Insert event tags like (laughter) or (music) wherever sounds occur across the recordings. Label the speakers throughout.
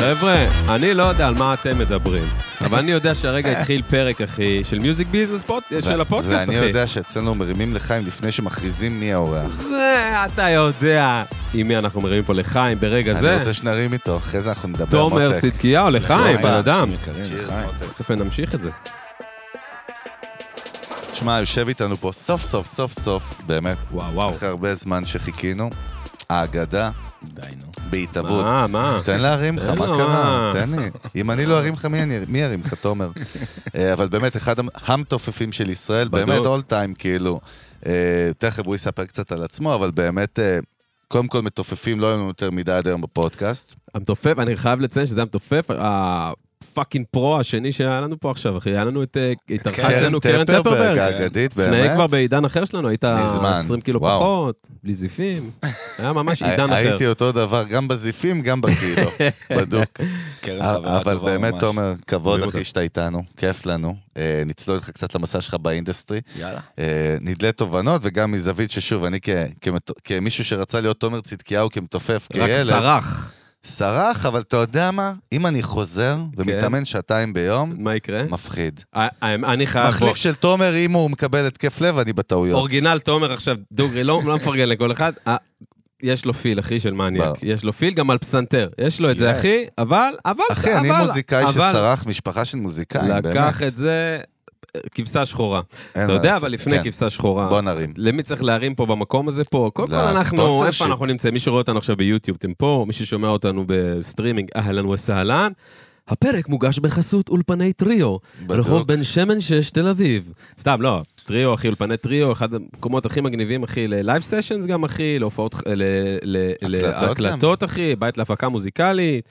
Speaker 1: חבר'ה, אני לא יודע על מה אתם מדברים, אבל אני יודע שהרגע התחיל פרק, אחי, של מיוזיק ביזנס של הפודקאסט, אחי.
Speaker 2: ואני יודע שאצלנו מרימים לחיים לפני שמכריזים מי האורח.
Speaker 1: זה, אתה יודע עם מי אנחנו מרימים פה לחיים ברגע זה.
Speaker 2: אני רוצה שנרים איתו, אחרי זה אנחנו נדבר
Speaker 1: תומר צדקיהו לחיים, בן
Speaker 2: לחיים.
Speaker 1: אדם.
Speaker 2: צ'ירס, מותק.
Speaker 1: תכף נמשיך את זה.
Speaker 2: שמע, יושב איתנו פה סוף סוף סוף סוף, באמת,
Speaker 1: וואו, וואו.
Speaker 2: אחרי הרבה זמן שחיכינו, האגדה
Speaker 3: די, נו.
Speaker 2: בהתהוות.
Speaker 1: מה, מה?
Speaker 2: תן להרים לך,
Speaker 1: תן
Speaker 2: מה
Speaker 1: לו,
Speaker 2: קרה?
Speaker 1: מה?
Speaker 2: תן לי. אם אני לא ארים לך, מי אני- מי ירים לך, תומר? אה, אבל באמת, אחד המתופפים של ישראל,
Speaker 1: בדוק.
Speaker 2: באמת אול טיים, כאילו. אה, תכף הוא יספר קצת על עצמו, אבל באמת, אה, קודם כל מתופפים לא היו לנו יותר מדי עד היום בפודקאסט.
Speaker 1: המתופף, אני חייב לציין שזה המתופף, הפאקינג פרו השני שהיה לנו פה עכשיו, אחי. היה לנו את... אה, התארחה
Speaker 2: קרן
Speaker 1: אצלנו קרן
Speaker 2: טפרברג,
Speaker 1: טפרברג.
Speaker 2: האגדית, באמת.
Speaker 1: לפני כבר בעידן אחר שלנו, היית
Speaker 2: מזמן.
Speaker 1: 20 קילו
Speaker 2: וואו.
Speaker 1: פחות, בלי זיפים. היה
Speaker 2: (laughs)
Speaker 1: ממש עידן אחר. כן.
Speaker 2: הייתי אותו דבר, גם בזיפים,
Speaker 1: (laughs)
Speaker 2: גם בקילו. בדוק.
Speaker 3: קרן חברה
Speaker 2: אבל
Speaker 3: כן, טובה
Speaker 2: באמת,
Speaker 3: ממש.
Speaker 2: תומר, כבוד
Speaker 1: אוהב
Speaker 2: אחי
Speaker 1: אותך.
Speaker 2: שאתה איתנו, כיף לנו. אה, נצלול איתך קצת למסע שלך באינדסטרי.
Speaker 3: יאללה.
Speaker 2: אה, נדלה תובנות, וגם מזווית ששוב, אני כ- כמת- כמישהו שרצה להיות תומר צדקיהו כמתופף
Speaker 1: רק
Speaker 2: כילד,
Speaker 1: סרח.
Speaker 2: סרח, אבל אתה יודע מה? אם אני חוזר
Speaker 1: כן.
Speaker 2: ומתאמן שעתיים
Speaker 1: (laughs)
Speaker 2: ביום,
Speaker 1: מה יקרה?
Speaker 2: מפחיד.
Speaker 1: ה- ה- אני חייב...
Speaker 2: מחליף של תומר, אם הוא מקבל התקף לב, אני בטעויות.
Speaker 1: אורגינל תומר עכשיו, דוגרי, לא לא מפרגן לכל אחד. אה, יש לו פיל, אחי, של מניאק.
Speaker 2: ברור.
Speaker 1: יש לו פיל גם על פסנתר. יש לו את זה,
Speaker 2: Yes.
Speaker 1: אחי, אבל, אבל,
Speaker 2: אחי, אני
Speaker 1: אבל-
Speaker 2: מוזיקאי
Speaker 1: אבל-
Speaker 2: שסרח, משפחה של מוזיקאים, באמת.
Speaker 1: לקח את זה, אה, כבשה שחורה.
Speaker 2: אין
Speaker 1: אתה
Speaker 2: מה
Speaker 1: יודע,
Speaker 2: לעשות.
Speaker 1: אבל לפני
Speaker 2: כן.
Speaker 1: כבשה שחורה.
Speaker 2: בוא נרים.
Speaker 1: למי צריך להרים פה במקום הזה פה? קודם כל אנחנו,
Speaker 2: לספונסר
Speaker 1: איפה
Speaker 2: שיפ.
Speaker 1: אנחנו נמצאים? מי שרואה אותנו עכשיו ביוטיוב, אתם פה, מי ששומע אותנו בסטרימינג, אהלן וסהלן. הפרק מוגש בחסות אולפני טריו,
Speaker 2: בדוק.
Speaker 1: רחוב בן שמן 6 תל אביב. סתם, לא, טריו, אחי, אולפני טריו, אחד המקומות הכי מגניבים, אחי, ללייב סשנס גם, אחי, להופעות, אה, ל- ל-
Speaker 2: הקלטות גם.
Speaker 1: להקלטות, אחי, בית להפקה מוזיקלית.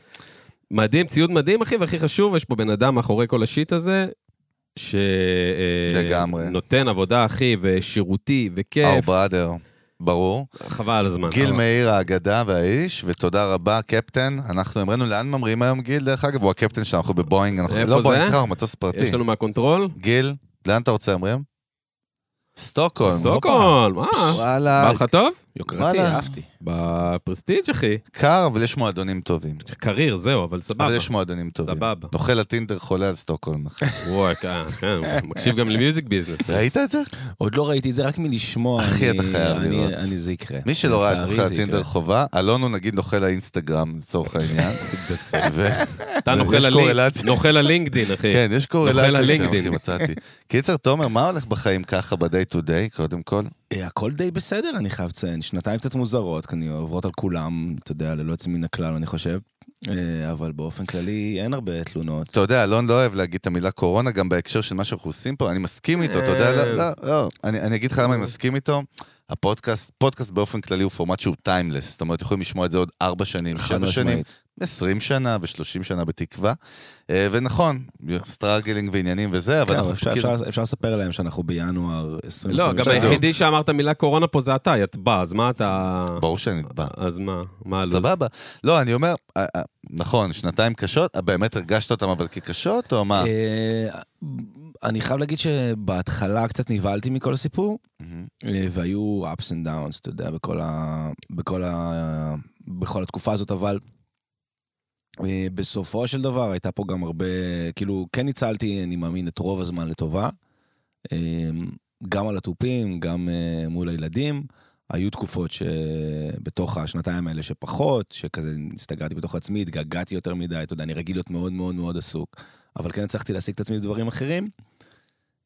Speaker 1: מדהים, ציוד מדהים, אחי, והכי חשוב, יש פה בן אדם מאחורי כל השיט הזה, ש... אה,
Speaker 2: לגמרי.
Speaker 1: נותן עבודה, אחי, ושירותי,
Speaker 2: אור
Speaker 1: וכיף.
Speaker 2: בראדר, ברור.
Speaker 1: חבל על הזמן. אה,
Speaker 2: גיל מאיר האגדה והאיש, ותודה רבה, קפטן. אנחנו אמרנו, לאן ממריאים היום גיל, דרך אגב? הוא הקפטן שלנו, אנחנו בבואינג, אנחנו
Speaker 1: איפה
Speaker 2: לא בואינג,
Speaker 1: זה?
Speaker 2: סליחה, הוא מטוס פרטי.
Speaker 1: יש לנו מהקונטרול?
Speaker 2: גיל, לאן אתה רוצה אמרים? סטוקהולם. הופה.
Speaker 1: סטוקהולם, אה, מה? בא
Speaker 2: וואלה,
Speaker 1: לך טוב?
Speaker 3: יוקרתי,
Speaker 2: וואלה.
Speaker 3: אהבתי.
Speaker 1: בפרסטיג', אחי.
Speaker 2: קר, אבל יש מועדונים טובים.
Speaker 1: קריר, זהו, אבל סבבה.
Speaker 2: אבל יש מועדונים טובים.
Speaker 1: סבבה.
Speaker 2: נוכל הטינדר חולה על
Speaker 1: (laughs)
Speaker 2: סטוקהולם. אחי.
Speaker 1: וואי, כן, כן, הוא מקשיב גם למיוזיק ביזנס.
Speaker 2: ראית את זה?
Speaker 3: עוד לא ראיתי את זה, רק מלשמוע.
Speaker 2: אחי,
Speaker 3: אני-
Speaker 2: אתה חייב
Speaker 3: אני-
Speaker 2: לראות.
Speaker 3: אני, זה יקרה.
Speaker 2: מי שלא ראה את
Speaker 3: לצערי
Speaker 2: נוכל
Speaker 3: זה יקרה.
Speaker 2: הטינדר חובה, אלון הוא נגיד נוכל האינסטגרם,
Speaker 1: (laughs)
Speaker 2: לצורך העניין. ו-
Speaker 1: אתה
Speaker 2: זה-
Speaker 1: נוכל
Speaker 2: יש
Speaker 1: על
Speaker 2: קורלציה.
Speaker 1: לינק- נוכל הלינקדין, אחי.
Speaker 3: אה,
Speaker 2: כן, יש קורלציה שם,
Speaker 1: ללינקדאין.
Speaker 2: אחי,
Speaker 3: (laughs)
Speaker 2: מצאתי. קיצר, תומר, מה הולך בחיים ככה ב-day to day, קודם כל?
Speaker 3: אה, הכל די בסדר, אני חייב לציין. שנתיים קצת מוזרות, כי אני עוברות על כולם, אתה יודע, ללא יוצא מן הכלל, אני חושב. אה, אבל באופן כללי, אין הרבה תלונות.
Speaker 2: אתה יודע, אלון לא אוהב להגיד את המילה קורונה, גם בהקשר של מה שאנחנו עושים פה, אני מסכים איתו, אתה יודע, לא,
Speaker 3: אה,
Speaker 2: לא, לא, אני אני אגיד לך למה אני מסכים איתו. הפודקאסט, פודקאסט באופן כללי הוא פורמט שהוא טיימלס, זאת אומרת, יכולים לשמוע את זה עוד ארבע שנים,
Speaker 3: חד
Speaker 2: שבע שנים,
Speaker 3: משמעית.
Speaker 2: 20 שנה ו-30 שנה בתקווה. אה, ונכון, סטראגלינג ועניינים וזה, אבל
Speaker 3: כן,
Speaker 2: אנחנו
Speaker 3: אבל אפשר-
Speaker 2: כאילו...
Speaker 3: אפשר- אפשר לספר להם שאנחנו בינואר 2022.
Speaker 1: לא, גם היחידי שאמרת מילה קורונה פה זה אתה, את בא, אז מה אתה...
Speaker 2: ברור שאני נתבע.
Speaker 1: אז מה? מה הלו"ז?
Speaker 2: סבבה. לא, אני אומר, אה, אה, נכון, שנתיים קשות, אה, באמת הרגשת אותם אבל כקשות, או מה?
Speaker 3: אה, אני חייב להגיד שבהתחלה קצת נבהלתי מכל הסיפור,
Speaker 2: מהמם.
Speaker 3: אה, והיו ups and downs, אתה יודע, בכל, ה... בכל, ה... בכל התקופה הזאת, אבל אה, בסופו של דבר הייתה פה גם הרבה, כאילו, כן ניצלתי, אני מאמין, את רוב הזמן לטובה, אה, גם על התופים, גם אה, מול הילדים. היו תקופות שבתוך השנתיים האלה שפחות, שכזה הסתגרתי בתוך עצמי, התגעגעתי יותר מדי, אתה יודע, אני רגיל להיות מאוד מאוד מאוד עסוק, אבל כן הצלחתי להשיג את עצמי בדברים אחרים.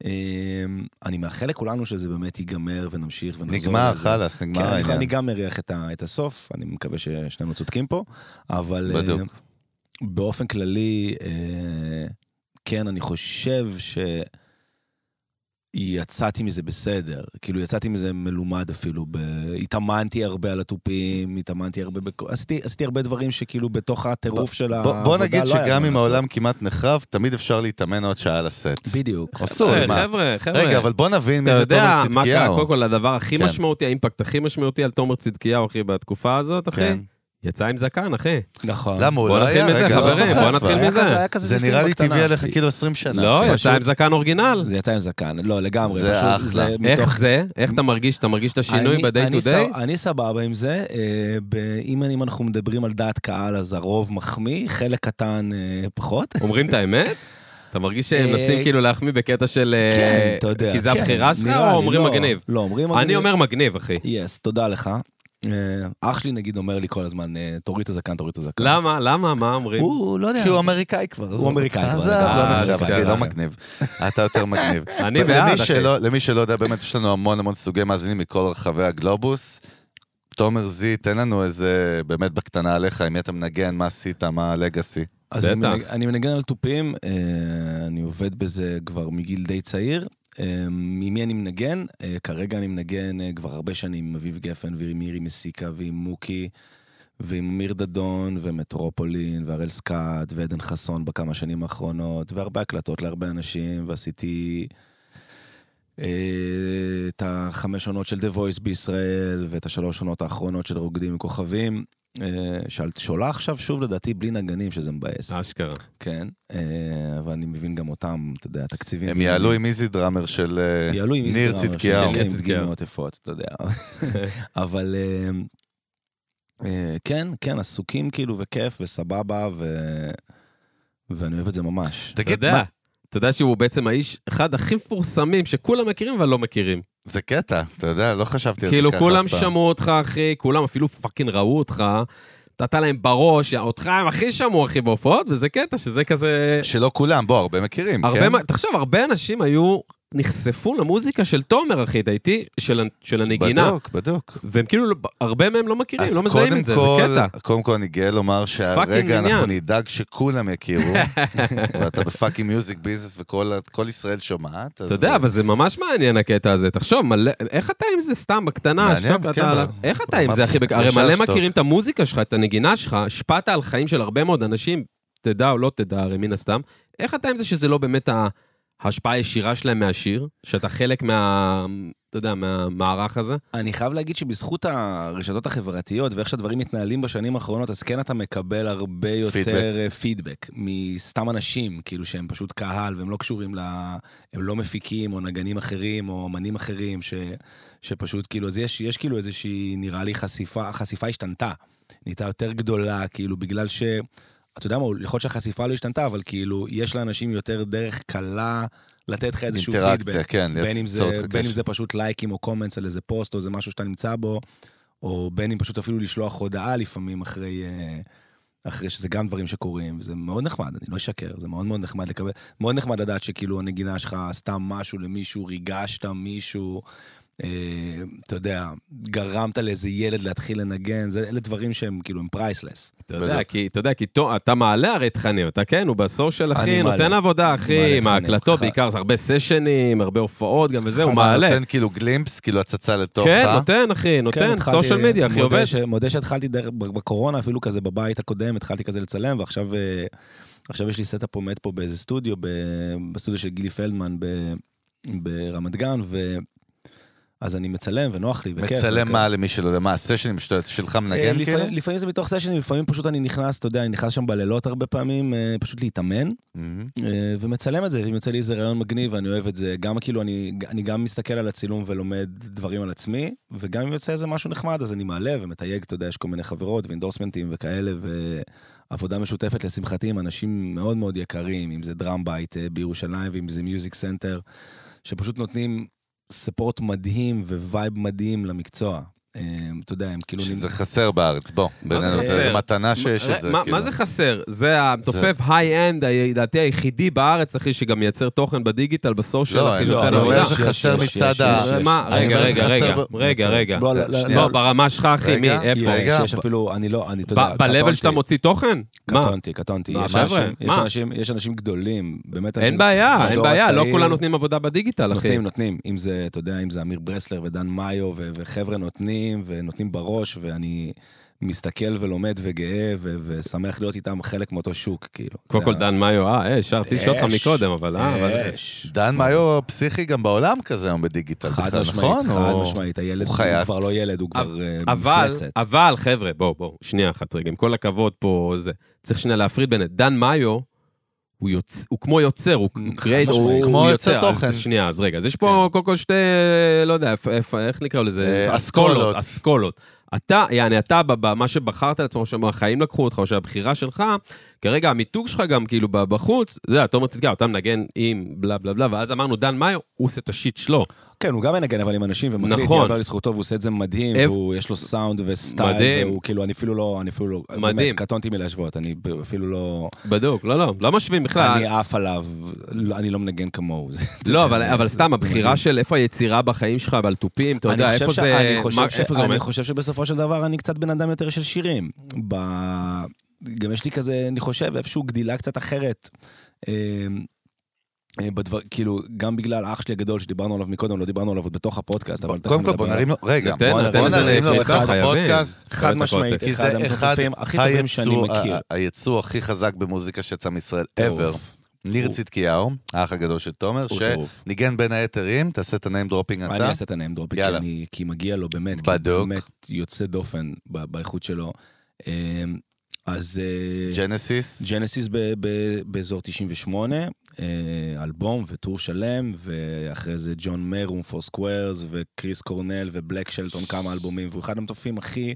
Speaker 3: אמ, אני מאחל לכולנו שזה באמת ייגמר ונמשיך ונחזור.
Speaker 2: נגמר,
Speaker 3: לזה.
Speaker 2: חלאס, נגמר
Speaker 3: כן, אני- אני
Speaker 2: העניין.
Speaker 3: גם מריח את ה- את הסוף, אני מקווה ששנינו צודקים פה, אבל...
Speaker 2: בדוק.
Speaker 3: אה, באופן כללי, אה, כן, אני חושב שיצאתי מזה בסדר. כאילו, יצאתי מזה מלומד אפילו. ב... התאמנתי הרבה על התופים, התאמנתי הרבה... בכ... עשיתי, עשיתי הרבה דברים שכאילו בתוך הטירוף של
Speaker 2: בוא-
Speaker 3: העבודה
Speaker 2: בוא נגיד
Speaker 3: לא היה
Speaker 2: שגם
Speaker 3: מה
Speaker 2: אם
Speaker 3: לעשות.
Speaker 2: העולם כמעט נחרב, תמיד אפשר להתאמן עוד שעה על הסט.
Speaker 3: בדיוק.
Speaker 2: אסור,
Speaker 1: חבר'ה,
Speaker 2: מה?
Speaker 1: אה, חבר'ה, חבר'ה.
Speaker 2: רגע, אבל בוא נבין מי
Speaker 1: אתה
Speaker 2: זה
Speaker 1: יודע
Speaker 2: תומר
Speaker 1: מה קרה, קודם
Speaker 2: צדקיהו.
Speaker 1: כל הדבר הכי
Speaker 2: כן.
Speaker 1: משמעותי, האימפקט הכי משמעותי על תומר צדקיהו, אחי, בתקופה הזאת, אחי,
Speaker 2: כן.
Speaker 1: יצא עם זקן, אחי.
Speaker 3: נכון.
Speaker 2: למה, הוא
Speaker 1: בוא
Speaker 2: לא
Speaker 1: נתחיל
Speaker 2: היה?
Speaker 1: מזה,
Speaker 2: רגע, לא
Speaker 1: חברים,
Speaker 2: זוכר
Speaker 1: בוא
Speaker 2: כבר.
Speaker 1: נתחיל
Speaker 2: היה
Speaker 1: מזה.
Speaker 3: כזה- היה כזה
Speaker 2: זה
Speaker 3: ספין
Speaker 2: נראה לי
Speaker 3: בקטנה.
Speaker 2: טבעי עליך כאילו 20 שנה.
Speaker 1: לא,
Speaker 2: כאילו,
Speaker 1: יצא עם זקן אורגינל.
Speaker 3: זה יצא עם זקן, לא, לגמרי.
Speaker 2: זה
Speaker 3: פשוט
Speaker 2: אחלה.
Speaker 1: איך
Speaker 3: מתוך-
Speaker 1: זה? איך אתה מרגיש? אתה מרגיש את השינוי
Speaker 3: אני-
Speaker 1: ב-day
Speaker 3: אני
Speaker 1: to day?
Speaker 3: ס- אני סבבה עם זה. אה, ב- אם אם אנחנו מדברים על דעת קהל, אז הרוב מחמיא, חלק קטן אה, פחות.
Speaker 1: אומרים את האמת? אתה מרגיש שהם
Speaker 3: אה,
Speaker 1: מנסים כאילו להחמיא בקטע של... אה,
Speaker 3: כן, אתה יודע.
Speaker 1: כי זה
Speaker 3: כן,
Speaker 1: הבחירה שלך,
Speaker 3: נראה לי,
Speaker 1: או אומרים
Speaker 3: לא,
Speaker 1: מגניב?
Speaker 3: לא, אומרים מגניב.
Speaker 1: אני אומר מגניב, אחי.
Speaker 3: יס, תודה לך. אה, אח שלי נגיד אומר לי כל הזמן, אה, תוריד את הזקן, תוריד את הזקן.
Speaker 1: למה? למה? מה אומרים?
Speaker 3: הוא לא יודע.
Speaker 2: כי הוא אמריקאי כבר. עזוב אותך.
Speaker 3: אמריקאי כבר,
Speaker 2: עזוב,
Speaker 3: אתה-
Speaker 2: לא
Speaker 1: אה,
Speaker 2: נחשב, אחי,
Speaker 1: אשכרה.
Speaker 2: לא מגניב. אתה יותר מגניב.
Speaker 1: אני
Speaker 2: למי
Speaker 1: בעד, אחי.
Speaker 2: שלא- למי שלא יודע, באמת יש לנו המון המון סוגי מאזינים מכל רחבי הגלובוס. תומר זי, תן לנו איזה, באמת בקטנה עליך, עם מי אתה מנגן, מה עשית, מה הלגאסי.
Speaker 3: אז אני
Speaker 1: בטח.
Speaker 3: מנגן- אני מנגן על תופים, אה, אני עובד בזה כבר מגיל די צעיר. אה, ממי אני מנגן? אה, כרגע אני מנגן אה, כבר הרבה שנים עם אביב גפן ועם מירי מסיקה ועם מוקי ועם אמיר דדון ומטרופולין והראל סקאט ועדן חסון בכמה שנים האחרונות והרבה הקלטות להרבה אנשים ועשיתי אה, את החמש עונות של The Voice בישראל ואת השלוש עונות האחרונות של רוקדים עם כוכבים. אה, שאלת שעולה עכשיו שוב לדעתי בלי נגנים שזה מבאס.
Speaker 1: אשכרה.
Speaker 3: כן, אה, אבל אני מבין גם אותם, אתה יודע, התקציבים.
Speaker 2: הם יעלו עם איזי דראמר של אה,
Speaker 3: יעלו עם
Speaker 2: ניר
Speaker 3: אינסטגרם,
Speaker 2: צדקיהו.
Speaker 1: של
Speaker 3: שהם
Speaker 1: ניר צדקיהו.
Speaker 3: דגימות יפות, אתה יודע. (laughs) אבל אה, אה, כן, כן, עסוקים כאילו, וכיף, וסבבה, ו... ואני אוהב את זה ממש.
Speaker 1: אתה
Speaker 2: תגיד,
Speaker 1: יודע,
Speaker 2: מה-
Speaker 1: אתה יודע שהוא בעצם האיש, אחד הכי מפורסמים שכולם מכירים אבל לא מכירים.
Speaker 2: זה קטע, אתה יודע, לא חשבתי על זה ככה
Speaker 1: כאילו,
Speaker 2: אף פעם.
Speaker 1: כולם שמעו אותך, אחי, כולם אפילו פאקינג ראו אותך. נתת להם בראש, אותך הם הכי שמעו, אחי, בהופעות, וזה קטע שזה כזה...
Speaker 2: שלא כולם, בוא, הרבה מכירים,
Speaker 1: הרבה,
Speaker 2: כן?
Speaker 1: מה- תחשוב, הרבה אנשים היו, נחשפו למוזיקה של תומר, אחי, אתה איתי, של, ה- של הנגינה.
Speaker 2: בדוק, בדוק.
Speaker 1: והם כאילו, לא- הרבה מהם לא מכירים,
Speaker 2: אז
Speaker 1: לא מזהים
Speaker 2: קודם
Speaker 1: את זה,
Speaker 2: כל-
Speaker 1: זה קטע.
Speaker 2: קודם כל אני גאה לומר
Speaker 1: פאקינג
Speaker 2: שהרגע אנחנו
Speaker 1: עניין.
Speaker 2: נדאג שכולם
Speaker 1: (laughs)
Speaker 2: יכירו, ואתה בפאקינג מיוזיק ביזנס וכל כל ישראל שומעת.
Speaker 1: אתה יודע, אבל זה ממש מעניין הקטע הזה. תחשוב, מלא, איך אתה עם זה סתם בקטנה?
Speaker 2: מעניין,
Speaker 1: שטוק,
Speaker 2: כן,
Speaker 1: אתה-
Speaker 2: מה-
Speaker 1: איך אתה עם
Speaker 2: מה-
Speaker 1: זה, אחי? הרי
Speaker 2: ישר
Speaker 1: מלא
Speaker 2: שטוק.
Speaker 1: מכירים את המוזיקה שלך, את הנגינה שלך, השפעת על חיים של הרבה מאוד אנשים, תדע או לא תדע, הרי מן הסתם. איך אתה עם זה שזה לא באמת ה- ההשפעה הישירה שלהם מהשיר? שאתה חלק מה... אתה יודע, מהמערך הזה?
Speaker 3: אני חייב להגיד שבזכות הרשתות החברתיות ואיך שהדברים מתנהלים בשנים האחרונות, אז כן אתה מקבל הרבה יותר אה, פידבק מסתם אנשים, כאילו שהם פשוט קהל והם לא קשורים ל... הם לא מפיקים או נגנים אחרים או אמנים אחרים, ש... שפשוט כאילו, אז יש, יש כאילו איזושהי, נראה לי, חשיפה, החשיפה השתנתה. נהייתה יותר גדולה, כאילו, בגלל ש... אתה יודע מה, יכול להיות שהחשיפה לא השתנתה, אבל כאילו, יש לאנשים יותר דרך קלה לתת לך איזשהו פידבק.
Speaker 2: אינטראקציה, כן,
Speaker 3: בין אם,
Speaker 2: ליצור
Speaker 3: זה,
Speaker 2: איתך
Speaker 3: בין אם
Speaker 2: קשר.
Speaker 3: זה פשוט לייקים או קומנטס על איזה פוסט או איזה משהו שאתה נמצא בו, או בין אם פשוט אפילו לשלוח הודעה לפעמים אחרי, אה, אחרי שזה גם דברים שקורים, וזה מאוד נחמד, אני לא אשקר, זה מאוד מאוד נחמד לקבל, מאוד נחמד לדעת שכאילו הנגינה שלך עשתה משהו למישהו, ריגשת מישהו, אה, אתה יודע, גרמת לאיזה ילד להתחיל לנגן, זה, אלה דברים שהם כאילו הם פרייסלס.
Speaker 1: אתה יודע, כי, אתה יודע, כי תו- אתה מעלה הרי תכנים, אתה כן, הוא בסושיאל,
Speaker 3: אני
Speaker 1: אחי,
Speaker 3: מעלה.
Speaker 1: נותן עבודה, אחי,
Speaker 3: מעלה
Speaker 1: עם
Speaker 3: תכנים.
Speaker 1: ההקלטות,
Speaker 3: ח-
Speaker 1: בעיקר זה הרבה סשנים, הרבה הופעות גם וזה, הוא
Speaker 2: מה,
Speaker 1: מעלה.
Speaker 2: נותן כאילו גלימפס, כאילו הצצה לתוכך.
Speaker 1: כן, נותן, אחי, נותן,
Speaker 3: התחלתי-
Speaker 1: סושיאל מדיה, אחי,
Speaker 3: אה, מודה
Speaker 1: עובד.
Speaker 3: ש- מודה שהתחלתי דרך- בקורונה, אפילו כזה בבית הקודם, התחלתי כזה לצלם, ועכשיו אה, עכשיו יש לי סטאפ עומד פה באיזה סטודיו, ב- בסטודיו של גילי פלדמן ב- ברמת גן, ו... אז אני מצלם ונוח לי, וכיף.
Speaker 2: מצלם
Speaker 3: וכאלה.
Speaker 2: מה למי שלא יודע, מה הסשנים שאתה- שלך
Speaker 3: כן, אה,
Speaker 2: מנגן כאילו?
Speaker 3: לפעמים- לפעמים זה מתוך סשן, לפעמים פשוט אני נכנס, אתה יודע, אני נכנס שם בלילות הרבה פעמים, אה, פשוט להתאמן.
Speaker 2: מהמם.
Speaker 3: אה, ומצלם את זה, ואם יוצא לי איזה רעיון מגניב, אני אוהב את זה. גם כאילו, אני, אני גם מסתכל על הצילום ולומד דברים על עצמי, וגם אם יוצא איזה משהו נחמד, אז אני מעלה ומתייג, אתה יודע, יש כל מיני חברות ואינדורסמנטים וכאלה, ועבודה משותפת לשמחתי עם אנשים מאוד מאוד יקרים, אם זה דראם בייט אה, בירושלים, ואם זה מיוזיק סנטר, שפשוט נותנים ספורט מדהים ווייב מדהים למקצוע. אה, אתה יודע, הם כאילו...
Speaker 2: שזה חסר בארץ, בוא. בינינו,
Speaker 1: זה
Speaker 2: זה-
Speaker 1: חסר?
Speaker 2: זה מתנה שיש
Speaker 1: מה-
Speaker 2: את זה.
Speaker 1: אה, מה-
Speaker 2: כאילו.
Speaker 1: מה זה חסר? זה המתופף היי-אנד, לדעתי היחידי בארץ, אחי, שגם מייצר תוכן בדיגיטל, בסושיאל,
Speaker 2: לא,
Speaker 1: אחי,
Speaker 2: אני
Speaker 3: לא,
Speaker 1: נותן
Speaker 3: אני
Speaker 1: עבודה.
Speaker 2: אומר
Speaker 3: יש,
Speaker 2: שזה
Speaker 3: יש,
Speaker 2: חסר
Speaker 3: יש,
Speaker 2: מצד
Speaker 3: יש,
Speaker 2: ה...
Speaker 3: יש, יש.
Speaker 1: מה, רגע,
Speaker 2: אני אומר, זה
Speaker 1: רגע,
Speaker 2: חסר
Speaker 1: רגע,
Speaker 2: ב-
Speaker 1: רגע, רגע.
Speaker 3: בוא, לא,
Speaker 2: שנייה.
Speaker 1: לא, ברמה שלך, אחי, מי,
Speaker 2: רגע,
Speaker 1: איפה?
Speaker 2: רגע.
Speaker 3: יש אפילו, אני לא, אני, אתה יודע,
Speaker 1: ב- ב-level
Speaker 3: קטונתי.
Speaker 1: שאתה מוציא תוכן? מה?
Speaker 3: קטונתי, קטונתי.
Speaker 1: מה,
Speaker 3: יש
Speaker 1: חבר'ה?
Speaker 3: אנשים- יש
Speaker 1: מה?
Speaker 3: אנשים- יש אנשים גדולים, באמת אנשים...
Speaker 1: אין בעיה, אין
Speaker 3: הדור
Speaker 1: בעיה, לא
Speaker 3: הצעיר-
Speaker 1: כולם נותנים עבודה בדיגיטל, אחי.
Speaker 3: נותנים, נותנים. אם זה, אתה יודע, אם זה אמיר ברסלר ודן מאיו ו- וחבר'ה נותנים, ונותנים בראש, ואני מסתכל ולומד וגאה ו- ושמח להיות איתם חלק מאותו שוק, כאילו.
Speaker 1: קודם כל
Speaker 3: זה
Speaker 1: דן מאיו, אה, אש, אה, רציתי לשאול אותך
Speaker 3: אש.
Speaker 1: מקודם, אבל אה, אבל...
Speaker 3: אש.
Speaker 2: דן מאיו פסיכי גם בעולם כזה היום בדיגיטל,
Speaker 3: חד
Speaker 2: בכלל,
Speaker 3: משמעית,
Speaker 2: נכון?
Speaker 3: חד
Speaker 2: או-
Speaker 3: משמעית, הילד
Speaker 2: הוא
Speaker 3: הוא
Speaker 2: חייט.
Speaker 3: כבר לא ילד, הוא כבר אה,
Speaker 1: אבל,
Speaker 3: מפלצת.
Speaker 1: אבל, חבר'ה, בואו, בואו, שנייה אחת רגע, עם כל הכבוד פה, זה, צריך שנייה להפריד בין את דן מאיו, הוא, יוצ... הוא כמו יוצר, הוא
Speaker 3: חד
Speaker 1: קרייד, הוא,
Speaker 3: משמעית.
Speaker 1: הוא
Speaker 2: כמו
Speaker 1: יוצר.
Speaker 2: יוצר תוכן.
Speaker 1: אז, שנייה, אז רגע, אז יש פה קודם כל שתי, לא יודע, איפה- איפה- איך נקרא לזה?
Speaker 2: אה, אסכולות.
Speaker 1: אסכולות. אסכולות. אתה, יעני, אתה, במה שבחרת לעצמו, שהחיים לקחו אותך, או שהבחירה שלך, כרגע המיתוג שלך גם כאילו ב- בחוץ, אתה יודע, תומר צדקה, אתה מנגן עם בלה בלה בלה, ואז אמרנו, דן מאיו, הוא עושה את השיט שלו.
Speaker 3: כן, הוא גם מנגן אבל עם אנשים, ומקליט,
Speaker 1: נכון.
Speaker 3: יאמר לזכותו, והוא עושה את זה מדהים,
Speaker 1: איפ-
Speaker 3: ויש לו סאונד וסטייל,
Speaker 1: מדהים.
Speaker 3: והוא כאילו, אני אפילו לא, אני אפילו לא,
Speaker 1: מדהים.
Speaker 3: באמת, קטונתי מלהשוות, אני אפילו לא,
Speaker 1: בדיוק, לא, לא, לא משווים בכלל.
Speaker 3: אני עף עליו, לא- אני לא מנגן כמוהו. (laughs) זה-
Speaker 1: לא, אבל, אבל סתם, הבחירה של איפה היצירה בחיים שלך, ועל תופים, אתה יודע,
Speaker 3: אני חושב
Speaker 1: איפה
Speaker 3: ש-
Speaker 1: זה,
Speaker 3: אני חושב
Speaker 1: מה,
Speaker 3: ש-
Speaker 1: איפה זה עומד?
Speaker 3: אני חושב שבסופו של דבר אני קצת בן אדם יותר של שירים. ב... גם יש לי כזה, אני חושב, איפשהו גדילה קצת אחרת. אה, אה, בדבר, כאילו, גם בגלל האח שלי הגדול שדיברנו עליו מקודם, לא דיברנו עליו עוד בתוך הפודקאסט, אבל...
Speaker 2: קודם כל,
Speaker 3: תכף
Speaker 2: בוא
Speaker 3: נדבר
Speaker 2: נרים לו, רגע,
Speaker 1: נותן,
Speaker 2: בוא
Speaker 1: נותן
Speaker 2: בוא
Speaker 3: איזה
Speaker 2: נרים לו
Speaker 3: פריצה,
Speaker 2: בתוך
Speaker 1: חייבים.
Speaker 2: הפודקאסט,
Speaker 3: חד
Speaker 1: את
Speaker 3: משמעית,
Speaker 1: הקונטקסט.
Speaker 2: כי זה
Speaker 3: אחד
Speaker 2: אחד
Speaker 3: המתופפים הכי טובים שאני
Speaker 2: היצוא
Speaker 3: מכיר.
Speaker 2: ה- הייצוא הכי חזק במוזיקה שיצא מישראל ever.
Speaker 3: טירוף.
Speaker 2: ניר
Speaker 3: הוא-
Speaker 2: צדקיהו, האח הגדול של תומר,
Speaker 3: הוא טירוף.
Speaker 2: שניגן בין היתרים, תעשה את הניים דרופינג
Speaker 3: אני
Speaker 2: אתה.
Speaker 3: אעשה את הניים דרופינג,
Speaker 2: יאללה.
Speaker 3: כי אני- כי מגיע לו באמת, כי
Speaker 2: בדוק.
Speaker 3: הוא באמת יוצא דופן ב- באיכות שלו. אה, אז... אה,
Speaker 2: ג'נסיס,
Speaker 3: ג'נסיס ב- ב- באזור 98, אה, אלבום וטור שלם, ואחרי זה ג'ון מרום פור סקוורס, וקריס קורנל ובלק שלטון כמה אלבומים, והוא אחד המטופים הכי...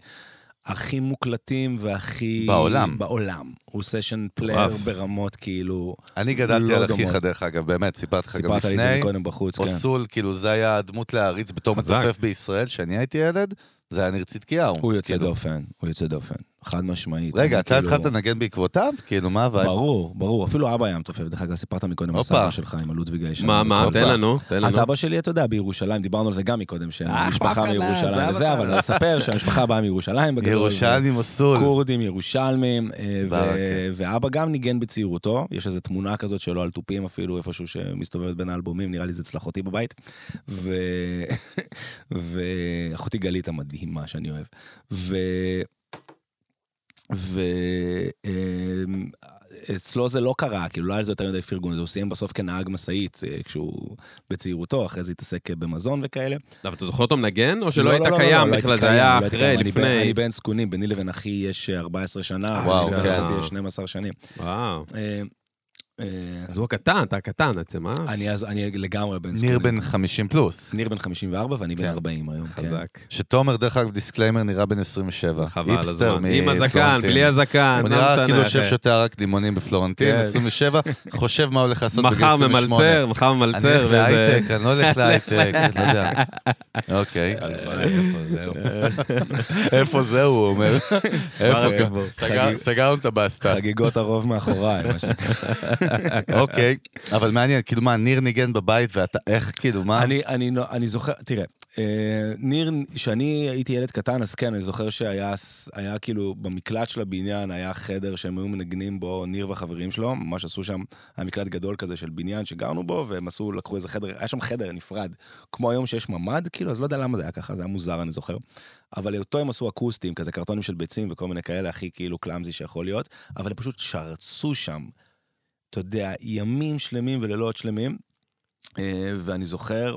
Speaker 3: הכי מוקלטים והכי...
Speaker 2: בעולם.
Speaker 3: בעולם. הוא סשן פלייר ברמות כאילו...
Speaker 2: אני גדלתי
Speaker 3: לא
Speaker 2: על
Speaker 3: גמור.
Speaker 2: אחיך דרך אגב, באמת, סיפרתי לך גם
Speaker 3: סיפרת לי את זה
Speaker 2: לפני.
Speaker 3: מקודם בחוץ, כן.
Speaker 2: אוסול, כאילו זה היה הדמות להעריץ בתור
Speaker 1: חזק.
Speaker 2: מצופף בישראל, כשאני הייתי ילד, זה היה ניר צדקיהו.
Speaker 3: הוא יוצא
Speaker 2: כאילו.
Speaker 3: דופן, הוא יוצא דופן. חד משמעית.
Speaker 2: רגע,
Speaker 3: אני
Speaker 2: אתה
Speaker 3: כאילו-
Speaker 2: התחלת לנגן בעקבותיו? כאילו, מה הווייב?
Speaker 3: ברור, ברור. אפילו אבא היה מתופף, דרך אגב, סיפרת מקודם על
Speaker 2: הופה.
Speaker 3: סבא שלך עם הלודוויג הישן.
Speaker 1: מה, מה,
Speaker 2: עוד
Speaker 1: תן
Speaker 2: פעם.
Speaker 1: לנו, תן
Speaker 3: אז
Speaker 1: לנו.
Speaker 3: אבא שלי, אתה יודע, בירושלים, דיברנו על זה גם מקודם,
Speaker 1: אה,
Speaker 3: שהמשפחה
Speaker 1: אחלה,
Speaker 3: מירושלים
Speaker 1: זה
Speaker 3: וזה,
Speaker 1: אבא.
Speaker 3: אבל נספר שהמשפחה באה מירושלים בגדול.
Speaker 2: ירושלמים אוסול.
Speaker 3: כורדים, ירושלמים, אה, ו-
Speaker 2: ברכה.
Speaker 3: ואבא גם ניגן בצעירותו, יש איזו תמונה כזאת שלו על תופים אפילו, איפשהו שמסתובבת בין האלבומים, נראה לי זה אצל אחותי בבית. ו- (laughs) ואחותי גלית המדהימה שאני אוהב. ו... ו... אמ, אצלו זה לא קרה, כאילו לא היה לזה יותר מדי פרגון, אז הוא סיים בסוף כנהג משאית אה, כשהוא בצעירותו, אחרי זה התעסק במזון וכאלה.
Speaker 1: אבל אתה זוכר אותו מנגן, או שלא
Speaker 3: לא,
Speaker 1: היית
Speaker 3: לא, לא, לא,
Speaker 1: קיים
Speaker 3: לא הייתי
Speaker 1: בכלל, זה
Speaker 3: קיים,
Speaker 1: היה
Speaker 3: לא הייתי
Speaker 1: אחרי,
Speaker 3: קיים. אני בן-
Speaker 1: לפני?
Speaker 3: אני בן זקונים, ביני לבין אחי יש אה, 14 שנה,
Speaker 2: וואו,
Speaker 1: אוקיי.
Speaker 3: וואו,
Speaker 2: כן.
Speaker 3: כן. יש 12 שנים.
Speaker 1: וואו.
Speaker 3: אה, אה,
Speaker 1: אז הוא הקטן, אתה הקטן בעצם, אה?
Speaker 3: אני אז- אני לגמרי בן זקונים.
Speaker 2: ניר בן 50 פלוס.
Speaker 3: ניר בן 54 ואני בן
Speaker 2: כן.
Speaker 3: 40 היום, כן. (laughs)
Speaker 1: חזק.
Speaker 2: שתומר, דרך אגב, דיסקליימר, נראה בן 27.
Speaker 1: חבל על
Speaker 2: היפסטר
Speaker 1: הזמן.
Speaker 2: מפלורנטין.
Speaker 1: עם הזקן, בלי הזקן,
Speaker 2: הוא
Speaker 1: לא
Speaker 2: נראה
Speaker 1: משנה,
Speaker 2: כאילו
Speaker 1: אחי.
Speaker 2: יושב שותה רק לימונים בפלורנטין,
Speaker 3: כן.
Speaker 2: 27, חושב מה הולך לעשות בגיל
Speaker 1: מחר
Speaker 2: 28.
Speaker 1: ממלצר, מחר
Speaker 2: אני
Speaker 1: ממלצר,
Speaker 2: הולך
Speaker 1: וזה...
Speaker 2: להייטק, אני לא הולך להייטק, אני לא
Speaker 3: (laughs)
Speaker 2: יודע. אוקיי. איפה זה, הוא
Speaker 3: (laughs)
Speaker 2: אומר. איפה זה?
Speaker 1: הסיפור?
Speaker 2: סגר-
Speaker 3: חגיג-
Speaker 2: סגרנו את הבאסטה.
Speaker 3: חגיגות הרוב מאחוריי, מה שנקרא.
Speaker 2: (laughs) אוקיי. אבל מעניין, כאילו מה, ניר ניגן בבית ואתה, איך, כאילו, מה?
Speaker 3: אני, אני, לא- אני זוכר, תראה, אה, ניר, כשאני הייתי ילד קטן, אז כן, אני זוכר שהיה ס- היה כאילו, במקלט של הבניין היה חדר שהם היו מנגנים בו, ניר והחברים שלו, ממש עשו שם, היה מקלט גדול כזה של בניין שגרנו בו, והם עשו, לקחו איזה חדר, היה שם חדר נפרד, כמו היום שיש ממ"ד, כאילו, אז לא יודע למה זה היה ככה, זה היה מוזר, אני זוכר. אבל אותו הם עשו אקוסטיים, כזה קרטונים של ביצים וכל מיני כאלה, הכי כאילו קלאמזי שיכול להיות, אבל הם פשוט שרצו שם. אתה יודע, ימים שלמים ולילות שלמים. אה, ואני זוכר,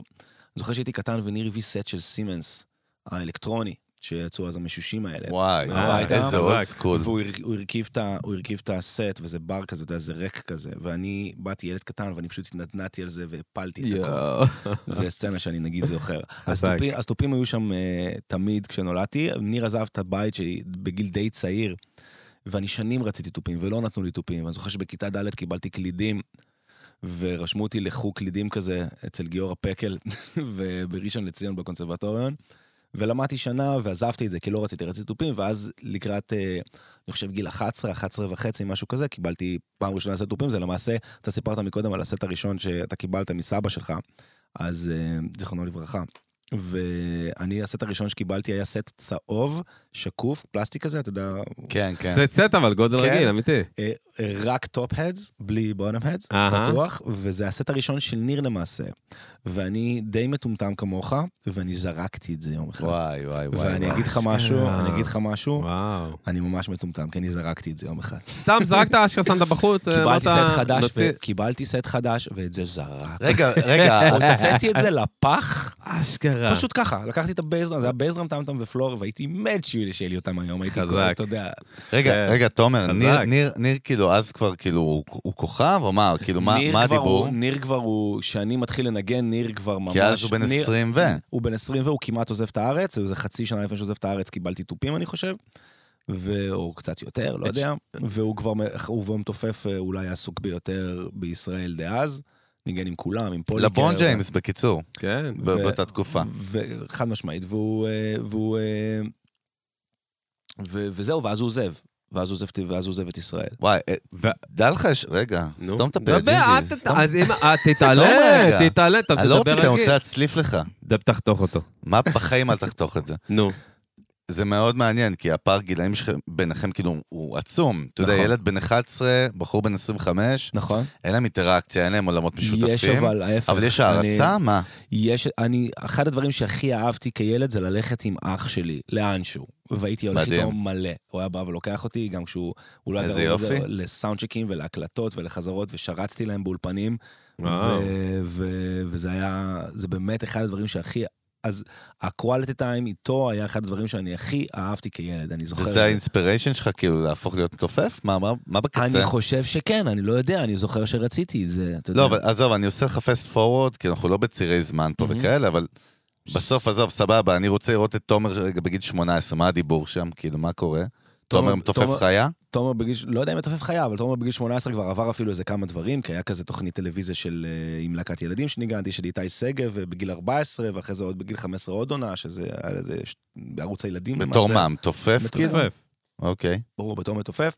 Speaker 3: זוכר שהייתי קטן וניר הביא סט של סימנס האלקטרוני, שיצאו אז המשושים האלה.
Speaker 2: וואי,
Speaker 3: אה,
Speaker 2: איזה
Speaker 1: חזק.
Speaker 2: עוד סקול.
Speaker 3: והוא הר- הוא הרכיב את ה- הוא הרכיב את הסט, וזה בר כזה, אתה יודע, זה ריק כזה. ואני באתי ילד קטן, ואני פשוט התנדנדתי על זה והפלתי את הכל.
Speaker 1: יואו.
Speaker 3: זה סצנה שאני נגיד זוכר. אז תופים- אז תופים היו שם אה, תמיד כשנולדתי. ניר עזב את הבית שלי בגיל די צעיר, ואני שנים רציתי תופים, ולא נתנו לי תופים. ואני זוכר שבכיתה ד' קיבלתי קלידים, ורשמו אותי לחוג קלידים כזה אצל גיורא פקל, (laughs) ו- בראשון לציון בקונסרבטוריון. ולמדתי שנה ועזבתי את זה כי לא רציתי, רציתי תופים, ואז לקראת, אה, אני חושב, גיל 11, 11 וחצי, משהו כזה, קיבלתי פעם ראשונה סט תופים, זה למעשה, אתה סיפרת מקודם על הסט הראשון שאתה קיבלת מסבא שלך, אז אה, זיכרונו לברכה. ואני, הסט הראשון שקיבלתי היה סט צהוב, שקוף, פלסטיק כזה, אתה יודע,
Speaker 2: כן, כן.
Speaker 1: סט סט אבל גודל
Speaker 3: כן.
Speaker 1: רגיל, אמיתי.
Speaker 3: אה, אה, רק טופ-הדס, בלי בונם-הדס,
Speaker 1: אהה.
Speaker 3: בטוח, וזה הסט הראשון של ניר למעשה. ואני די מטומטם כמוך, ואני זרקתי את זה יום אחד.
Speaker 2: וואי, וואי, וואי.
Speaker 3: ואני
Speaker 2: וואי.
Speaker 3: אגיד לך משהו,
Speaker 1: אשכרה.
Speaker 3: אני אגיד לך משהו,
Speaker 1: וואו.
Speaker 3: אני ממש מטומטם, כי אני זרקתי את זה יום אחד.
Speaker 1: סתם זרקת אשכרה שמת בחוץ, אה, אמרת...
Speaker 3: קיבלתי סט חדש, ו-
Speaker 1: לא נוציא-
Speaker 3: קיבלתי סט חדש, ואת זה זרק.
Speaker 2: רגע,
Speaker 1: אה.
Speaker 2: רגע,
Speaker 3: (laughs) הוצאתי את זה לפח,
Speaker 1: אשכרה.
Speaker 3: פשוט ככה, לקחתי את הבייזרם, זה היה בייזרם טמטם ופלור, והייתי מת שיהיו- שיהיה לי אותם היום, הייתי
Speaker 1: חזק.
Speaker 3: קורא, אתה יודע.
Speaker 2: רגע,
Speaker 1: כן.
Speaker 2: רגע, תומר,
Speaker 1: חזק.
Speaker 2: ניר- ניר- ניר כאילו אז כבר כאילו הוא- הוא כוכב או מה? כאילו מה
Speaker 3: ניר
Speaker 2: מה
Speaker 3: כבר
Speaker 2: הדיבור?
Speaker 3: הוא- ניר כבר הוא, כשאני מתחיל לנגן, ניר כבר ממש...
Speaker 2: כי אז הוא בן
Speaker 3: ניר-
Speaker 2: 20 ו...
Speaker 3: הוא בן 20 והוא כמעט עוזב את הארץ, וזה חצי שנה לפני שהוא עוזב את הארץ קיבלתי תופים, אני חושב. והוא קצת יותר, לא
Speaker 1: את
Speaker 3: יודע. והוא כבר מ- הוא כבר מתופף אה, אולי העסוק ביותר בישראל דאז. ניגן עם כולם, עם פוליקר.
Speaker 2: לברון ג'יימס, בקיצור,
Speaker 1: כן.
Speaker 2: ב-
Speaker 3: ו-
Speaker 2: באותה תקופה.
Speaker 3: ו- חד משמעית, והוא... אה, והוא אה, ו- וזהו, ואז הוא עוזב. ואז הוא עוזב, את- ואז הוא עוזב את ישראל.
Speaker 2: וואי, אה,
Speaker 1: ו-
Speaker 2: דע לך, ש- רגע,
Speaker 1: נו.
Speaker 2: סתום את הפה,
Speaker 3: לא
Speaker 1: דבר, אל
Speaker 2: ג'ינג'י.
Speaker 1: תת-
Speaker 2: (laughs) סתום.
Speaker 1: לא, אז אם... אה,
Speaker 2: סתום רגע.
Speaker 1: תתעלה, תתעלה, אתה
Speaker 2: אני לא רוצה,
Speaker 1: תדבר
Speaker 2: אני רוצה
Speaker 1: רגיל.
Speaker 2: להצליף לך.
Speaker 1: דב, תחתוך אותו.
Speaker 2: מה בחיים אל תחתוך את זה.
Speaker 1: נו.
Speaker 2: זה מאוד מעניין, כי הפער גילאים שלכם- ביניכם כאילו הוא עצום. אתה יודע,
Speaker 3: נכון.
Speaker 2: ילד בן 11, בחור בן 25,
Speaker 3: נכון.
Speaker 2: אין להם אינטראקציה, אין להם עולמות משותפים.
Speaker 3: יש אבל ההפך.
Speaker 2: אבל יש
Speaker 3: אני-
Speaker 2: הערצה? מה?
Speaker 3: יש, אני, אחד הדברים שהכי אהבתי כילד זה ללכת עם אח שלי, לאנשהו. והייתי הולך
Speaker 2: מדהים.
Speaker 3: איתו מלא. הוא היה בא ולוקח אותי, גם כשהוא... הוא לא היה
Speaker 2: איזה
Speaker 3: גרוע בזה,
Speaker 2: יופי.
Speaker 3: לסאונדצ'קים ולהקלטות ולחזרות, ושרצתי להם באולפנים.
Speaker 1: וואו.
Speaker 3: ו- ו- וזה היה, זה באמת אחד הדברים שהכי... אז הקואליטי טיים איתו היה אחד הדברים שאני הכי אהבתי כילד, אני זוכר. את
Speaker 2: וזה האינספיריישן שלך, כאילו, להפוך להיות מתופף? מה- מה- מה בקצה?
Speaker 3: אני חושב שכן, אני לא יודע, אני זוכר שרציתי את זה, אתה יודע.
Speaker 2: לא, אבל עזוב, אני עושה לך פסט פורוורד, כי אנחנו לא בצירי זמן פה
Speaker 3: מהמם.
Speaker 2: וכאלה, אבל בסוף, עזוב, סבבה, אני רוצה לראות את תומר רגע בגיל 18, מה הדיבור שם? כאילו, מה קורה? תומר מתופף
Speaker 3: תומר-
Speaker 2: חיה?
Speaker 3: תומר בגיל, לא יודע אם מתופף חיה, אבל תומר בגיל 18 כבר עבר אפילו איזה כמה דברים, כי היה כזה תוכנית טלוויזיה של אה, עם להקת ילדים שניגנתי, של איתי שגב אה, בגיל 14, ואחרי זה עוד בגיל 15 עוד עונה, שזה היה איזה ש- בערוץ הילדים.
Speaker 2: בתור
Speaker 3: למעשה.
Speaker 2: מה? מתופף?
Speaker 3: מתופף.
Speaker 1: אה,
Speaker 2: כאילו? אוקיי.
Speaker 3: ברור, בתור מתופף.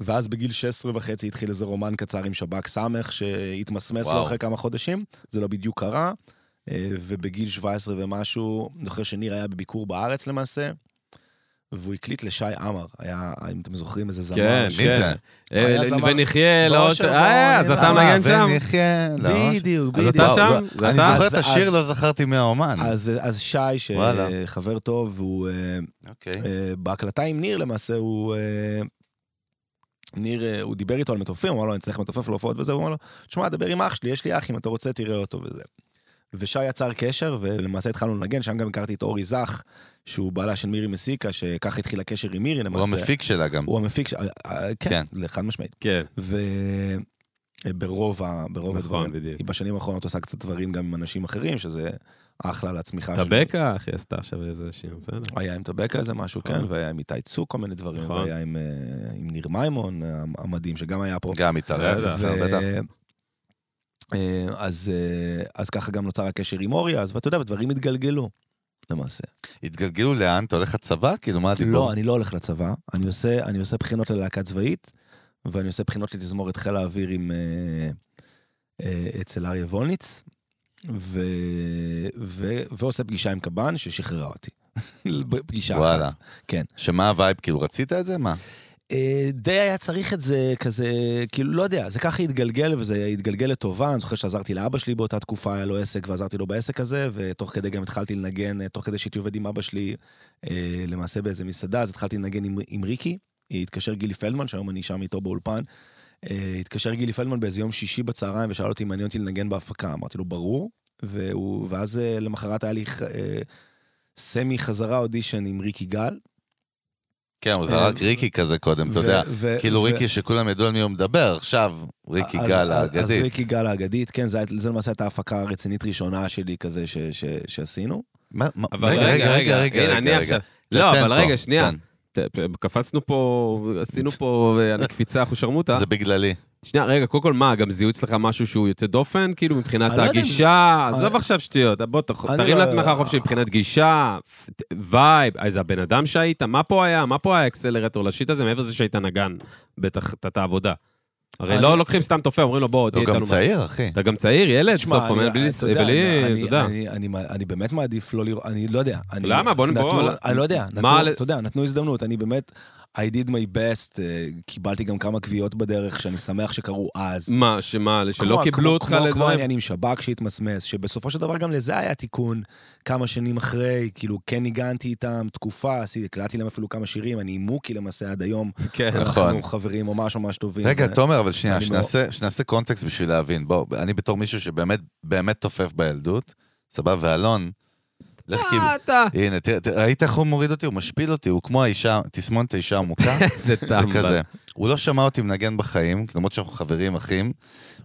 Speaker 3: ואז בגיל 16 וחצי התחיל איזה רומן קצר עם שב"כ סמך, שהתמסמס לו
Speaker 2: וואו.
Speaker 3: אחרי כמה חודשים, זה לא בדיוק קרה. אה, ובגיל 17 ומשהו, אני זוכר שניר היה בביקור בארץ למעשה, והוא הקליט לשי עמר, היה, אם אתם זוכרים, איזה זמר.
Speaker 1: כן,
Speaker 2: מי זה?
Speaker 1: אה,
Speaker 3: היה זמר-
Speaker 1: ונחיה לעוד... ש-
Speaker 3: באושר
Speaker 1: אה, אז
Speaker 3: ועונג,
Speaker 1: אתה
Speaker 3: אה,
Speaker 1: מנגן שם?
Speaker 2: ונחיה, לא,
Speaker 3: בדיוק,
Speaker 1: אז
Speaker 3: בדיוק.
Speaker 1: אתה
Speaker 2: וואו,
Speaker 1: שם?
Speaker 2: לא,
Speaker 1: זה
Speaker 2: אני
Speaker 1: אתה?
Speaker 2: זוכר את
Speaker 3: אז-
Speaker 2: השיר,
Speaker 3: אז-
Speaker 2: לא זכרתי מי האומן.
Speaker 3: אז, אז שי, ש-
Speaker 2: וואלה.
Speaker 3: חבר טוב, הוא אה,
Speaker 2: אוקיי.
Speaker 3: אה, בהקלטה עם ניר למעשה, הוא... אה, ניר, אה, הוא דיבר איתו על מתופפים, הוא אמר לו, אני צריך מתופף להופעות וזה, הוא אמר לו, תשמע, דבר עם אח שלי, יש לי אח, אם אתה רוצה, תראה אותו וזה. ושי יצר קשר, ולמעשה התחלנו לנגן, שם גם הכרתי את אורי זך, שהוא בעלה של מירי מסיקה, שכך התחיל הקשר עם מירי למעשה.
Speaker 2: הוא המפיק שלה גם.
Speaker 3: הוא המפיק, ש- אה, אה,
Speaker 2: כן.
Speaker 3: כן, זה חד משמעית.
Speaker 1: כן,
Speaker 3: וברוב ה... ברוב
Speaker 1: נכון,
Speaker 3: הדברים.
Speaker 1: בדיוק.
Speaker 3: היא בשנים האחרונות עושה קצת דברים גם עם אנשים אחרים, שזה אחלה לצמיחה
Speaker 1: אתה בקע, אחי, עשתה עכשיו איזה שיר, בסדר.
Speaker 3: היה עם טבקה איזה משהו,
Speaker 1: נכון.
Speaker 3: כן, והיה עם איתי צוק כל מיני דברים,
Speaker 1: נכון.
Speaker 3: והיה עם, אה, עם ניר מימון אה, המדהים, שגם היה פה.
Speaker 2: גם מתארח
Speaker 1: כן, בטח.
Speaker 2: אצלנו, בטח.
Speaker 3: אה, אז, אה, אז ככה גם נוצר הקשר עם אוריה, אז ואתה יודע, ודברים התגלגלו, למעשה.
Speaker 2: התגלגלו לאן? אתה הולך לצבא? כאילו, מה הדיבור?
Speaker 3: לא, אני לא הולך לצבא, אני עושה, אני עושה בחינות ללהקה צבאית, ואני עושה בחינות לתזמורת חיל האוויר עם, אה, אה, אצל אריה וולניץ, ו, ו, ועושה פגישה עם קב"ן ששחררה אותי. (laughs) פגישה
Speaker 2: וואלה.
Speaker 3: אחת. כן.
Speaker 2: שמה הווייב? כאילו, רצית את זה? מה?
Speaker 3: אה, די היה צריך את זה כזה, כאילו, לא יודע, זה ככה התגלגל, וזה התגלגל לטובה. אני זוכר שעזרתי לאבא שלי באותה תקופה, היה לו עסק, ועזרתי לו בעסק הזה, ותוך כדי גם התחלתי לנגן, אה, תוך כדי שהייתי עובד עם אבא שלי, אה, למעשה באיזה מסעדה, אז התחלתי לנגן עם, עם ריקי. התקשר גילי פלדמן, שהיום אני שם איתו באולפן. אה, התקשר גילי פלדמן באיזה יום שישי בצהריים, ושאל אותי אם מעניין אותי לנגן בהפקה. אמרתי לו, ברור. והוא, ואז אה, למחרת היה לי אה, סמי חזרה אודישן עם ריקי גל.
Speaker 2: כן, הוא זרק
Speaker 3: אה,
Speaker 2: ריקי כזה קודם, אתה
Speaker 3: ו-
Speaker 2: יודע.
Speaker 3: ו-
Speaker 2: כאילו
Speaker 3: ו-
Speaker 2: ריקי, שכולם ידעו על מי הוא מדבר, עכשיו ריקי
Speaker 3: אז-
Speaker 2: גל
Speaker 3: אז- אז
Speaker 2: האגדית.
Speaker 3: ריקי גל האגדית, כן, זה, היה- זה למעשה הייתה ההפקה הרצינית ראשונה שלי כזה ש, ש, שעשינו.
Speaker 2: מה- מה-
Speaker 1: אבל רגע, רגע, הנה, אני עכשיו... לא,
Speaker 2: תן
Speaker 1: אבל
Speaker 2: פה,
Speaker 1: רגע, שנייה.
Speaker 2: תן.
Speaker 1: ת- קפצנו פה, עשינו פה אה, קפיצה אחושרמוטה.
Speaker 2: זה בגללי.
Speaker 1: שנייה, רגע, קודם כל, מה, גם זיהו אצלך משהו שהוא יוצא דופן? כאילו, מבחינת
Speaker 3: אני לא יודע אם-
Speaker 1: הגישה?
Speaker 3: אני-
Speaker 1: עזוב עכשיו שטויות, בוא, תח-
Speaker 3: אני
Speaker 1: תרים
Speaker 3: לא-
Speaker 1: לעצמך חופשי מבחינת גישה, פ- ת- וייב, איזה הבן אדם שהיית, מה פה היה? מה פה האקסלרטור לשיט הזה, מעבר לזה שהיית נגן, בטח, אתה את העבודה. הרי
Speaker 3: אני-
Speaker 1: לא לוקחים סתם תופע, אומרים לו, בוא, תהיה
Speaker 2: הוא לא, גם
Speaker 1: איתנו.
Speaker 2: צעיר, אחי.
Speaker 1: אתה גם צעיר, ילד,
Speaker 3: תשמע,
Speaker 1: בסוף,
Speaker 3: אני- אה,
Speaker 1: אומר, כן, בלי,
Speaker 3: אתה יודע,
Speaker 1: בלי,
Speaker 3: אני-
Speaker 1: אתה יודע.
Speaker 3: אני- אני- אני באמת מעדיף לא לראות, אני לא יודע. אני-
Speaker 1: למה? בוא-
Speaker 3: נתנו-
Speaker 1: בוא-
Speaker 3: אני לא יודע,
Speaker 1: מה
Speaker 3: נתנו-
Speaker 1: על-
Speaker 3: אתה יודע, נתנו הזדמנות, אני באמת, I did my best, אה, קיבלתי גם כמה קביעות בדרך שאני שמח שקרו אז.
Speaker 1: מה, שמה, שלא
Speaker 3: כמו-
Speaker 1: קיבלו
Speaker 3: כמו-
Speaker 1: אותך
Speaker 3: כמו- כמו
Speaker 1: לדברים?
Speaker 3: העניין עם שב"כ שהתמסמס, שבסופו של דבר גם לזה היה תיקון כמה שנים אחרי, כאילו כן ניגנתי איתם תקופה, עשיתי- הקלטתי להם אפילו כמה שירים, אני עם מוקי למעשה עד היום,
Speaker 1: כן.
Speaker 2: נכון.
Speaker 3: אנחנו חברים ממש ממש טובים.
Speaker 2: רגע,
Speaker 3: ו-
Speaker 2: תומר, אבל שנייה,
Speaker 3: אני
Speaker 2: שנעשה, שנעשה קונטקסט בשביל להבין. בוא, אני בתור מישהו שבאמת באמת תופף בילדות, סבבה, ואלון, לך כאילו...
Speaker 1: אה, אתה...
Speaker 2: הנה, תראה, תראה, ראית איך הוא מוריד אותי? הוא משפיל אותי, הוא כמו האישה, תסמונת האישה המוכה,
Speaker 1: איזה
Speaker 2: זה
Speaker 1: טמבל.
Speaker 2: כזה. הוא לא שמע אותי מנגן בחיים, למרות שאנחנו חברים, אחים.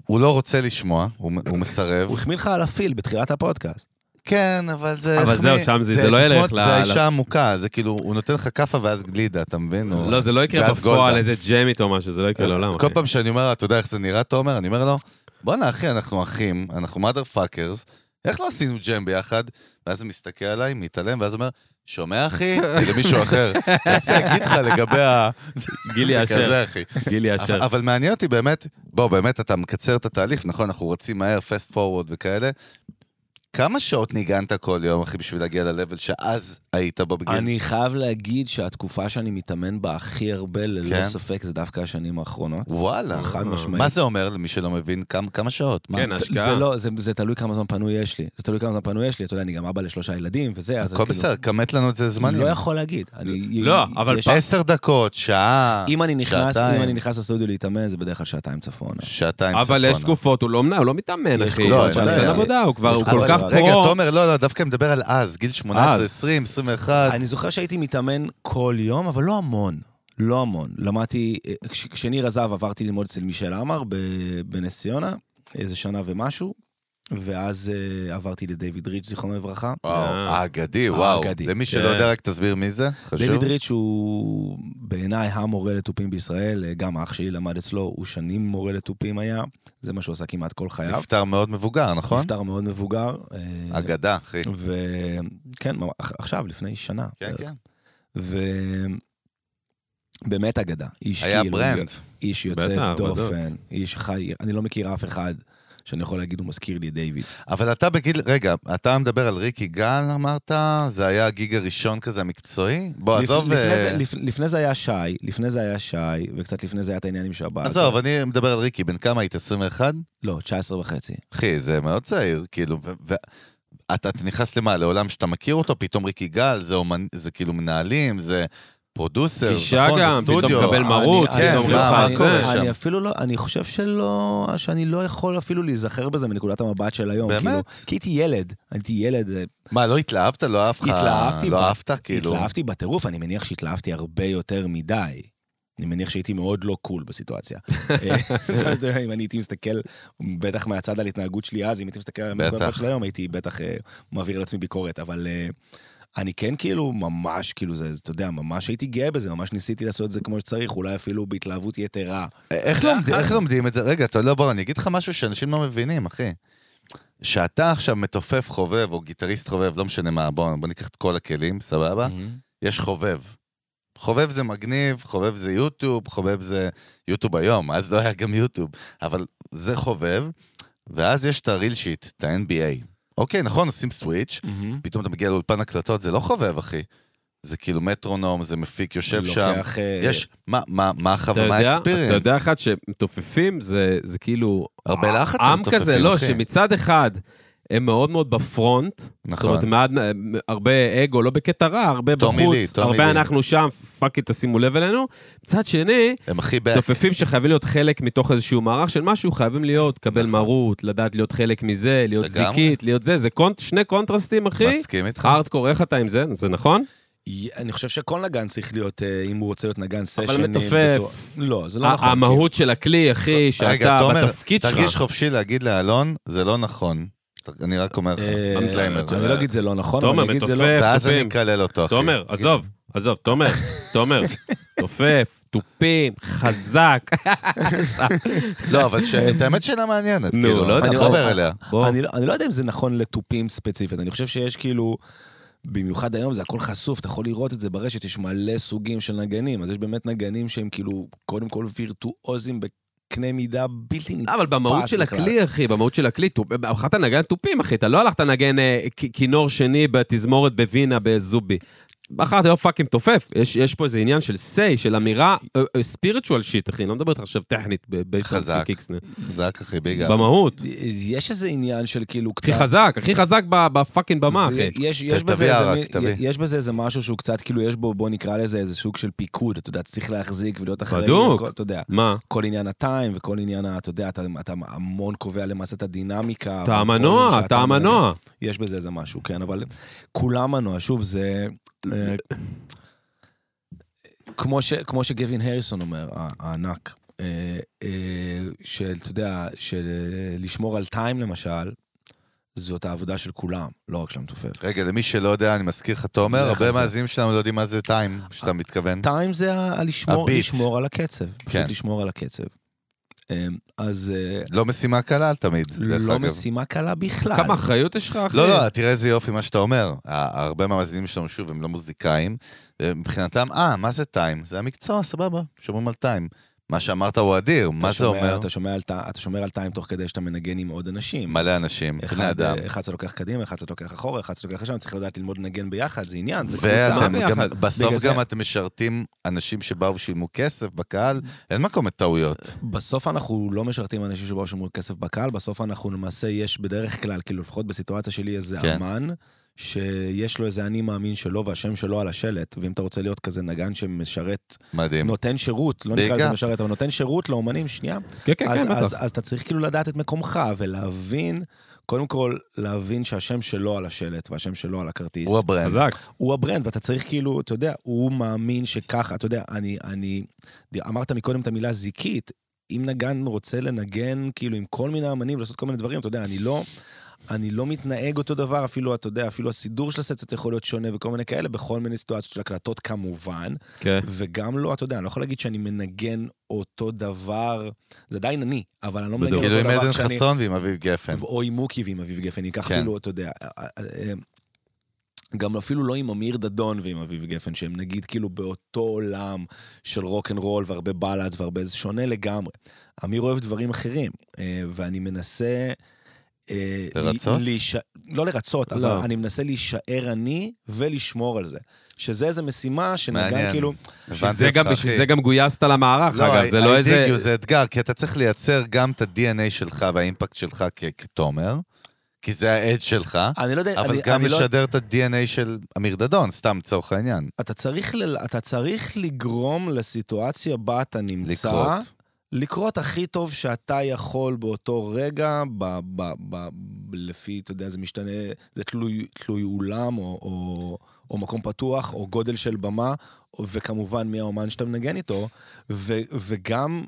Speaker 2: הוא לא רוצה לשמוע, הוא הוא מסרב.
Speaker 3: הוא החמיא לך על הפיל בתחילת הפודקאסט.
Speaker 2: כן, אבל זה...
Speaker 1: אבל
Speaker 2: איך
Speaker 1: זהו,
Speaker 2: מי-
Speaker 1: שם זה- זה לא
Speaker 2: תסמונת-
Speaker 1: ילך ל- ל-
Speaker 2: זה האישה המוכה, זה כאילו, הוא נותן לך כאפה ואז גלידה, אתה מבין? הוא-
Speaker 1: לא, זה לא יקרה
Speaker 2: ואז
Speaker 1: בפועל
Speaker 2: גולדה.
Speaker 1: איזה ג'מית או משהו, זה לא יקרה לעולם,
Speaker 2: כל
Speaker 1: אחי.
Speaker 2: פעם שאני אומר לה, אתה יודע איך זה נראה, תומר? אני אומר לו, בואנה אחי, אנחנו אחים, אנחנו mother fuckers, איך לא עשינו ג'ם ביחד? ואז הוא מסתכל עליי, מתעלם, ואז אומר, שומע אחי? (laughs) זה למישהו אחר. רציתי להגיד לך לגבי ה...
Speaker 1: גילי
Speaker 2: זה
Speaker 1: אשר,
Speaker 2: כזה, אחי.
Speaker 1: גילי
Speaker 2: אבל
Speaker 1: אשר.
Speaker 2: אבל מעניין אותי באמת, בוא, באמת, אתה מקצר את התהליך, נכון, אנחנו רצים מהר, fast forward וכאלה. כמה שעות ניגנת כל יום, אחי, בשביל להגיע ל-level שאז היית בו בגיל?
Speaker 3: אני חייב להגיד שהתקופה שאני מתאמן בה הכי הרבה,
Speaker 2: כן.
Speaker 3: ללא ספק, זה דווקא השנים האחרונות.
Speaker 2: וואלה.
Speaker 3: חד משמעית.
Speaker 2: מה זה אומר למי שלא מבין? כמה- כמה שעות? מה?
Speaker 1: כן, השקעה.
Speaker 3: זה לא, זה, זה תלוי כמה זמן פנוי יש לי. זה תלוי כמה זמן פנוי יש לי, אתה יודע, אני גם אבא לשלושה ילדים וזה, אז...
Speaker 2: הכל
Speaker 3: כאילו,
Speaker 2: בסדר, כמת לנו את זה
Speaker 3: אני
Speaker 2: זמנים.
Speaker 3: לא יכול להגיד. אני,
Speaker 1: לא, אבל
Speaker 3: יש-
Speaker 1: פעם-
Speaker 2: עשר דקות, שעה,
Speaker 3: אם אני נכנס,
Speaker 2: שעתיים.
Speaker 3: אם אני נכנס לסטודיו להתאמן, זה בדרך כלל שעתיים צפונה.
Speaker 2: שעתיים
Speaker 1: אבל יש
Speaker 2: צפונה.
Speaker 1: תקופות, הוא לא מנע, הוא לא מתאמן,
Speaker 3: יש
Speaker 1: אחי.
Speaker 3: תקופות
Speaker 1: הוא
Speaker 2: שאני
Speaker 1: נותן
Speaker 2: יודע.
Speaker 1: עבודה, הוא כבר,
Speaker 3: יש
Speaker 1: הוא כל
Speaker 3: תקופות
Speaker 1: כך
Speaker 3: שאני-
Speaker 2: רגע,
Speaker 1: פרו.
Speaker 2: תומר, לא, לא, דווקא מדבר על אז, גיל 18,
Speaker 1: אז.
Speaker 2: 20, 21.
Speaker 3: אני זוכר שהייתי מתאמן כל יום, אבל לא המון. לא המון. למדתי, אה, כש- כשניר עזב עברתי ללמוד אצל מישל עמר ב- בנס ציונה, איזה שנה ומשהו, ואז אה, עברתי לדייוויד ריץ', זיכרונו לברכה.
Speaker 2: וואו,
Speaker 1: אה.
Speaker 2: האגדי, וואו.
Speaker 3: האגדי.
Speaker 2: למי שלא
Speaker 1: כן.
Speaker 2: יודע, רק תסביר מי זה, חשוב.
Speaker 3: דיוויד ריץ' הוא בעיניי המורה לתופים בישראל, אה, גם אח שלי למד אצלו, הוא שנים מורה לתופים היה, זה מה שהוא עשה כמעט כל חייו.
Speaker 2: נפטר מאוד מבוגר, נכון?
Speaker 3: נפטר מאוד מבוגר. אה, אה.
Speaker 2: אגדה, אחי.
Speaker 3: וכן, ממש- עכשיו, לפני שנה.
Speaker 2: כן, כן.
Speaker 3: ובאמת אגדה. איש
Speaker 2: היה
Speaker 3: כאילו,
Speaker 2: ברנד.
Speaker 3: איש
Speaker 1: בטח,
Speaker 3: יוצא
Speaker 1: בטוח.
Speaker 3: דופן, איש חי, אני לא מכיר אף אחד שאני יכול להגיד, הוא מזכיר לי את דיוויד.
Speaker 2: אבל אתה בגיל, רגע, אתה מדבר על ריקי גל, אמרת? זה היה הגיג הראשון כזה, המקצועי? בוא,
Speaker 3: לפ-
Speaker 2: עזוב...
Speaker 3: לפני
Speaker 2: אה,
Speaker 3: זה- לפ- לפני זה היה שי, לפני זה היה שי, וקצת לפני זה היה את העניין עם שבת.
Speaker 2: עזוב, אני מדבר על ריקי, בן כמה היית? 21?
Speaker 3: לא, 19 וחצי.
Speaker 2: אחי, זה מאוד צעיר, כאילו, ואתה אתה נכנס למה, לעולם שאתה מכיר אותו, פתאום ריקי גל, זה, אומנ... זה כאילו מנהלים, זה פרודוסר,
Speaker 1: גישה
Speaker 2: נכון,
Speaker 1: גם,
Speaker 2: זה סטודיו.
Speaker 1: פתאום מקבל
Speaker 2: אה,
Speaker 1: מרות,
Speaker 2: אני- כן,
Speaker 1: פתאום
Speaker 2: מה-
Speaker 1: רוחה,
Speaker 2: מה
Speaker 1: זה.
Speaker 2: קורה
Speaker 3: אני
Speaker 2: שם?
Speaker 3: אפילו לא, אני חושב שלא, שאני לא יכול אפילו להיזכר בזה מנקודת המבט של היום.
Speaker 2: באמת?
Speaker 3: כאילו, כי הייתי ילד, הייתי ילד, אה,
Speaker 2: מה, לא התלהבת? לא אהבת?
Speaker 3: התלהבתי
Speaker 2: לא
Speaker 3: בה.
Speaker 2: אהבת, כאילו.
Speaker 3: התלהבתי בטירוף, אני מניח שהתלהבתי הרבה יותר מדי. אני מניח שהייתי מאוד לא קול
Speaker 2: (laughs)
Speaker 3: בסיטואציה. אתה יודע, אם אני הייתי מסתכל, בטח מהצד על התנהגות שלי אז, אם הייתי מסתכל על המגבלות
Speaker 2: בטח.
Speaker 3: של היום, הייתי בטח אה, מעביר לעצמי ביקורת, אבל אה, אני כן כאילו ממש, כאילו זה, זה, אתה יודע, ממש הייתי גאה בזה, ממש ניסיתי לעשות את זה כמו שצריך, אולי אפילו בהתלהבות יתרה.
Speaker 2: איך, לומד, איך לומדים את זה? רגע, אתה לא, בוא, אני אגיד לך משהו שאנשים לא מבינים, אחי. שאתה עכשיו מתופף חובב, או גיטריסט חובב, לא משנה מה, בוא, בוא ניקח את כל הכלים, סבבה? יש חובב. חובב זה מגניב, חובב זה יוטיוב, חובב זה יוטיוב היום, אז לא היה גם יוטיוב, אבל זה חובב, ואז יש את הריל שיט, את ה-NBA. אוקיי, נכון, עושים סוויץ', פתאום אתה מגיע לאולפן הקלטות, זה לא חובב, אחי. זה כאילו מטרונום, זה מפיק, יושב שם.
Speaker 3: לוקח, אה,
Speaker 2: יש, מה, מה, מה
Speaker 1: אתה
Speaker 2: החוויה, מה
Speaker 1: יודע, אתה יודע
Speaker 2: האקספיריאנס?
Speaker 1: אחד שמתופפים, זה זה כאילו...
Speaker 2: הרבה לחץ על
Speaker 1: עם כזה,
Speaker 2: מתופפים,
Speaker 1: לא,
Speaker 2: אחי.
Speaker 1: שמצד אחד הם מאוד מאוד בפרונט, זאת
Speaker 2: נכון.
Speaker 1: אומרת, מעד- הרבה אגו, לא בקטע רע, הרבה
Speaker 2: טומי לי,
Speaker 1: בחוץ,
Speaker 2: טומי
Speaker 1: הרבה
Speaker 2: לי.
Speaker 1: אנחנו שם, פאק איט, תשימו לב אלינו. מצד שני,
Speaker 2: הם הכי back.
Speaker 1: תופפים שחייבים להיות חלק מתוך איזשהו מערך של משהו, חייבים להיות, קבל
Speaker 2: נכון.
Speaker 1: מרות, לדעת להיות חלק מזה, להיות
Speaker 2: לגמרי.
Speaker 1: זיקית, להיות זה, זה קונט- שני קונטרסטים, אחי.
Speaker 2: מסכים איתך?
Speaker 1: הארדקור, איך אתה עם זה? זה נכון?
Speaker 3: י- אני חושב שכל נגן צריך להיות, אה, אם הוא רוצה להיות נגן סשנים.
Speaker 1: מתופף.
Speaker 3: בצורה- לא, זה לא נכון.
Speaker 1: ה- המהות של הכלי, אחי,
Speaker 2: לא, רגע,
Speaker 1: שאתה
Speaker 2: תומר,
Speaker 1: בתפקיד שלך.
Speaker 2: תרגיש חופשי להגיד לאלון, זה לא נכון. אני רק אומר לך,
Speaker 1: נכון.
Speaker 3: אה,
Speaker 2: דיסקליימר.
Speaker 1: אתה
Speaker 3: אני לא אגיד זה לא נכון, אבל
Speaker 1: תומר,
Speaker 3: אני אגיד זה לא...
Speaker 1: מתופף,
Speaker 2: ואז אני
Speaker 1: תופים.
Speaker 2: אקלל אותו, אחי.
Speaker 1: תומר, עזוב, עזוב, תומר, תומר, תופף, תופים, חזק.
Speaker 2: לא, אבל ש- את האמת שאלה מעניינת,
Speaker 1: נו,
Speaker 2: כאילו,
Speaker 1: לא יודע.
Speaker 2: אני חובר אליה.
Speaker 1: בוא.
Speaker 3: אני, לא- אני לא יודע אם זה נכון לתופים ספציפית, אני חושב שיש כאילו... במיוחד היום זה הכל חשוף, אתה יכול לראות את זה ברשת, יש מלא סוגים של נגנים, אז יש באמת נגנים שהם כאילו קודם כל וירטואוזים בקנה מידה בלתי נתפס.
Speaker 1: אבל במהות של
Speaker 3: בכלל.
Speaker 1: הכלי, אחי, במהות של הכלי, טופ- הלכת לנגן תופים, אחי, אתה לא הלכת לנגן אה, כ- כינור שני בתזמורת בווינה בזובי. בחרת להיות פאקינג תופף, יש, יש פה איזה עניין של say, של אמירה, אה, ספיריטואל שיט, אחי, אני לא מדבר איתך עכשיו טכנית, ב- בייס
Speaker 2: חזק.
Speaker 1: על קיקסנר.
Speaker 2: חזק אחי, ביגה.
Speaker 1: במהות.
Speaker 3: יש איזה עניין של כאילו קצת...
Speaker 1: הכי חזק, הכי חזק ב- בפאקינג במה,
Speaker 3: זה-
Speaker 1: אחי.
Speaker 3: יש, יש,
Speaker 2: ת-
Speaker 3: בזה
Speaker 2: תביא
Speaker 3: איזה,
Speaker 2: ערק,
Speaker 3: מין-
Speaker 2: תביא.
Speaker 3: יש בזה איזה משהו שהוא קצת, כאילו, יש בו, בוא נקרא לזה איזה סוג של פיקוד, אתה יודע, צריך להחזיק ולהיות אחראי.
Speaker 1: בדוק.
Speaker 3: וכל- אתה יודע,
Speaker 1: מה?
Speaker 3: כל עניין הטיים וכל עניין, ה- אתה יודע, אתה, אתה המון קובע למעשה את הדינמיקה.
Speaker 1: אתה
Speaker 3: והפורום
Speaker 1: המנוע,
Speaker 3: שאתה
Speaker 1: אתה המנוע.
Speaker 3: יש בזה איזה משהו, כן, אבל כולם מנוע. שוב, זה... אה, כמו, ש, כמו שגווין הריסון אומר, ה- הענק, אה, אה, של, אתה יודע, של אה, לשמור על טיים למשל, זאת העבודה של כולם, לא רק של המתופף.
Speaker 2: רגע, למי שלא יודע, אני מזכיר לך, תומר,
Speaker 3: לך
Speaker 2: הרבה
Speaker 3: זה.
Speaker 2: מאזינים שלנו לא יודעים מה זה טיים, שאתה מתכוון.
Speaker 3: טיים זה ה- ה- לשמור,
Speaker 2: הביט.
Speaker 3: לשמור על הקצב, פשוט
Speaker 2: כן.
Speaker 3: לשמור על הקצב. אה, אז אה,
Speaker 2: לא משימה קלה תמיד, דרך
Speaker 3: לא
Speaker 2: אגב.
Speaker 3: משימה קלה בכלל.
Speaker 1: כמה אחריות יש לך, אחי? כן,
Speaker 2: לא, לא, תראה איזה יופי מה שאתה אומר. ה- הרבה מהמאזינים שלנו, שוב, הם לא מוזיקאים, ומבחינתם, אה, מה זה טיים? זה המקצוע, סבבה, שומרים על טיים. מה שאמרת הוא אדיר,
Speaker 3: אתה
Speaker 2: מה זה
Speaker 3: שומע-
Speaker 2: אומר?
Speaker 3: אתה שומע על טי- אתה שומר על טיים תוך כדי שאתה מנגן עם עוד אנשים.
Speaker 2: מלא אנשים, בני
Speaker 3: אחד,
Speaker 2: אדם.
Speaker 3: אה, אחד זה לוקח קדימה, אחד זה לוקח אחורה, אחד זה לוקח לשם, צריך לדעת ללמוד לנגן ביחד, זה עניין, זה קבוצה.
Speaker 2: ואתם
Speaker 1: מה
Speaker 2: גם,
Speaker 1: ביחד?
Speaker 2: בסוף
Speaker 3: בגלל זה-
Speaker 2: גם אתם משרתים אנשים שבאו ושילמו כסף בקהל, אין מקום לטעויות.
Speaker 3: בסוף אנחנו לא משרתים אנשים שבאו שמרו כסף בקהל, בסוף אנחנו למעשה, יש בדרך כלל, כאילו לפחות בסיטואציה שלי, איזה
Speaker 2: כן.
Speaker 3: אמן, שיש לו איזה אני מאמין שלו והשם שלו על השלט, ואם אתה רוצה להיות כזה נגן שמשרת,
Speaker 2: מדהים.
Speaker 3: נותן שירות, לא נקרא
Speaker 2: כן. בעיקר.
Speaker 3: לזה משרת, אבל נותן שירות לאומנים, שנייה,
Speaker 1: כן, כן,
Speaker 3: אז,
Speaker 1: כן,
Speaker 3: אז,
Speaker 1: בטח.
Speaker 3: אז אתה צריך כאילו לדעת את מקומך ולהבין, קודם כל, להבין שהשם שלו על השלט והשם שלו על הכרטיס.
Speaker 2: הוא הברנד.
Speaker 1: חזק.
Speaker 3: הוא הברנד, ואתה צריך כאילו, אתה יודע, הוא מאמין שככה, אתה יודע, אני, אני, אמרת מקודם את המילה זיקית, אם נגן רוצה לנגן כאילו עם כל מיני אמנים, לעשות כל מיני דברים, אתה יודע, אני לא, אני לא מתנהג אותו דבר, אפילו, אתה יודע, אפילו הסידור של הסצת יכול להיות שונה וכל מיני כאלה, בכל מיני סיטואציות של הקלטות כמובן,
Speaker 1: כן.
Speaker 3: וגם לא, אתה יודע, אני לא יכול להגיד שאני מנגן אותו דבר, זה עדיין אני, אבל אני לא מנגן
Speaker 1: בדיוק.
Speaker 2: כאילו
Speaker 3: אותו
Speaker 2: עם
Speaker 3: דבר
Speaker 2: עדן
Speaker 3: שאני...
Speaker 2: חסון ועם אביב גפן.
Speaker 3: או עם מוקי ועם אביב גפן, ניקח
Speaker 2: כן.
Speaker 3: אפילו, אתה יודע, אה, אה, אה, גם אפילו לא עם אמיר דדון ועם אביב גפן, שהם נגיד כאילו באותו עולם של רול והרבה בלאדס והרבה, זה שונה לגמרי. אמיר אוהב דברים אחרים, אה, ואני מנסה... אה,
Speaker 2: לרצות?
Speaker 3: ל- להיש... לא לרצות, אבל
Speaker 1: לא.
Speaker 3: אני מנסה להישאר אני ולשמור על זה. שזה איזו משימה שנגן
Speaker 2: מעניין.
Speaker 3: כאילו...
Speaker 2: הבנתי
Speaker 1: זה
Speaker 2: אותך,
Speaker 1: גם-
Speaker 2: אחי.
Speaker 1: בשביל זה גם גויסת למערך, אגב, זה לא
Speaker 2: I
Speaker 1: איזה...
Speaker 2: dig you, זה אתגר, כי אתה צריך לייצר גם את ה-DNA שלך והאימפקט שלך כ- כתומר, כי זה העד שלך,
Speaker 3: אני לא יודע,
Speaker 2: אבל
Speaker 3: אני,
Speaker 2: גם
Speaker 3: אני לא...
Speaker 2: לשדר את ה-DNA של אמיר דדון, סתם לצורך העניין.
Speaker 3: אתה צריך, ל... אתה צריך לגרום לסיטואציה בה אתה נמצא,
Speaker 2: לקרות.
Speaker 3: לקרות הכי טוב שאתה יכול באותו רגע, ב, ב, ב, ב, לפי, אתה יודע, זה משתנה, זה תלוי, תלוי אולם או, או, או מקום פתוח או גודל של במה, וכמובן מי האומן שאתה מנגן איתו, ו, וגם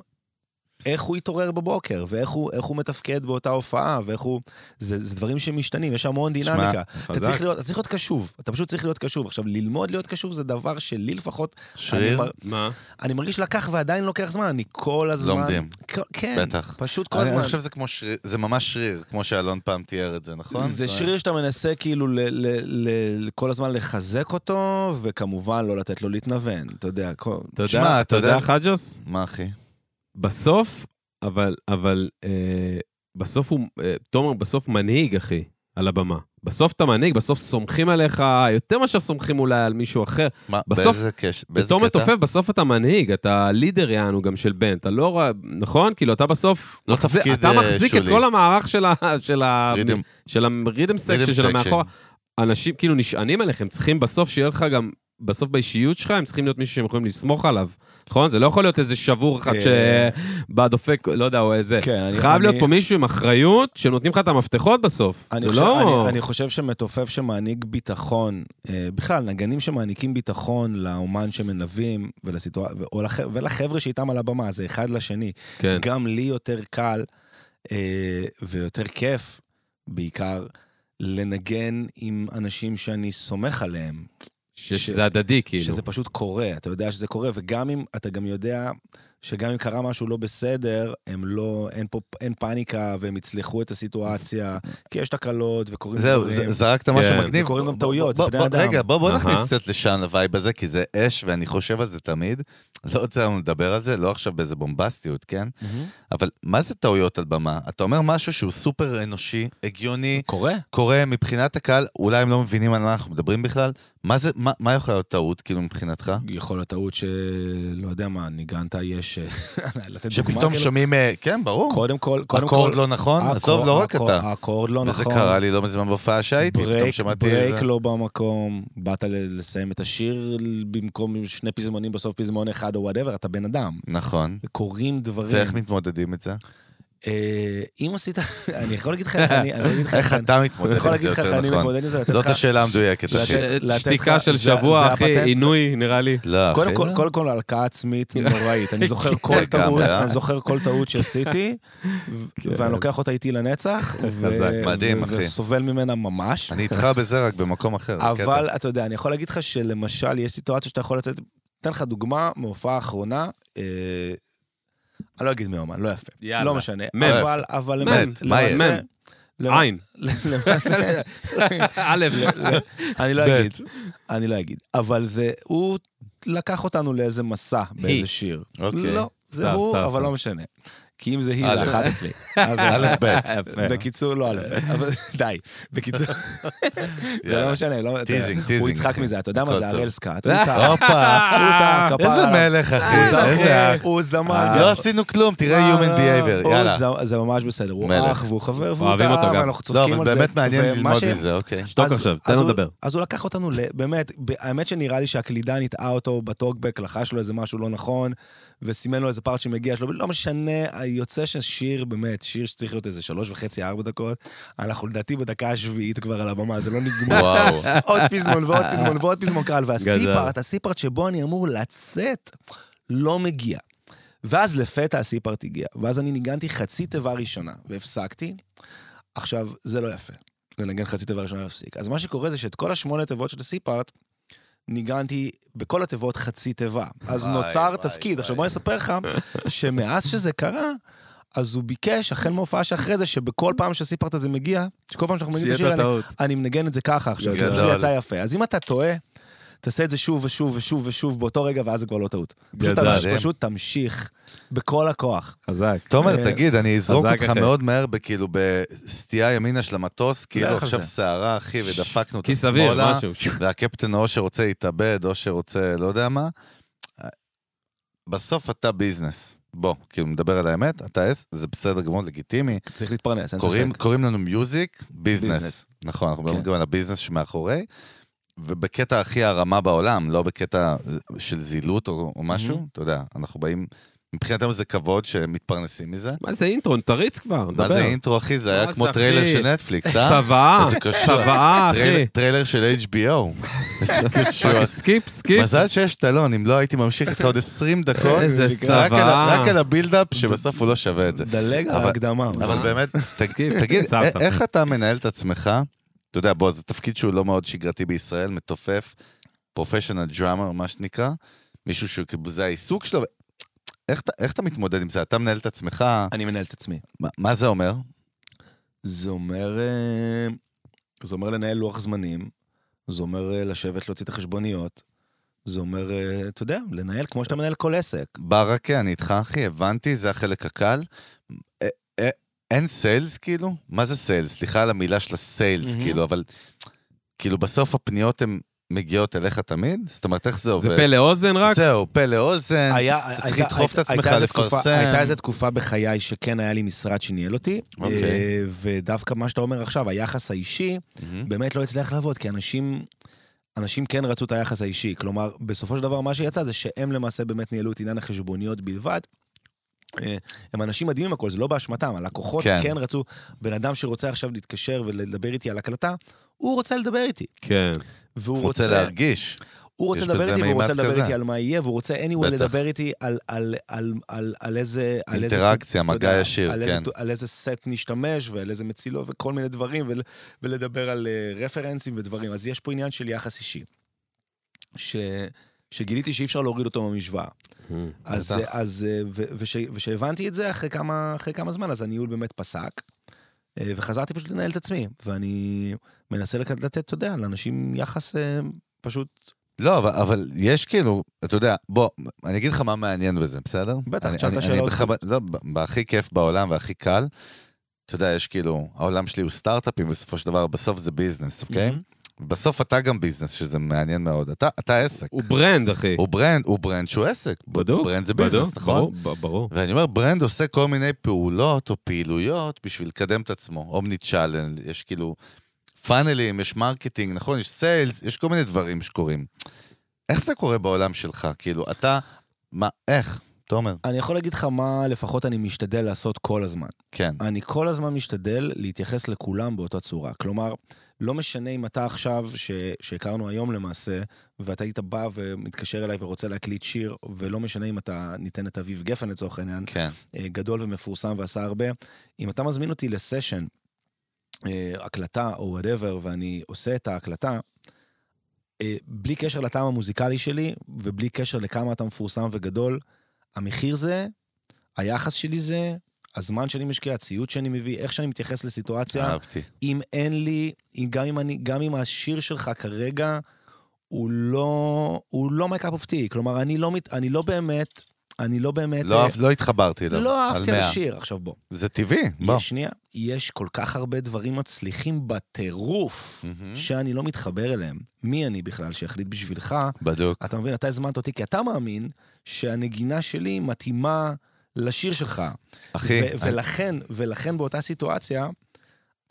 Speaker 3: איך הוא התעורר בבוקר, ואיך הוא, איך הוא מתפקד באותה הופעה, ואיך הוא... זה, זה דברים שמשתנים, יש המון
Speaker 2: שמע,
Speaker 3: דינמיקה. אתה
Speaker 1: חזק.
Speaker 3: צריך, להיות, אתה צריך להיות קשוב, אתה פשוט צריך להיות קשוב. עכשיו, ללמוד להיות קשוב זה דבר שלי לפחות, אני,
Speaker 2: שריר,
Speaker 3: מר-
Speaker 1: מה?
Speaker 3: אני מרגיש לקח ועדיין לוקח זמן, אני כל הזמן...
Speaker 2: לומדים.
Speaker 3: כ- כן,
Speaker 2: בטח.
Speaker 3: פשוט כל
Speaker 2: אני
Speaker 3: הזמן.
Speaker 2: אני חושב שזה כמו שריר, זה ממש שריר, כמו שאלון פעם תיאר את זה, נכון?
Speaker 3: זה שריר שאתה מנסה כאילו ל, ל, ל, כל הזמן לחזק אותו, וכמובן לא לתת לו להתנוון, אתה יודע. כל...
Speaker 1: אתה יודע,
Speaker 2: תשמע,
Speaker 1: אתה
Speaker 2: אתה
Speaker 1: יודע,
Speaker 2: יודע-
Speaker 1: חג'וס?
Speaker 2: מה אחי?
Speaker 1: בסוף, אבל, אבל אה, בסוף הוא, אה, תומר בסוף מנהיג, אחי, על הבמה. בסוף אתה מנהיג, בסוף סומכים עליך יותר מאשר סומכים אולי על מישהו אחר.
Speaker 2: מה,
Speaker 1: בסוף-
Speaker 2: באיזה קש- באיזה
Speaker 1: בתור
Speaker 2: קטע?
Speaker 1: מתופף, בסוף אתה מנהיג, אתה לידר יענו גם של בן, אתה לא, ר- נכון? כאילו, אתה בסוף,
Speaker 2: לא
Speaker 1: מחזיק-
Speaker 2: תפקיד,
Speaker 1: אתה
Speaker 2: אה,
Speaker 1: מחזיק את
Speaker 2: שולי.
Speaker 1: כל המערך של ה- של ה-
Speaker 2: ריתם-
Speaker 1: של הרידם
Speaker 2: rhythm
Speaker 1: סקשן של
Speaker 2: section.
Speaker 1: המאחורה. אנשים כאילו נשענים עליכם, צריכים בסוף שיהיה לך גם, בסוף באישיות שלך, הם צריכים להיות מישהו שהם יכולים לסמוך עליו, נכון? זה לא יכול להיות איזה שבור אחד
Speaker 3: אה.
Speaker 1: שבא דופק, לא יודע, או איזה.
Speaker 3: כן, אני-
Speaker 1: חייב
Speaker 3: אני-
Speaker 1: להיות פה מישהו עם אחריות, שנותנים לך את המפתחות בסוף.
Speaker 3: אני
Speaker 1: זה
Speaker 3: חושב,
Speaker 1: לא...
Speaker 3: אני, אני חושב שמתופף שמעניק ביטחון, אה, בכלל, נגנים שמעניקים ביטחון לאומן שמלווים ולסיטואציה, ולחבר'ה שאיתם על הבמה, זה אחד לשני.
Speaker 1: כן,
Speaker 3: גם לי יותר קל אה, ויותר כיף, בעיקר, לנגן עם אנשים שאני סומך עליהם.
Speaker 1: שזה הדדי, כאילו.
Speaker 3: שזה פשוט קורה, אתה יודע שזה קורה, וגם אם אתה גם יודע שגם אם קרה משהו לא בסדר, הם לא, אין פה, אין פאניקה, והם יצלחו את הסיטואציה, כי יש תקלות וקורים
Speaker 2: זהו,
Speaker 3: דברים.
Speaker 2: ז- זרקת משהו
Speaker 1: כן.
Speaker 2: מגניב.
Speaker 3: וקורים גם
Speaker 2: בוא-
Speaker 3: טעויות,
Speaker 2: בוא-
Speaker 3: זה בני
Speaker 2: בוא-
Speaker 3: אדם.
Speaker 2: רגע, בוא בוא נכניס
Speaker 1: אהה.
Speaker 2: קצת לשם לווייב הזה, כי זה אש, ואני חושב על זה תמיד. לא רוצה לנו לדבר על זה, לא עכשיו באיזה בומבסטיות, כן?
Speaker 3: מהמם.
Speaker 2: אבל מה זה טעויות על במה? אתה אומר משהו שהוא סופר אנושי, הגיוני,
Speaker 3: קורה.
Speaker 2: קורה מבחינת הקהל, אולי הם לא מבינים על מה אנחנו מדברים בכלל. מה זה, מה- מה יכול להיות טעות, כאילו, מבחינתך?
Speaker 3: יכול להיות טעות שלא יודע מה, ניגנת יש... (laughs) לתת דוגמה,
Speaker 2: שפתאום
Speaker 3: כאילו.
Speaker 2: שומעים, אה, כן, ברור.
Speaker 3: קודם כל, קודם כל...
Speaker 2: אקורד לא נכון? עזוב,
Speaker 3: הקור-
Speaker 2: לא רק
Speaker 3: הקור-
Speaker 2: אתה.
Speaker 3: האקורד לא נכון.
Speaker 2: וזה קרה לי לא מזמן בהופעה שהייתי, פתאום
Speaker 3: ברייק,
Speaker 2: שמעתי
Speaker 3: ברייק
Speaker 2: איזה...
Speaker 3: לא במקום, באת ל- לסיים את השיר במקום שני פזמונים, בסוף פזמון אחד או וואטאבר, אתה בן אדם.
Speaker 2: נכון.
Speaker 3: קורים דברים.
Speaker 2: ואיך מתמודדים את זה?
Speaker 3: אה, אם עשית, (laughs) אני יכול להגיד לך איך אני, אני יכול להגיד לך
Speaker 2: איך אתה
Speaker 3: כן. אני
Speaker 2: מתמודד
Speaker 3: יכול
Speaker 2: עם זה
Speaker 3: להגיד לך איך
Speaker 2: יותר
Speaker 3: אני
Speaker 2: נכון?
Speaker 3: מתמודד עם זה, לתת
Speaker 2: זאת
Speaker 3: לך-
Speaker 2: השאלה המדויקת,
Speaker 3: לתת-
Speaker 2: אחי.
Speaker 3: לתת
Speaker 1: שתיקה
Speaker 3: לך-
Speaker 1: של
Speaker 3: זה-
Speaker 1: שבוע,
Speaker 3: זה
Speaker 1: אחי,
Speaker 3: הפטנט.
Speaker 1: עינוי, נראה לי.
Speaker 2: לא, אחי.
Speaker 3: קודם כל,
Speaker 2: לא.
Speaker 3: קודם כל,
Speaker 2: (laughs)
Speaker 3: הלקאה עצמית נוראית. אני זוכר כל טעות,
Speaker 2: לגמרי, אה? כן.
Speaker 3: אני זוכר כל
Speaker 2: (laughs)
Speaker 3: טעות שעשיתי, ו- ואני לוקח אותה איתי לנצח, ו-
Speaker 1: חזק.
Speaker 2: מדהים,
Speaker 3: ו-
Speaker 2: אחי.
Speaker 3: וסובל ממנה ממש.
Speaker 2: אני
Speaker 3: (laughs)
Speaker 2: איתך בזה רק במקום אחר. זה קטע.
Speaker 3: אבל אתה יודע, אני יכול להגיד לך שלמשל, יש סיטואציה שאתה יכול לצאת, אתן לך דוגמה מההופעה האחרונה, אה, אני לא אגיד מאומן, לא יפה.
Speaker 1: יאללה.
Speaker 3: לא משנה.
Speaker 1: מם.
Speaker 3: אבל, אבל
Speaker 1: מם.
Speaker 3: למעשה-
Speaker 2: מה יש?
Speaker 3: למעשה-
Speaker 1: מם. עין.
Speaker 3: למעשה,
Speaker 1: לא- (laughs) א', (laughs)
Speaker 3: אני לא
Speaker 2: ב'.
Speaker 3: אגיד, אני לא אגיד. אבל זה, הוא לקח אותנו לאיזה מסע באיזה שיר.
Speaker 2: אוקיי.
Speaker 3: לא, זה
Speaker 1: סתם,
Speaker 3: הוא,
Speaker 1: סתם,
Speaker 3: אבל
Speaker 1: סתם.
Speaker 3: לא משנה. כי אם זה היא,
Speaker 2: א'.
Speaker 3: זה אחת אצלי.
Speaker 2: (laughs)
Speaker 3: אז אה,
Speaker 2: א', ב'.
Speaker 1: יפה.
Speaker 3: בקיצור, לא, א', אבל (laughs) די.
Speaker 2: (laughs)
Speaker 3: בקיצור, זה
Speaker 2: יאללה.
Speaker 3: לא משנה, לא- אתה-
Speaker 2: טיזינג,
Speaker 3: הוא
Speaker 2: טיזינג,
Speaker 3: יצחק
Speaker 2: אחי.
Speaker 3: מזה, אתה יודע מה
Speaker 2: הכל
Speaker 3: זה
Speaker 2: טוב.
Speaker 3: הראל סקאט, הוא טעה,
Speaker 2: הופה,
Speaker 3: הוא טעה, כפרה.
Speaker 2: איזה
Speaker 3: עליו.
Speaker 2: מלך,
Speaker 3: הוא
Speaker 2: אחי.
Speaker 3: זמר,
Speaker 2: איזה אח.
Speaker 3: הוא זמר,
Speaker 2: לא עשינו כלום, תראה Human Behavior,
Speaker 3: הוא
Speaker 2: יאללה.
Speaker 3: ז- זה ממש בסדר, הוא
Speaker 2: מלך.
Speaker 3: אח והוא חבר, והוא
Speaker 1: אוהבים אותו
Speaker 3: טעה,
Speaker 1: גם.
Speaker 3: ואנחנו
Speaker 2: לא,
Speaker 3: צוחקים על
Speaker 2: אבל
Speaker 3: זה.
Speaker 2: באמת מעניין
Speaker 3: ומה
Speaker 2: ללמוד
Speaker 3: ש- אה,
Speaker 2: מזה, אוקיי.
Speaker 1: שתוק
Speaker 3: אז-
Speaker 1: עכשיו, תן
Speaker 3: אז
Speaker 1: לו
Speaker 3: הוא-
Speaker 1: לדבר.
Speaker 3: אז הוא לקח אותנו, ל- באמת, ב- האמת שנראה לי שהקלידן הטעה אותו בטוקבק, לחש לו איזה משהו לא נכון, וסימן לו איזה פארט שמגיע שלו, לא משנה, יוצא ששיר, באמת, שיר שצריך להיות איזה שלוש וחצי, ארבע דקות, אנחנו לדעתי בדקה השביעית כבר על הבמה, זה לא נגמר.
Speaker 2: וואו.
Speaker 3: (laughs) עוד פזמון ועוד פזמון ועוד פזמון קהל,
Speaker 1: גזר.
Speaker 3: והסיפארט, הסיפארט שבו אני אמור לצאת, לא מגיע. ואז לפתע הסיפארט הגיע, ואז אני ניגנתי חצי תיבה ראשונה, והפסקתי. עכשיו, זה לא יפה, לנגן חצי תיבה ראשונה להפסיק. אז מה שקורה זה שאת כל השמונה תיבות של הסיפארט, ניגנתי בכל התיבות חצי תיבה. אז
Speaker 2: וואי,
Speaker 3: נוצר
Speaker 2: וואי,
Speaker 3: תפקיד. עכשיו
Speaker 2: וואי.
Speaker 3: בוא אני אספר לך, שמאז שזה קרה, אז הוא ביקש, החל מההופעה שאחרי זה, שבכל פעם שהסיפארט הזה מגיע, שכל פעם שאנחנו מגיעים את
Speaker 1: שיהיה
Speaker 3: השיר,
Speaker 1: את
Speaker 3: אני-
Speaker 1: הטעות.
Speaker 3: אני מנגן את זה ככה עכשיו, זה
Speaker 2: גדול.
Speaker 3: פשוט יצא יפה. אז אם אתה טועה, תעשה את זה שוב ושוב ושוב ושוב באותו רגע, ואז זה כבר לא טעות. פשוט
Speaker 1: גדול.
Speaker 3: תמש- פשוט תמשיך בכל הכוח.
Speaker 1: חזק.
Speaker 2: תומר,
Speaker 3: אה,
Speaker 2: תגיד, אני אזרוק
Speaker 1: חזק,
Speaker 2: אותך
Speaker 1: אחי.
Speaker 2: מאוד מהר, בכאילו, בסטייה ימינה של המטוס, כאילו
Speaker 3: לך
Speaker 2: עכשיו
Speaker 3: זה.
Speaker 2: סערה, אחי, ודפקנו אותה
Speaker 1: כי סביר,
Speaker 2: שמאלה,
Speaker 1: משהו.
Speaker 2: והקפטן או שרוצה להתאבד, או שרוצה לא יודע מה. בסוף אתה ביזנס. בוא, כאילו, מדבר על האמת, אתה עס, זה בסדר גמור, לגיטימי.
Speaker 3: צריך להתפרנס, אין
Speaker 2: קוראים,
Speaker 3: ספק.
Speaker 2: קוראים לנו מיוזיק ביזנס.
Speaker 3: ביזנס.
Speaker 2: נכון, אנחנו מדברים
Speaker 3: כן.
Speaker 2: גם על הביזנס שמאחורי, ובקטע הכי הרמה בעולם, לא בקטע של זילות או, או משהו,
Speaker 3: מהמם.
Speaker 2: אתה יודע, אנחנו באים, מבחינתנו זה כבוד שמתפרנסים מזה.
Speaker 1: מה זה אינטרון? תריץ כבר, דבר.
Speaker 2: מה זה אינטרו, אחי? זה היה
Speaker 1: מה
Speaker 2: כמו
Speaker 1: זה,
Speaker 2: טריילר
Speaker 1: אחי?
Speaker 2: של נטפליקס, אה? (laughs)
Speaker 1: צוואה,
Speaker 2: איזה קשוח.
Speaker 1: צוואה,
Speaker 2: טריילר-
Speaker 1: אחי.
Speaker 2: טריילר של HBO. איזה קשוח.
Speaker 1: סקיפ,
Speaker 3: כן.
Speaker 1: סקיפ.
Speaker 2: מזל שיש טלון, אם לא הייתי ממשיך איתך עוד 20 דקות.
Speaker 1: איזה
Speaker 2: רק על ה-
Speaker 1: צוואה.
Speaker 2: רק על הבילדאפ, שבסוף הוא לא שווה את זה.
Speaker 3: דלג על אה?
Speaker 2: אבל-
Speaker 3: ההקדמה.
Speaker 2: אבל
Speaker 3: (laughs)
Speaker 2: באמת, תג-
Speaker 1: סקיפ.
Speaker 2: תגיד,
Speaker 1: סבתא.
Speaker 2: א- איך אתה מנהל את עצמך? אתה יודע, בוא, זה תפקיד שהוא לא מאוד שגרתי בישראל, מתופף, פרופשיונל דראמר, מה שנקרא, מישהו שזה העיסוק שלו. איך אתה- איך אתה מתמודד עם זה? אתה מנהל את עצמך?
Speaker 3: אני מנהל את עצמי.
Speaker 2: מה- מה זה אומר?
Speaker 3: זה אומר... אה, זה אומר לנהל לוח זמנים, זה אומר אה, לשבת להוציא את החשבוניות, זה אומר, אה, אתה יודע, לנהל כמו שאתה מנהל כל עסק.
Speaker 2: ברכה, אני איתך, אחי, הבנתי, זה החלק הקל. א- א- אין סיילס, כאילו? מה זה סיילס? סליחה על המילה של הסיילס,
Speaker 3: מהמם.
Speaker 2: כאילו, אבל... כאילו, בסוף הפניות הן מגיעות אליך תמיד? זאת אומרת, איך זה עובד?
Speaker 1: זה פה לאוזן רק?
Speaker 2: זהו, פה לאוזן.
Speaker 3: היה,
Speaker 2: כן, צריך
Speaker 3: הייתה-
Speaker 2: לדחוף את
Speaker 3: הייתה-
Speaker 2: עצמך,
Speaker 3: הייתה איזה תקופה-
Speaker 2: לפרסם.
Speaker 3: הייתה איזו תקופה בחיי שכן היה לי משרד שניהל אותי,
Speaker 2: אוקיי.
Speaker 3: אה, ודווקא מה שאתה אומר עכשיו, היחס האישי,
Speaker 2: מהמם.
Speaker 3: באמת לא הצליח לעבוד, כי אנשים... אנשים כן רצו את היחס האישי, כלומר, בסופו של דבר מה שיצא זה שהם למעשה באמת ניהלו את עניין החשבוניות בלבד. אה, הם אנשים מדהימים הכל, זה לא באשמתם, הלקוחות
Speaker 2: כן.
Speaker 3: כן. כן רצו, בן אדם שרוצה עכשיו להתקשר ולדבר איתי על הקלטה, הוא רוצה לדבר איתי.
Speaker 1: כן.
Speaker 3: והוא אה,
Speaker 2: הוא רוצה להרגיש.
Speaker 3: הוא רוצה
Speaker 2: יש
Speaker 3: לדבר
Speaker 2: בזה
Speaker 3: איתי, והוא
Speaker 2: מימד
Speaker 3: רוצה לדבר
Speaker 2: כזה.
Speaker 3: איתי על מה יהיה, והוא רוצה anyway
Speaker 2: בטח.
Speaker 3: לדבר איתי על- על- על- על על איזה... על איזה-
Speaker 2: אינטראקציה,
Speaker 3: אתה
Speaker 2: מגע
Speaker 3: יודע,
Speaker 2: ישיר,
Speaker 3: על איזה
Speaker 2: כן.
Speaker 3: ת- על איזה סט נשתמש, ועל איזה מצילו, וכל מיני דברים, ול- ולדבר על אה, רפרנסים ודברים. אז יש פה עניין של יחס אישי. ש... שגיליתי שאי אפשר להוריד אותו מהמשוואה. אז,
Speaker 2: בטח.
Speaker 3: אז אה, ו- וש- ושהבנתי את זה אחרי כמה, אחרי כמה זמן, אז הניהול באמת פסק. אה, וחזרתי פשוט לנהל את עצמי, ואני מנסה לק- לתת, אתה יודע, לאנשים יחס אה, פשוט...
Speaker 2: לא, אבל, אבל יש כאילו, אתה יודע, בוא, אני אגיד לך מה מעניין בזה, בסדר?
Speaker 3: בטח,
Speaker 2: אני-
Speaker 3: תשאל את
Speaker 2: אני-
Speaker 3: השאלות.
Speaker 2: אני בכלל- לא, ב- בהכי כיף בעולם והכי קל, אתה יודע, יש כאילו, העולם שלי הוא סטארט-אפים בסופו של דבר, בסוף זה ביזנס, אוקיי? בסוף אתה גם ביזנס, שזה מעניין מאוד. אתה, אתה עסק.
Speaker 1: Mhm. הוא ברנד, אחי.
Speaker 2: הוא ברנד, הוא ברנד שהוא עסק.
Speaker 1: בדוק.
Speaker 2: ברנד זה
Speaker 1: בדוק,
Speaker 2: ביזנס, נכון?
Speaker 1: ברור, ב- ברור.
Speaker 2: ואני אומר, ברנד עושה כל מיני פעולות או פעילויות בשביל לקדם את עצמו. אומני צ'אלנג, יש כאילו פאנלים, יש מרקטינג, נכון? יש סיילס, יש כל מיני דברים שקורים. איך זה קורה בעולם שלך? כאילו, אתה... מה, איך? תומר.
Speaker 3: אני יכול להגיד לך מה לפחות אני משתדל לעשות כל הזמן.
Speaker 2: כן.
Speaker 3: אני כל הזמן משתדל להתייחס לכולם באותה צורה. כלומר, לא משנה אם אתה עכשיו, ש... שהכרנו היום למעשה, ואתה היית בא ומתקשר אליי ורוצה להקליט שיר, ולא משנה אם אתה ניתן את אביב גפן לצורך העניין,
Speaker 2: כן.
Speaker 3: אה, גדול ומפורסם ועשה הרבה, אם אתה מזמין אותי לסשן, אה, הקלטה או וואטאבר, ואני עושה את ההקלטה, אה, בלי קשר לטעם המוזיקלי שלי, ובלי קשר לכמה אתה מפורסם וגדול, המחיר זה, היחס שלי זה, הזמן שאני משקיע, הציוד שאני מביא, איך שאני מתייחס לסיטואציה.
Speaker 2: אהבתי.
Speaker 3: אם אין לי, אם- גם אם, אני, גם אם השיר שלך כרגע הוא לא, הוא לא מייקאפ אופטי, כלומר, אני לא, מת, אני לא באמת, אני לא באמת...
Speaker 2: לא
Speaker 3: אה,
Speaker 2: אהב- לא התחברתי אליו.
Speaker 3: לא
Speaker 2: על
Speaker 3: אהבתי על
Speaker 2: מאה.
Speaker 3: השיר. עכשיו בוא,
Speaker 2: זה טבעי, בוא.
Speaker 3: בוא. שנייה, יש כל כך הרבה דברים מצליחים בטירוף,
Speaker 2: מהמם.
Speaker 3: שאני לא מתחבר אליהם. מי אני בכלל שיחליט בשבילך?
Speaker 2: בדוק.
Speaker 3: אתה מבין, אתה הזמנת אותי כי אתה מאמין שהנגינה שלי מתאימה לשיר שלך.
Speaker 2: אחי,
Speaker 3: ו- ולכן, ולכן באותה סיטואציה,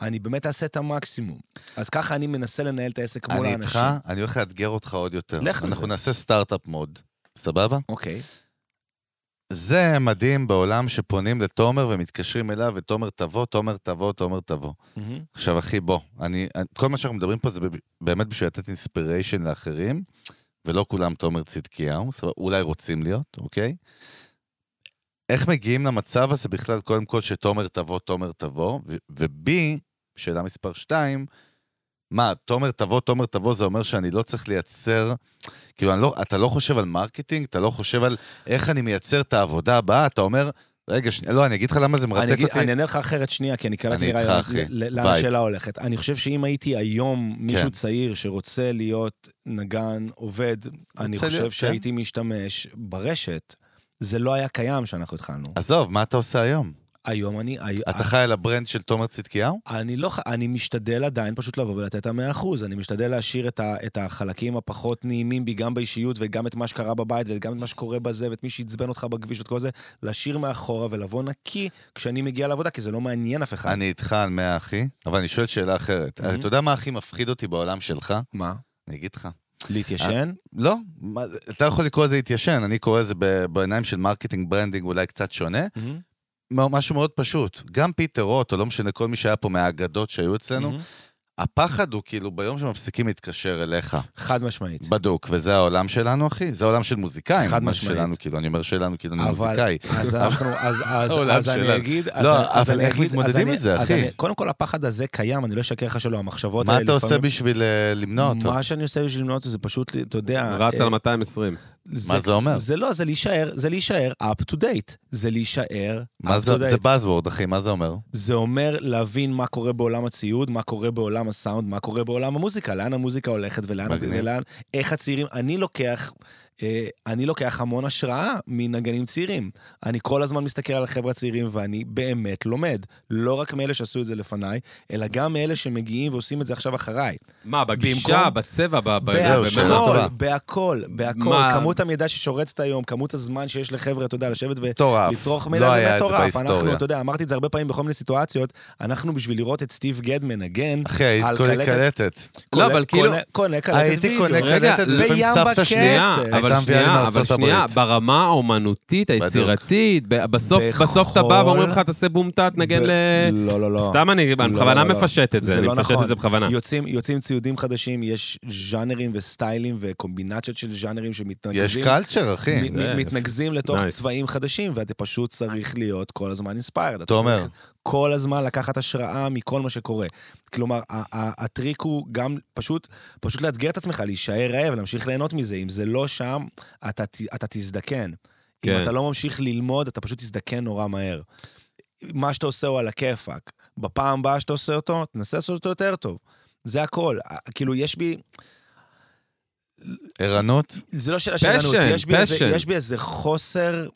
Speaker 3: אני באמת אעשה את המקסימום. אז ככה אני מנסה לנהל את העסק מול
Speaker 2: אני
Speaker 3: האנשים.
Speaker 2: איתך, אני הולך לאתגר אותך עוד יותר.
Speaker 3: לך על
Speaker 2: אנחנו
Speaker 3: זה.
Speaker 2: נעשה סטארט-אפ מוד, סבבה?
Speaker 3: אוקיי.
Speaker 2: זה מדהים בעולם שפונים לתומר ומתקשרים אליו, ותומר תבוא, תומר תבוא, תומר תבוא.
Speaker 3: מהמם.
Speaker 2: עכשיו, אחי, בוא, אני, אני- כל מה שאנחנו מדברים פה זה בב- באמת בשביל לתת אינספיריישן לאחרים, ולא כולם תומר צדקיהו, סבבה? אולי רוצים להיות, אוקיי? איך מגיעים למצב הזה בכלל, קודם כל, שתומר תבוא, תומר תבוא, ו- ובי, שאלה מספר שתיים, מה, תומר תבוא, תומר תבוא, זה אומר שאני לא צריך לייצר, כאילו, אני לא, אתה לא חושב על מרקטינג, אתה לא חושב על איך אני מייצר את העבודה הבאה, אתה אומר, רגע, שנייה, לא, אני אגיד לך למה זה מרתק
Speaker 3: אני אגיד-
Speaker 2: אותי.
Speaker 3: אני אענה לך אחרת שנייה, כי אני קלטתי
Speaker 2: אני איתך,
Speaker 3: רעיון
Speaker 2: אחי.
Speaker 3: ל- ל- לאן
Speaker 2: וייב.
Speaker 3: השאלה הולכת. אני חושב שאם הייתי היום
Speaker 2: כן.
Speaker 3: מישהו צעיר שרוצה להיות נגן עובד, אני
Speaker 2: רוצה
Speaker 3: חושב
Speaker 2: להיות, כן.
Speaker 3: שהייתי משתמש ברשת. זה לא היה קיים כשאנחנו התחלנו.
Speaker 2: עזוב, מה אתה עושה היום?
Speaker 3: היום אני... הי-
Speaker 2: אתה חי על הברנד של תומר צדקיהו?
Speaker 3: אני לא, ח- אני משתדל עדיין פשוט לבוא ולתת את המאה אחוז. אני משתדל להשאיר את, ה, את החלקים הפחות נעימים בי, גם באישיות וגם את מה שקרה בבית וגם את מה שקורה בזה ואת מי שעצבן אותך בכביש ואת כל זה, להשאיר מאחורה ולבוא נקי כשאני מגיע לעבודה, כי זה לא מעניין אף אחד.
Speaker 2: אני איתך על מאה אחי, אבל אני שואל שאלה אחרת.
Speaker 3: Mhm.
Speaker 2: הרי אתה יודע מה הכי מפחיד אותי בעולם שלך?
Speaker 3: מה?
Speaker 2: אני אגיד לך.
Speaker 3: להתיישן?
Speaker 2: לא, מה- אתה יכול לקרוא לזה התיישן, אני קורא לזה ב- בעיניים של מרקטינג ברנדינג אולי קצת שונה.
Speaker 3: מהמם,
Speaker 2: מ- משהו מאוד פשוט. גם פיטר רוט, או לא משנה, כל מי שהיה פה מהאגדות שהיו אצלנו,
Speaker 3: מהמם.
Speaker 2: הפחד הוא כאילו ביום שמפסיקים להתקשר אליך.
Speaker 3: חד משמעית.
Speaker 2: בדוק, וזה העולם שלנו, אחי. זה העולם של מוזיקאים.
Speaker 3: חד
Speaker 2: מה
Speaker 3: משמעית.
Speaker 2: שלנו, כאילו, אני אומר שלנו, כאילו, אני
Speaker 3: אבל-
Speaker 2: מוזיקאי.
Speaker 3: אז אנחנו,
Speaker 2: (laughs)
Speaker 3: אז, אז,
Speaker 2: העולם
Speaker 3: אז אני
Speaker 2: שלנו.
Speaker 3: אגיד, אז,
Speaker 2: לא,
Speaker 3: אני- אז
Speaker 2: אבל
Speaker 3: אני
Speaker 2: איך
Speaker 3: אגיד- אז
Speaker 2: מתמודדים
Speaker 3: אני-
Speaker 2: עם זה,
Speaker 3: אז
Speaker 2: אחי?
Speaker 3: אני- קודם כל, הפחד הזה קיים, אני לא אשקר לך שלא, המחשבות
Speaker 2: מה
Speaker 3: האלה
Speaker 2: אתה עושה
Speaker 3: לפעמים-
Speaker 2: בשביל אה, למנוע אותו?
Speaker 3: מה שאני עושה בשביל למנוע את זה, זה פשוט, אתה יודע...
Speaker 1: רץ
Speaker 3: אה,
Speaker 1: על 220.
Speaker 2: מה זה אומר?
Speaker 3: זה לא, זה להישאר, זה להישאר up to date. זה להישאר
Speaker 2: מה
Speaker 3: up
Speaker 2: זה
Speaker 3: to date.
Speaker 2: זה buzzword, אחי, מה זה אומר?
Speaker 3: זה אומר להבין מה קורה בעולם הציוד, מה קורה בעולם הסאונד, מה קורה בעולם המוזיקה, לאן המוזיקה הולכת ולאן,
Speaker 2: מגניב.
Speaker 3: ולאן איך הצעירים... אני לוקח, אה, אני לוקח המון השראה מנגנים צעירים. אני כל הזמן מסתכל על החבר'ה הצעירים ואני באמת לומד. לא רק מאלה שעשו את זה לפניי, אלא גם מאלה שמגיעים ועושים את זה עכשיו אחריי.
Speaker 1: מה, בגישה,
Speaker 3: במקום-
Speaker 1: בצבע, ב... ב-
Speaker 2: זהו,
Speaker 1: ב-
Speaker 2: שאלה
Speaker 1: ב-
Speaker 2: טובה.
Speaker 3: בהכל, בהכל, בהכל.
Speaker 1: מה-
Speaker 3: כמות המידע ששורצת היום, כמות הזמן שיש לחבר'ה, אתה יודע, לשבת ו...
Speaker 2: מטורף.
Speaker 3: לצרוך
Speaker 2: לא
Speaker 3: מידע
Speaker 2: היה
Speaker 3: זה
Speaker 2: את זה
Speaker 3: מטורף. אנחנו,
Speaker 2: בהיסטוריה.
Speaker 3: אתה יודע, אמרתי את זה הרבה פעמים בכל מיני סיטואציות, אנחנו בשביל לראות את סטיב גד מנגן,
Speaker 2: אחי, היית
Speaker 3: על
Speaker 2: קונה
Speaker 3: קלטת-
Speaker 2: קלטת.
Speaker 1: לא, אבל
Speaker 3: קונה-
Speaker 1: כאילו-
Speaker 3: קונה קלטת
Speaker 2: הייתי
Speaker 3: וידאו.
Speaker 2: קונה
Speaker 1: רגע,
Speaker 2: קלטת, לפעמים
Speaker 3: בים
Speaker 2: סבתא
Speaker 3: בכסף.
Speaker 2: שנייה
Speaker 3: הייתה
Speaker 1: אבל
Speaker 2: הייתה מביאה לי
Speaker 1: שנייה, אבל
Speaker 2: מארצות
Speaker 1: שנייה,
Speaker 2: הברית.
Speaker 1: ברמה האומנותית, היצירתית, ב- בסוף
Speaker 3: בכל-
Speaker 1: בסוף אתה בא ואומרים לך, תעשה בומטה, תנגן
Speaker 3: ב-
Speaker 1: ל...
Speaker 3: לא, לא, לא.
Speaker 1: סתם אני אני
Speaker 3: לא,
Speaker 1: בכוונה
Speaker 3: לא, לא.
Speaker 1: מפשט את זה, אני
Speaker 3: לא
Speaker 1: מפשט
Speaker 3: נכון.
Speaker 1: את זה בכוונה.
Speaker 3: יוצאים, יוצאים ציודים חדשים, יש ז'אנרים וסטיילים וקומבינציות של ז'אנרים שמתנגזים.
Speaker 2: יש קלצ'ר, אחי.
Speaker 3: מ- מ-
Speaker 1: כן, זה-
Speaker 3: מתנגזים לתוך
Speaker 1: nice.
Speaker 3: צבעים חדשים, ואתה פשוט צריך להיות כל הזמן אינספיירד.
Speaker 2: תומר.
Speaker 3: כל הזמן לקחת השראה מכל מה שקורה. כלומר, ה- ה- הטריק הוא גם פשוט, פשוט לאתגר את עצמך, להישאר רעב, להמשיך ליהנות מזה. אם זה לא שם, אתה, ת- אתה תזדקן.
Speaker 1: כן.
Speaker 3: אם אתה לא ממשיך ללמוד, אתה פשוט תזדקן נורא מהר. מה שאתה עושה הוא על הכיפאק. בפעם הבאה שאתה עושה אותו, תנסה לעשות אותו יותר טוב. זה הכל. אה, כאילו, יש בי...
Speaker 2: ערנות?
Speaker 3: זה לא שאלה של ערנות,
Speaker 1: Passion,
Speaker 3: יש, בי איזה-
Speaker 1: passion.
Speaker 3: יש בי איזה חוסר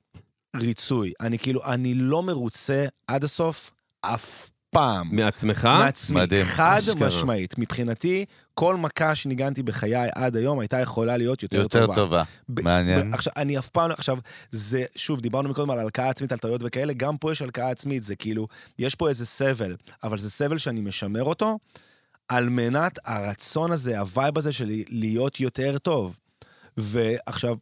Speaker 3: ריצוי. אני כאילו, אני לא מרוצה עד הסוף אף פעם.
Speaker 1: מעצמך?
Speaker 3: מעצמי,
Speaker 2: מדהים.
Speaker 3: חד
Speaker 1: אשכרה.
Speaker 3: משמעית. מבחינתי, כל מכה שניגנתי בחיי עד היום הייתה יכולה להיות יותר,
Speaker 2: יותר
Speaker 3: טובה.
Speaker 2: טובה.
Speaker 3: ב-
Speaker 2: מעניין.
Speaker 1: כן.
Speaker 3: ב- עכשיו, אני אף פעם לא... עכשיו, זה, שוב, דיברנו מקודם על הלקאה עצמית, על טעויות וכאלה, גם פה יש הלקאה עצמית, זה כאילו, יש פה איזה סבל, אבל זה סבל שאני משמר אותו, על מנת הרצון הזה, הווייב הזה של להיות יותר טוב. ועכשיו,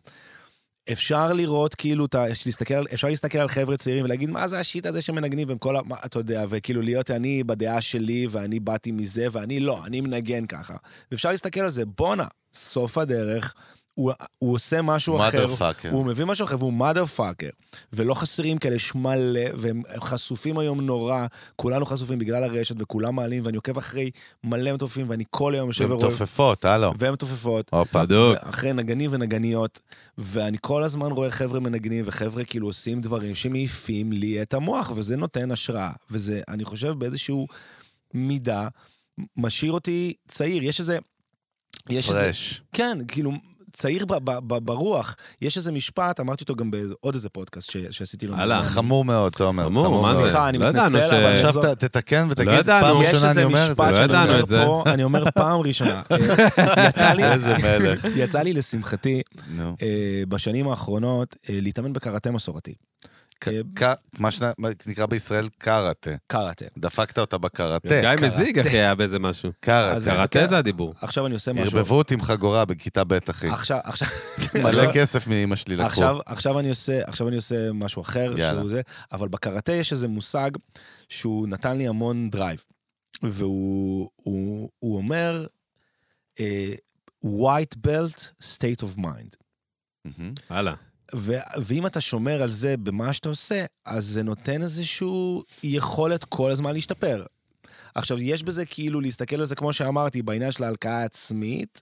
Speaker 3: אפשר לראות כאילו, את ה- יש להסתכל על- אפשר להסתכל על חבר'ה צעירים ולהגיד, מה זה השיט הזה שמנגנים, והם כל ה... מה, אתה יודע, וכאילו להיות אני בדעה שלי, ואני באתי מזה, ואני לא, אני מנגן ככה. ואפשר להסתכל על זה, בואנה, סוף הדרך, הוא, הוא עושה משהו אחר.
Speaker 2: motherfucker.
Speaker 3: הוא מביא משהו אחר, והוא מאדר פאקר. ולא חסרים כאלה, יש מלא, והם חשופים היום נורא, כולנו חשופים בגלל הרשת, וכולם מעלים, ואני עוקב אחרי מלא מטופים, ואני כל היום יושב
Speaker 2: הן
Speaker 3: ורואה,
Speaker 2: תופפות, הלו.
Speaker 3: והן תופפות.
Speaker 2: הופה.
Speaker 1: בדוק.
Speaker 3: אחרי נגנים ונגניות, ואני כל הזמן רואה חבר'ה מנגנים, וחבר'ה כאילו עושים דברים שמעיפים לי את המוח, וזה נותן השראה. וזה, אני חושב, באיזשהו מידה, משאיר אותי צעיר. יש איזה... יש איזה...
Speaker 2: פרש.
Speaker 3: כן, כאילו, צעיר ב- ב- ב- ברוח. יש איזה משפט, אמרתי אותו גם בעוד איזה פודקאסט ש- שעשיתי לו
Speaker 1: הלאה.
Speaker 2: חמור מאוד, תומר.
Speaker 1: אה. חמור, מה זה?
Speaker 2: מאוד.
Speaker 3: סליחה, אני
Speaker 1: לא ידענו
Speaker 3: מתנצל,
Speaker 1: ש-
Speaker 3: אבל
Speaker 2: עכשיו
Speaker 3: זאת-
Speaker 2: ת- תתקן
Speaker 1: לא
Speaker 2: ותגיד,
Speaker 1: ידענו.
Speaker 2: פעם
Speaker 1: יש
Speaker 2: ראשונה אני אומר את זה.
Speaker 1: לא
Speaker 3: שאני
Speaker 1: ידענו
Speaker 3: אומר
Speaker 1: את זה.
Speaker 3: פה, אני אומר פעם
Speaker 1: (laughs)
Speaker 3: ראשונה. אה, יצא לי- (laughs)
Speaker 2: איזה מלך.
Speaker 3: יצא לי, לשמחתי,
Speaker 2: נו.
Speaker 3: אה, בשנים האחרונות אה, להתאמן בקראטה מסורתי. אה,
Speaker 2: ק- מה שנה- מה שנקרא בישראל קראטה.
Speaker 3: קראטה.
Speaker 2: דפקת אותה בקראטה.
Speaker 1: גיא
Speaker 3: קראטה.
Speaker 1: מזיג, אחי, היה באיזה משהו.
Speaker 3: אז
Speaker 2: קראטה.
Speaker 3: אני-
Speaker 1: קראטה זה הדיבור.
Speaker 3: עכשיו אני עושה משהו.
Speaker 2: ערבבו אותי עם חגורה בכיתה ב', אחי.
Speaker 3: עכשיו, עכשיו...
Speaker 2: (laughs) מלא כסף מאימא שלי לקחו.
Speaker 3: עכשיו, עכשיו, אני עושה, עכשיו אני עושה משהו אחר,
Speaker 2: יאללה.
Speaker 3: שהוא זה, אבל בקראטה יש איזה מושג שהוא נתן לי המון דרייב. והוא הוא, הוא אומר, אה, white belt state of mind.
Speaker 2: מהמם.
Speaker 1: הלאה.
Speaker 3: ו- ואם אתה שומר על זה במה שאתה עושה, אז זה נותן איזושהי יכולת כל הזמן להשתפר. עכשיו, יש בזה כאילו להסתכל על זה, כמו שאמרתי, בעניין של ההלקאה העצמית,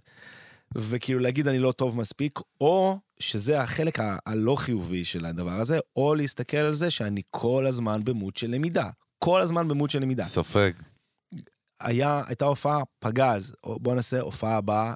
Speaker 3: וכאילו להגיד אני לא טוב מספיק, או שזה החלק ה- הלא חיובי של הדבר הזה, או להסתכל על זה שאני כל הזמן במות של למידה. כל הזמן במות של למידה.
Speaker 2: ספק.
Speaker 3: היה, הייתה הופעה פגז, או בוא נעשה הופעה הבאה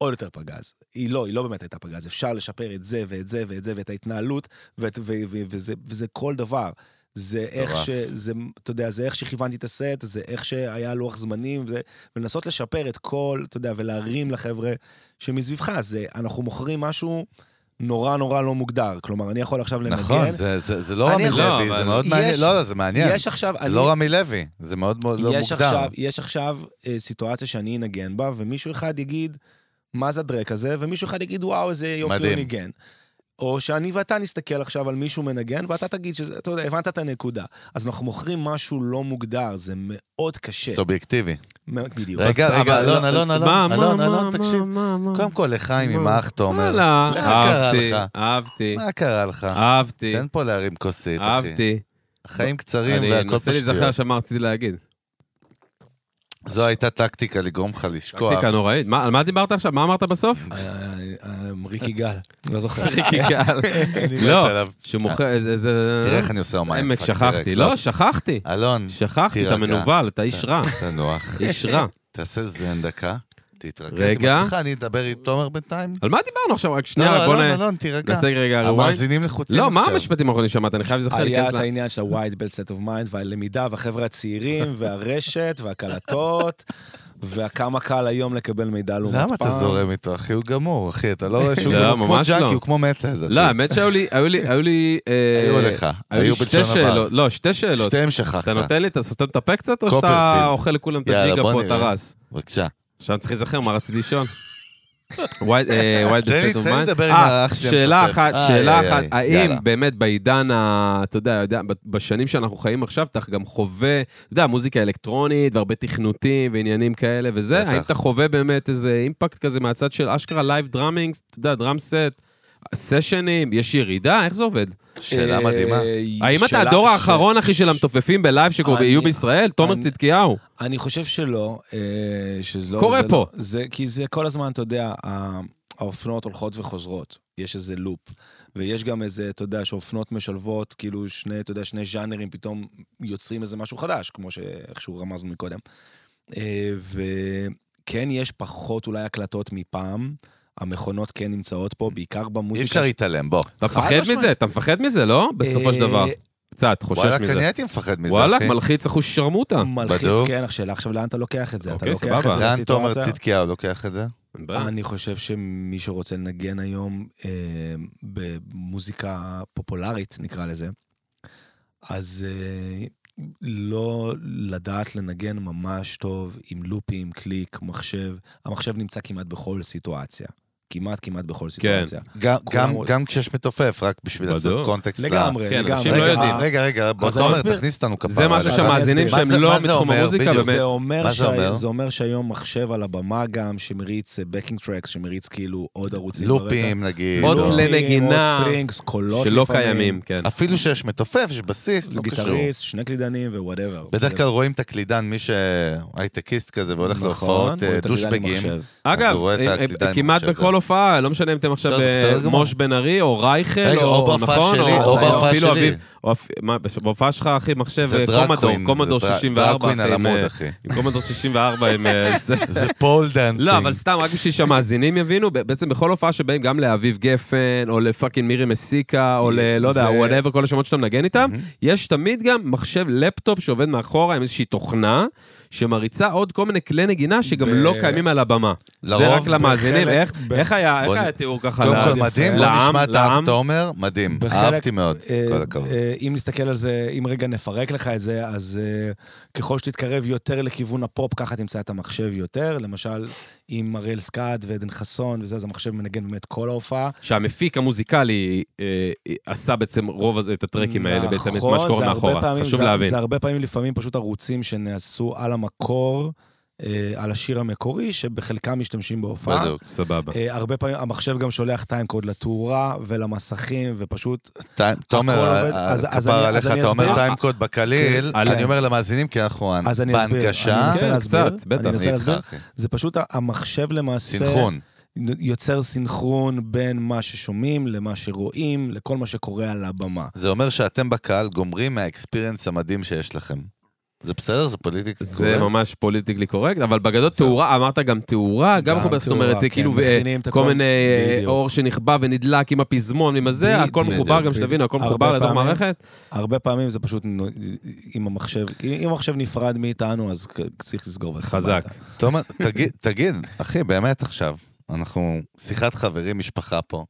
Speaker 3: עוד יותר פגז. היא לא, היא לא באמת הייתה פגז, אפשר לשפר את זה ואת זה ואת זה ואת ההתנהלות, ואת, ו, ו, וזה, וזה כל דבר. זה איך
Speaker 2: מטורף.
Speaker 3: ש... זה, אתה יודע, זה איך שכיוונתי את הסט, זה איך שהיה לוח זמנים, וזה, ולנסות לשפר את כל, אתה יודע, ולהרים לחבר'ה שמסביבך. זה, אנחנו מוכרים משהו נורא נורא לא מוגדר. כלומר, אני יכול עכשיו לנגן.
Speaker 2: נכון, זה- זה זה לא
Speaker 3: אני
Speaker 2: רמי
Speaker 3: יכול-
Speaker 2: לוי,
Speaker 1: לא,
Speaker 2: זה
Speaker 1: אבל-
Speaker 2: מאוד
Speaker 3: יש-
Speaker 2: מעניין. לא, לא, זה מעניין.
Speaker 3: יש עכשיו...
Speaker 2: זה
Speaker 3: אני-
Speaker 2: לא רמי לוי, זה מאוד מאוד לא
Speaker 3: יש
Speaker 2: מוגדר.
Speaker 3: עכשיו, יש עכשיו אה, סיטואציה שאני אנגן בה, ומישהו אחד יגיד, מה זה הדרק הזה, ומישהו אחד יגיד, וואו, איזה יופי הוא
Speaker 2: מדהים.
Speaker 3: ניגן. או שאני ואתה נסתכל עכשיו על מישהו מנגן, ואתה תגיד, שזה, אתה יודע, הבנת את הנקודה. אז אנחנו מוכרים משהו לא מוגדר, זה מאוד קשה.
Speaker 2: סובייקטיבי.
Speaker 3: מאוד- בדיוק.
Speaker 2: רגע,
Speaker 1: אבל-
Speaker 2: רגע, אלון,
Speaker 1: מה,
Speaker 2: אלון,
Speaker 1: מה,
Speaker 2: אלון,
Speaker 1: מה,
Speaker 2: אלון,
Speaker 1: מה,
Speaker 2: אלון,
Speaker 1: מה,
Speaker 2: תקשיב.
Speaker 1: מה, מה.
Speaker 2: קודם כל, לחיים, עם
Speaker 3: אה.
Speaker 1: מה?
Speaker 2: אח, תומר.
Speaker 1: וואלה,
Speaker 2: איך קרה
Speaker 1: אהבתי,
Speaker 2: לך?
Speaker 1: אהבתי,
Speaker 2: מה קרה לך?
Speaker 1: אה, לא. אהבתי,
Speaker 2: תן פה להרים כוסית, אחי.
Speaker 1: אהבתי.
Speaker 2: החיים קצרים
Speaker 1: אני
Speaker 2: והכל
Speaker 1: מנסה להיזכר
Speaker 2: בשטויות.
Speaker 1: שמה רציתי להגיד.
Speaker 2: זו הייתה טקטיקה לגרום לך לשכוח.
Speaker 1: טקטיקה נוראית. מה- על מה דיברת עכשיו? מה אמרת
Speaker 2: (laughs)
Speaker 1: בסוף?
Speaker 3: אה, אה, ריק יגאל, לא (laughs) זוכר.
Speaker 1: חיכי קהל.
Speaker 2: מת
Speaker 1: לא,
Speaker 2: עליו. אה,
Speaker 1: שמוכר איזה... איזה-
Speaker 2: תראה איך אני עושה אומן.
Speaker 1: עמק, שכחתי. לא, שכחתי.
Speaker 2: אלון,
Speaker 1: שכחתי, אתה
Speaker 2: אה, תירגע. כן.
Speaker 1: מנוול, אתה איש רע.
Speaker 2: תנוח.
Speaker 1: איש
Speaker 2: (laughs)
Speaker 1: רע.
Speaker 2: תעשה זן דקה, תתרכז
Speaker 1: רגע.
Speaker 2: עם עצמך, אני אדבר עם תומר בינתיים.
Speaker 1: על מה דיברנו עכשיו? רק
Speaker 2: לא,
Speaker 1: שנייה, רק בוא
Speaker 2: אלון,
Speaker 1: נ-
Speaker 2: אלון, תירגע.
Speaker 1: נעשה רגע rewind.
Speaker 2: המאזינים לחוצים
Speaker 1: לא, מה
Speaker 2: עכשיו.
Speaker 1: המשפטים האחרונים שאמרת? אני חייב לזכר
Speaker 2: (laughs)
Speaker 3: היה
Speaker 1: להיכנס
Speaker 3: את
Speaker 1: ל...
Speaker 3: העניין של ה-wide belt set of mind והלמידה והחבר'ה הצעירים והרשת והקלטות, (laughs) וכמה קל היום לקבל מידע לעומת פעם.
Speaker 2: למה אתה זורם איתו, אחי? הוא גמור, אחי, אתה לא רואה שהוא
Speaker 1: לא,
Speaker 2: גמור. כמו
Speaker 1: ממש
Speaker 2: ג'אנקי,
Speaker 1: לא.
Speaker 2: הוא כמו מטלד, אחי.
Speaker 1: לא, האמת שהיו לי... היו לי... היו לי... אה,
Speaker 2: היו לך,
Speaker 1: היו לי
Speaker 2: היו
Speaker 1: שתי
Speaker 2: בלשון עבר.
Speaker 1: שאלות. לא, שתי שאלות.
Speaker 2: שתיהם שכחת.
Speaker 1: אתה נותן לי, אתה סותם את הפה קצת, או שאתה
Speaker 2: קופרפילד.
Speaker 1: אוכל לכולם את
Speaker 2: יאללה,
Speaker 1: הג'יגה
Speaker 2: בוא
Speaker 1: פה, את
Speaker 2: נראה.
Speaker 1: הרס?
Speaker 2: בבקשה.
Speaker 1: עכשיו אני צריך להיזכר מה רציתי לשאול. וייד אה, וייד
Speaker 2: תן לי-
Speaker 1: בסטייט אוף
Speaker 2: תן לי
Speaker 1: מיינד.
Speaker 2: לדבר עם
Speaker 1: אה,
Speaker 2: האח שלי
Speaker 1: שאלה
Speaker 2: המחפף.
Speaker 1: אחת,
Speaker 2: איי,
Speaker 1: שאלה
Speaker 2: איי,
Speaker 1: אחת,
Speaker 2: איי,
Speaker 1: האם
Speaker 2: יאללה.
Speaker 1: באמת בעידן, ה- אתה יודע, יודע, ב- בשנים שאנחנו חיים עכשיו, אתה גם חווה, אתה יודע, מוזיקה אלקטרונית והרבה תכנותים ועניינים כאלה וזה,
Speaker 2: בטח.
Speaker 1: האם אתה חווה באמת איזה אימפקט כזה מהצד של אשכרה לייב דראמינג, אתה יודע, דראם סט, סשנים, יש ירידה, איך זה עובד?
Speaker 2: שאלה מדהימה.
Speaker 3: אה,
Speaker 1: האם אתה
Speaker 3: שאלה-
Speaker 1: האדור
Speaker 3: ש-
Speaker 1: האחרון, אחי, של המתופפים בלייב שקוראים
Speaker 3: אני-
Speaker 1: יהיו בישראל? תומר
Speaker 3: אני-
Speaker 1: צדקיהו.
Speaker 3: אני חושב שלא, אה, שזה לא...
Speaker 1: קורה
Speaker 3: זה
Speaker 1: פה.
Speaker 3: לא, זה, כי זה כל הזמן, אתה יודע, ה- האופנות הולכות וחוזרות. יש איזה לופ. ויש גם איזה, אתה יודע, שאופנות משלבות, כאילו שני, אתה יודע, שני ז'אנרים פתאום יוצרים איזה משהו חדש, כמו שאיכשהו רמזנו מקודם. אה, וכן, יש פחות אולי הקלטות מפעם. המכונות כן נמצאות פה, בעיקר
Speaker 2: אי
Speaker 3: במוזיקה. אה,
Speaker 2: אפשר להתעלם, בוא.
Speaker 1: אתה
Speaker 3: חד
Speaker 1: מפחד
Speaker 3: משמעית.
Speaker 1: מזה? אתה מפחד מזה, לא? בסופו של דבר.
Speaker 3: אה,
Speaker 1: קצת, חושש
Speaker 2: וואלכ, אני
Speaker 1: מזה.
Speaker 2: הייתי מפחד מזה,
Speaker 1: וואלכ, לא
Speaker 2: אחי.
Speaker 1: מלחיץ אחוש שרמוטה.
Speaker 3: מלחיץ,
Speaker 2: בדוק.
Speaker 3: כן, השאלה עכשיו לאן אתה לוקח את זה. אתה
Speaker 1: אוקיי,
Speaker 3: לוקח
Speaker 1: סבבה.
Speaker 3: את זה
Speaker 2: לאן תומר
Speaker 3: לסיטואציה-
Speaker 2: צדקיהו לוקח את זה?
Speaker 3: אני חושב שמי שרוצה לנגן היום אה, במוזיקה פופולרית, נקרא לזה, אז אה, לא לדעת לנגן ממש טוב עם לופים, קליק, מחשב. המחשב נמצא כמעט בכל סיטואציה. כמעט כמעט
Speaker 1: כן.
Speaker 3: בכל סיטואציה.
Speaker 2: גם-
Speaker 3: כולם-
Speaker 2: גם- גם כשיש מתופף, רק בשביל לעשות
Speaker 1: בדיוק.
Speaker 2: קונטקסט. ל-
Speaker 3: לגמרי,
Speaker 1: כן,
Speaker 3: לגמרי.
Speaker 1: אנשים
Speaker 2: רגע, אה,
Speaker 1: לא יודעים.
Speaker 3: אה,
Speaker 2: רגע, רגע, בוא,
Speaker 3: אז אני
Speaker 2: תומר,
Speaker 3: אסביר.
Speaker 2: תכניס אותנו כפרה.
Speaker 1: זה משהו
Speaker 2: עליך.
Speaker 3: אז אני
Speaker 1: שהמאזינים
Speaker 3: אסביר.
Speaker 1: שהם
Speaker 2: מה זה-
Speaker 1: לא
Speaker 2: מה זה
Speaker 1: מתחום
Speaker 2: אומר?
Speaker 1: המוזיקה,
Speaker 2: בדיוק.
Speaker 1: באמת.
Speaker 3: זה אומר,
Speaker 2: מה זה
Speaker 3: שה-
Speaker 2: אומר?
Speaker 3: זה אומר שהיום מחשב על הבמה גם, שמריץ בקינג טרקס, שמריץ כאילו עוד ערוצים ברקע.
Speaker 2: לופים, נגיד.
Speaker 1: עוד
Speaker 2: או-
Speaker 1: כלי
Speaker 3: לופים,
Speaker 1: נגינה
Speaker 3: עוד סטרינגס, קולות
Speaker 1: שלא
Speaker 3: לפעמים.
Speaker 1: קיימים, כן.
Speaker 2: אפילו שיש מתופף, יש בסיס, לא קשור.
Speaker 3: גיטריסט, שני קלידנים ווואטאבר.
Speaker 2: בדרך כלל רואים את הקלידן, מי שהייטקיסט כזה
Speaker 3: נכון,
Speaker 2: והולך להופעות אה, דושבגים. אז
Speaker 1: אגב,
Speaker 2: הוא רואה את
Speaker 1: אה,
Speaker 2: הקליטה
Speaker 1: אה,
Speaker 2: עם
Speaker 1: כמעט
Speaker 2: המחשב
Speaker 1: בכל
Speaker 2: הזה.
Speaker 1: הופעה, לא משנה אם אתם עכשיו
Speaker 2: לא, זה בסדר גמור.
Speaker 1: מוש בן ארי, או רייכל,
Speaker 2: רגע, או
Speaker 1: או
Speaker 2: בהופעה
Speaker 1: נכון,
Speaker 2: שלי,
Speaker 3: או בהופעה
Speaker 1: אפילו
Speaker 2: שלי.
Speaker 1: אביב. או אפ- מה, בש- בהופעה שלך, אחי, מחשב
Speaker 2: זה
Speaker 1: אה,
Speaker 2: דרג
Speaker 1: קומדור,
Speaker 2: קווין,
Speaker 1: קומדור
Speaker 2: זה דרג-
Speaker 1: 64,
Speaker 2: דרג
Speaker 1: אחי,
Speaker 2: קווין על
Speaker 1: עם,
Speaker 2: עמוד,
Speaker 1: אה, (laughs)
Speaker 2: אחי.
Speaker 1: עם קומדור 64, עם...
Speaker 2: (laughs)
Speaker 1: אה, זה-
Speaker 2: זה פול דאנסינג.
Speaker 1: לא, אבל סתם, רק בשביל שהמאזינים יבינו, ב- בעצם בכל הופעה שבאים גם לאביב גפן, או לפאקינג מירי מסיקה, או ל... לא יודע,
Speaker 3: זה-
Speaker 1: וואטאבר, כל השמות שאתה מנגן איתם, יש תמיד גם מחשב לפטופ שעובד מאחורה עם איזושהי תוכנה, שמריצה עוד כל מיני כלי נגינה שגם
Speaker 3: ב-
Speaker 1: לא קיימים על הבמה.
Speaker 2: לרוב,
Speaker 1: זה רק למאזינים,
Speaker 3: בחלק-
Speaker 1: איך-
Speaker 3: בח-
Speaker 1: איך היה איך
Speaker 2: בוא נ-
Speaker 1: היה תיאור ככה?
Speaker 2: קודם כל
Speaker 1: ל-
Speaker 2: מדהים,
Speaker 1: לא, לעם-
Speaker 2: בוא נשמע את האב
Speaker 1: לעם?
Speaker 2: תומר, מדהים,
Speaker 3: בחלק,
Speaker 2: אהבתי מאוד,
Speaker 3: אה,
Speaker 2: כל הכבוד.
Speaker 3: אה, אם נסתכל על זה, אם רגע נפרק לך את זה, אז אה, ככל שתתקרב יותר לכיוון הפופ, ככה תמצא את המחשב יותר. למשל, עם אריאל סקאט ועדן חסון וזה, אז המחשב מנגן באמת כל ההופעה.
Speaker 1: שהמפיק המוזיקלי אה, אה, עשה בעצם רוב הזה, את הטרקים האלה, בעצם את מה
Speaker 3: נכון, זה
Speaker 1: שקורה
Speaker 3: הרבה
Speaker 1: מאחורה.
Speaker 3: פעמים-
Speaker 1: חשוב
Speaker 3: זה-
Speaker 1: להבין.
Speaker 3: זה הרבה פעמים לפעמים פשוט ערוצים שנעשו על המקור, אה, על השיר המקורי, שבחלקם משתמשים בהופעה.
Speaker 2: בדיוק.
Speaker 1: סבבה.
Speaker 3: אה, הרבה פעמים המחשב גם שולח טיימקוד לתאורה ולמסכים, ופשוט...
Speaker 2: טיים- תומר,
Speaker 3: עובד.
Speaker 2: אה,
Speaker 3: אז- אז
Speaker 2: כפר
Speaker 3: אני-
Speaker 2: עליך,
Speaker 3: אז אני
Speaker 2: אתה אומר
Speaker 3: אסביר.
Speaker 2: טיימקוד בקליל,
Speaker 1: כן,
Speaker 2: אני
Speaker 1: כן.
Speaker 2: אומר למאזינים, כי אנחנו
Speaker 3: אז אני אסביר. אני
Speaker 2: בהנגשה.
Speaker 3: מנסה
Speaker 1: כן,
Speaker 3: להסביר.
Speaker 1: קצת, בטח.
Speaker 3: אני
Speaker 2: אני
Speaker 3: מנסה
Speaker 2: איתך,
Speaker 3: להסביר.
Speaker 2: אחי.
Speaker 3: זה פשוט ה- המחשב למעשה...
Speaker 2: סינכרון.
Speaker 3: יוצר סינכרון בין מה ששומעים למה שרואים, לכל מה שקורה על הבמה.
Speaker 2: זה אומר שאתם בקהל גומרים מהאקספיריאנס המדהים שיש לכם. זה בסדר? זה פוליטיקלי
Speaker 1: זה ממש פוליטיקלי קורקט, אבל בגדול תאורה, אמרת גם תאורה, אה, גם
Speaker 3: גם
Speaker 1: מחובר, זאת אומרת,
Speaker 3: תאורה,
Speaker 1: כאילו
Speaker 3: כן, מכינים את
Speaker 1: אה,
Speaker 3: הכל.
Speaker 1: כל מיני אה,
Speaker 3: בדיוק.
Speaker 1: אור שנכבה ונדלק עם הפזמון ועם הזה,
Speaker 3: בדיוק,
Speaker 1: הכל מחובר, גם
Speaker 2: בדיוק.
Speaker 1: שתבינו, הכל
Speaker 3: הרבה
Speaker 1: מחובר לתוך
Speaker 3: פעמים-
Speaker 1: מערכת.
Speaker 3: הרבה פעמים זה פשוט נו- עם המחשב, אם המחשב נפרד מאיתנו, אז כ- צריך לסגור ולכבד.
Speaker 1: חזק.
Speaker 2: תומר, תגיד, תגיד, אחי, באמת עכשיו, אנחנו שיחת חברים, משפחה פה.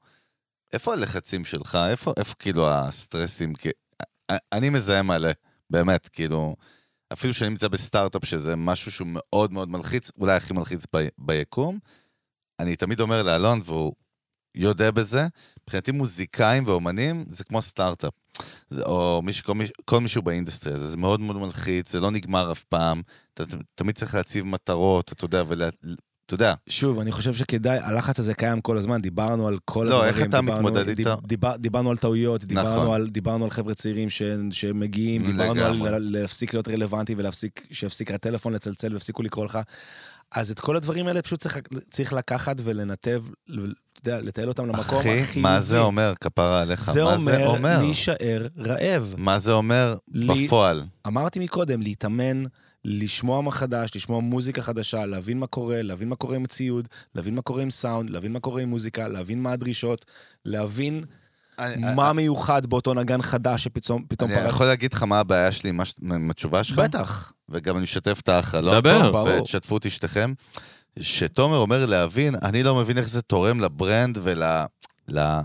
Speaker 2: איפה הלחצים שלך? איפה, איפה כאילו הסטרסים? כי- א- אני מזהה מלא, באמת, כאילו, אפילו שאני נמצא בסטארט-אפ, שזה משהו שהוא מאוד מאוד מלחיץ, אולי הכי מלחיץ ב, ביקום, אני תמיד אומר לאלון, והוא יודע בזה, מבחינתי מוזיקאים ואומנים זה כמו סטארט-אפ. זה, או מישהו, כל, מיש, כל מישהו באינדסטרי הזה, זה מאוד מאוד מלחיץ, זה לא נגמר אף פעם. אתה ת- תמיד צריך להציב מטרות, אתה יודע, ול... אתה יודע,
Speaker 3: שוב, אני חושב שכדאי, הלחץ הזה קיים כל הזמן, דיברנו על כל
Speaker 2: לא,
Speaker 3: הדברים.
Speaker 2: איך אתה
Speaker 3: דיברנו-
Speaker 2: מתמודד
Speaker 3: דיב-
Speaker 2: איתו?
Speaker 3: דיבר- דיברנו על טעויות,
Speaker 2: נכון.
Speaker 3: דיברנו על- דיברנו על חבר'ה צעירים ש- שמגיעים, דיברנו
Speaker 2: לגמרי.
Speaker 3: על ל- להפסיק להיות רלוונטי ולהפסיק, שיפסיק הטלפון לצלצל ויפסיקו לקרוא לך. אז את כל הדברים האלה פשוט צריך- צריך לקחת ולנתב, ל- אתה יודע, לתעל אותם למקום החיובי.
Speaker 2: אחי, מה זה אומר, כפרה עליך?
Speaker 3: זה
Speaker 2: מה זה
Speaker 3: אומר
Speaker 2: אומר?
Speaker 3: להישאר רעב.
Speaker 2: מה זה אומר
Speaker 3: לי-
Speaker 2: בפועל?
Speaker 3: אמרתי מקודם, להתאמן, לשמוע מה חדש, לשמוע מוזיקה חדשה, להבין מה קורה, להבין מה קורה עם ציוד, להבין מה קורה עם סאונד, להבין מה קורה עם מוזיקה, להבין מה הדרישות, להבין
Speaker 2: אני-
Speaker 3: מה מיוחד באותו נגן חדש שפתאום פתאום
Speaker 2: אה, אני
Speaker 3: פרק.
Speaker 2: יכול להגיד לך מה הבעיה שלי עם הש- עם התשובה שלך?
Speaker 3: בטח.
Speaker 2: וגם אני משתף את החלום.
Speaker 1: דבר.
Speaker 2: פה,
Speaker 3: ברור.
Speaker 2: ותשתפו את אשתכם. שתומר אומר להבין, אני לא מבין איך זה תורם לברנד ול... ל...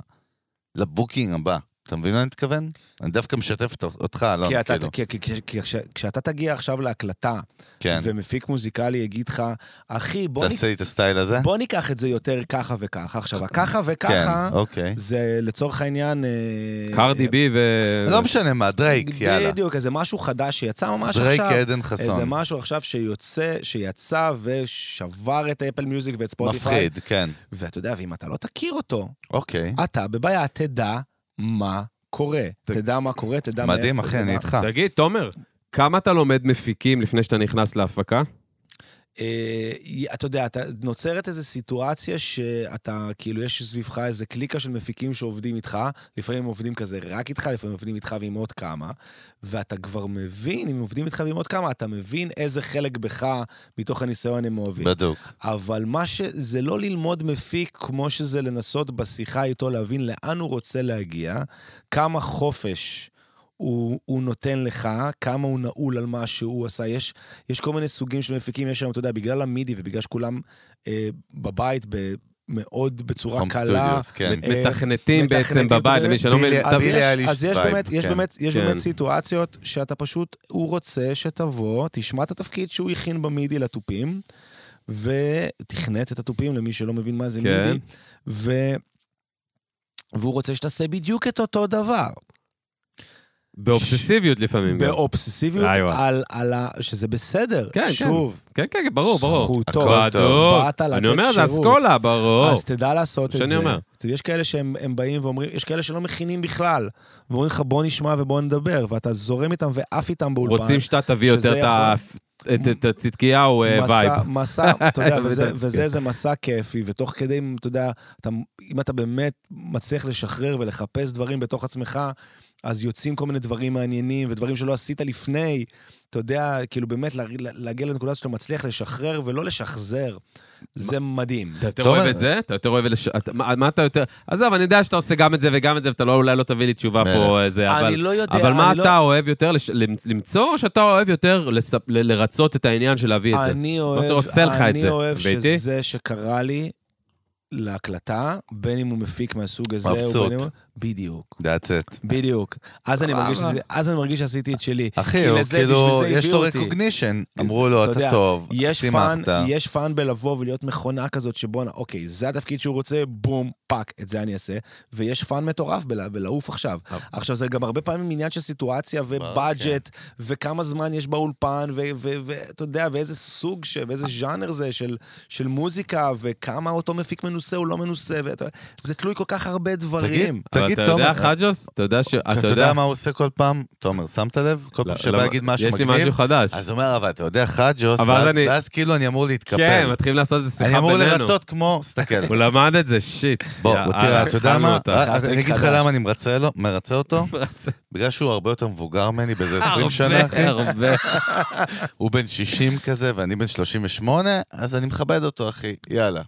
Speaker 2: לבוקינג הבא. אתה מבין מה אני מתכוון? אני דווקא משתף אות- אותך, אלון,
Speaker 3: כי אתה-
Speaker 2: כאילו.
Speaker 3: כי- כי- כי- כי כש- כשאתה תגיע עכשיו להקלטה,
Speaker 2: כן.
Speaker 3: ומפיק מוזיקלי יגיד לך, אחי, בוא נק-
Speaker 2: תעשה לי את הסטייל הזה.
Speaker 3: בוא ניקח את זה יותר ככה וככה. עכשיו, הככה
Speaker 2: כן,
Speaker 3: וככה,
Speaker 2: אוקיי.
Speaker 3: זה לצורך העניין... אה,
Speaker 1: קרדי בי ו...
Speaker 2: לא משנה מה, דרייק, יאללה.
Speaker 3: בדיוק, איזה משהו חדש שיצא ממש
Speaker 2: דרייק
Speaker 3: עכשיו.
Speaker 2: עדן
Speaker 3: איזה
Speaker 2: חסון.
Speaker 3: משהו עכשיו שיוצא, שיצא ושבר את אפל מיוזיק ואת ספוטיפיי.
Speaker 2: מפחיד, כן.
Speaker 3: ואתה יודע, ואם אתה לא תכיר אותו,
Speaker 2: אוקיי.
Speaker 3: אתה בבעיה, תדע מה קורה. תדע מה קורה, תדע מאיפה.
Speaker 2: מדהים,
Speaker 3: זה
Speaker 2: אחי, אני
Speaker 3: בא.
Speaker 2: איתך.
Speaker 1: תגיד, תומר, כמה אתה לומד מפיקים לפני שאתה נכנס להפקה?
Speaker 3: אה, אתה יודע, אתה, נוצרת איזו סיטואציה שאתה, כאילו, יש סביבך איזה קליקה של מפיקים שעובדים איתך, לפעמים הם עובדים כזה רק איתך, לפעמים עובדים איתך ועם עוד כמה, ואתה כבר מבין, אם עובדים איתך ועם עוד כמה, אתה מבין איזה חלק בך מתוך הניסיון הם אוהבים.
Speaker 2: בדוק.
Speaker 3: אבל מה ש... זה לא ללמוד מפיק כמו שזה לנסות בשיחה איתו להבין לאן הוא רוצה להגיע, כמה חופש הוא, הוא נותן לך, כמה הוא נעול על מה שהוא עשה. יש, יש כל מיני סוגים של מפיקים, יש היום, אתה יודע, בגלל המידי ובגלל שכולם אה, בבית ב, מאוד בצורה
Speaker 2: הום
Speaker 3: קלה.
Speaker 2: סטודיוס, כן.
Speaker 3: אה,
Speaker 1: מתכנתים בעצם
Speaker 3: מתכנתים, אה,
Speaker 1: בבית,
Speaker 3: אתה
Speaker 1: למי שלא
Speaker 2: מבין?
Speaker 1: מבין.
Speaker 2: בילי-
Speaker 1: אתה-
Speaker 3: אז
Speaker 2: בילי
Speaker 3: יש-
Speaker 2: אייליש
Speaker 3: אז יש
Speaker 2: וייב,
Speaker 3: באמת, יש
Speaker 2: כן.
Speaker 3: באמת, יש
Speaker 1: כן.
Speaker 3: באמת סיטואציות שאתה פשוט, הוא רוצה שתבוא, תשמע את התפקיד שהוא הכין במידי לתופים, ותכנת את התופים למי שלא מבין מה זה
Speaker 1: כן.
Speaker 3: מידי, ו... והוא רוצה שתעשה בדיוק את אותו דבר.
Speaker 1: באובססיביות לפעמים. גם.
Speaker 3: באובססיביות,
Speaker 1: איי, וואי.
Speaker 3: על, על ה... שזה בסדר.
Speaker 1: כן, כן.
Speaker 3: שוב,
Speaker 1: כן, כן, כן, ברור, ברור.
Speaker 3: זכותו.
Speaker 2: הכל טוב.
Speaker 1: בדוק.
Speaker 3: באת לתת
Speaker 1: אני אומר, זה
Speaker 3: שירות.
Speaker 1: אסכולה, ברור.
Speaker 3: אז תדע לעשות
Speaker 1: זה שאני
Speaker 3: את זה.
Speaker 1: אומר.
Speaker 3: יש כאלה שהם הם באים ואומרים, יש כאלה שלא מכינים בכלל, ואומרים לך בוא נשמע ובוא נדבר, ואתה זורם איתם ועף איתם באולפן.
Speaker 1: רוצים שאתה תביא
Speaker 3: שזה
Speaker 1: יותר את ה- את- את הצדקיהו אה, וייב.
Speaker 3: מסע, מסע, אתה יודע,
Speaker 1: (laughs)
Speaker 3: וזה,
Speaker 1: בדיוק. כן.
Speaker 3: וזה איזה מסע כיפי, ותוך כדי, אם אתה יודע, אתה, אם אתה באמת מצליח לשחרר ולחפש דברים בתוך עצמך, אז יוצאים כל מיני דברים מעניינים, ודברים שלא עשית לפני. אתה יודע, כאילו באמת לה- להגיע לנקודה שאתה מצליח לשחרר ולא לשחזר, זה מדהים.
Speaker 1: אתה יותר
Speaker 2: תומר-
Speaker 1: אוהב את זה? אתה יותר אוהב... לש- אתה- מה מה אתה יותר... עזוב, אני יודע שאתה עושה גם את זה וגם את זה, ואתה לא- אולי לא תביא לי תשובה
Speaker 2: אה.
Speaker 1: פה, אה, זה, אבל...
Speaker 3: אני לא יודע,
Speaker 1: אבל מה
Speaker 3: אני לא-
Speaker 1: אתה אוהב יותר לש- למצוא, או שאתה אוהב יותר לספ- ל- לרצות את העניין של להביא את זה?
Speaker 3: אני אוהב,
Speaker 1: אתה עושה לך את
Speaker 3: אני
Speaker 1: זה,
Speaker 3: אוהב
Speaker 1: ביתי?
Speaker 3: שזה שקרה לי להקלטה, בין אם הוא מפיק מהסוג הזה,
Speaker 2: מבסוט.
Speaker 3: ובין אם... בדיוק,
Speaker 2: That's it.
Speaker 3: בדיוק. אז אני, מרגיש שזה, אז אני מרגיש שעשיתי את שלי.
Speaker 2: אחי,
Speaker 3: כי
Speaker 2: הוא
Speaker 3: לזה-
Speaker 2: כאילו,
Speaker 3: בשביל זה
Speaker 2: יש לו
Speaker 3: הביאו אותי.
Speaker 2: רקוגנישן. אמרו לו, אתה
Speaker 3: יודע,
Speaker 2: טוב,
Speaker 3: יש פאן,
Speaker 2: שימחת.
Speaker 3: יש פאן בלבוא ולהיות מכונה כזאת שבואנה, אוקיי, זה התפקיד שהוא רוצה, בום, פאק, את זה אני אעשה. ויש פאן מטורף בלה- בלעוף עכשיו.
Speaker 2: אוקיי.
Speaker 3: עכשיו, זה גם הרבה פעמים עניין של סיטואציה ובאג'ט, וכמה זמן יש באולפן, ואתה יודע, ואיזה סוג, ש- ואיזה ז'אנר זה של- של מוזיקה, וכמה אותו מפיק מנוסה, הוא לא מנוסה, ואתה- זה תלוי כל כך הרבה דברים.
Speaker 1: אבל
Speaker 2: תגיד,
Speaker 1: אתה יודע,
Speaker 2: תומר, אה,
Speaker 1: חג'וס, אתה יודע ש...
Speaker 2: אתה יודע מה הוא עושה כל פעם? תומר, שמת לב? כל
Speaker 1: לא,
Speaker 2: פעם שבא
Speaker 1: למה-
Speaker 2: להגיד משהו
Speaker 1: יש לי משהו
Speaker 2: מגניב,
Speaker 1: חדש.
Speaker 2: אז הוא אומר, אבל אתה יודע, חג'וס,
Speaker 1: אבל
Speaker 2: ואז-
Speaker 1: אז אני-
Speaker 2: ואז כאילו אני אמור
Speaker 1: כן,
Speaker 2: להתקפל.
Speaker 1: מתחילים לעשות איזה שיחה
Speaker 2: אני
Speaker 1: בינינו.
Speaker 2: אמור לרצות כמו,
Speaker 1: (laughs)
Speaker 2: תסתכל.
Speaker 1: הוא למד את זה, שיט.
Speaker 2: בוא,
Speaker 1: יאללה,
Speaker 2: בוא, תראה, אתה יודע
Speaker 1: אכלנו
Speaker 2: מה?
Speaker 1: אותה.
Speaker 2: אה,
Speaker 3: חייב
Speaker 2: אני אגיד לך
Speaker 3: טריק חדש.
Speaker 2: למה אני מרצה לו- מרצה אותו, בגלל שהוא הרבה יותר מבוגר
Speaker 1: (laughs)
Speaker 2: ממני באיזה 20 אה, שנה, אחי.
Speaker 1: הרבה, הרבה.
Speaker 2: הוא בן 60 כזה ואני בן 38, אז אני מכבד אותו, אחי. יאללה.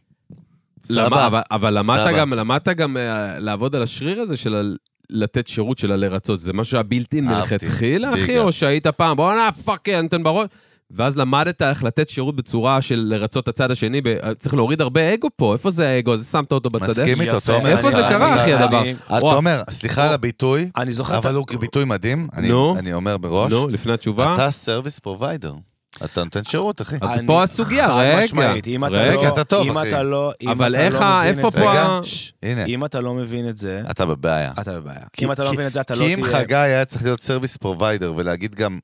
Speaker 1: למה, אבל- אבל למדת
Speaker 2: סבא.
Speaker 1: גם, למדת גם אה, לעבוד על השריר הזה של ה- לתת שירות של הלרצות. זה משהו הבלתי
Speaker 2: אהבתי.
Speaker 1: מלכתחילה, אחי,
Speaker 2: ביגה.
Speaker 1: או שהיית פעם, בואנה, פאק, אני נותן בראש. ואז למדת איך לתת שירות בצורה של לרצות את הצד השני. ב- אה, צריך להוריד הרבה אגו פה, איפה זה האגו הזה? שמת אותו בצד.
Speaker 2: מסכים איתו,
Speaker 3: יפה,
Speaker 2: תומר.
Speaker 1: איפה זה
Speaker 2: אני-
Speaker 1: קרה,
Speaker 2: אני-
Speaker 1: אחי,
Speaker 2: אני-
Speaker 1: הדבר?
Speaker 2: אה,
Speaker 1: וואו.
Speaker 2: תומר, סליחה על הביטוי,
Speaker 3: אני זוכר... את ה-
Speaker 2: אבל הוא ביטוי מדהים, אני-
Speaker 1: נו.
Speaker 2: אני אומר בראש.
Speaker 1: נו, לפני התשובה.
Speaker 2: אתה סרוויס פרוביידר. אתה נותן שירות, אחי.
Speaker 1: אז
Speaker 3: אני-
Speaker 1: פה הסוגיה,
Speaker 3: חד
Speaker 1: רגע.
Speaker 3: משמעית, אם אתה
Speaker 1: רגע,
Speaker 3: לא-
Speaker 2: כי אתה טוב,
Speaker 3: אם
Speaker 2: אחי.
Speaker 3: אתה לא... אם
Speaker 1: אבל
Speaker 3: אתה לא
Speaker 1: איך
Speaker 3: מבין
Speaker 1: ה-
Speaker 3: את
Speaker 1: איפה
Speaker 3: זה-
Speaker 1: פה
Speaker 2: רגע,
Speaker 1: ה-
Speaker 2: שש, הנה,
Speaker 3: אם אתה לא מבין את זה,
Speaker 2: אתה בבעיה.
Speaker 3: אתה בבעיה.
Speaker 2: כי-
Speaker 3: אם אתה לא
Speaker 2: כי-
Speaker 3: מבין את זה, אתה לא
Speaker 2: כי אם
Speaker 3: תהיה...
Speaker 2: חגי היה צריך להיות סרוויס פרוביידר ולהגיד גם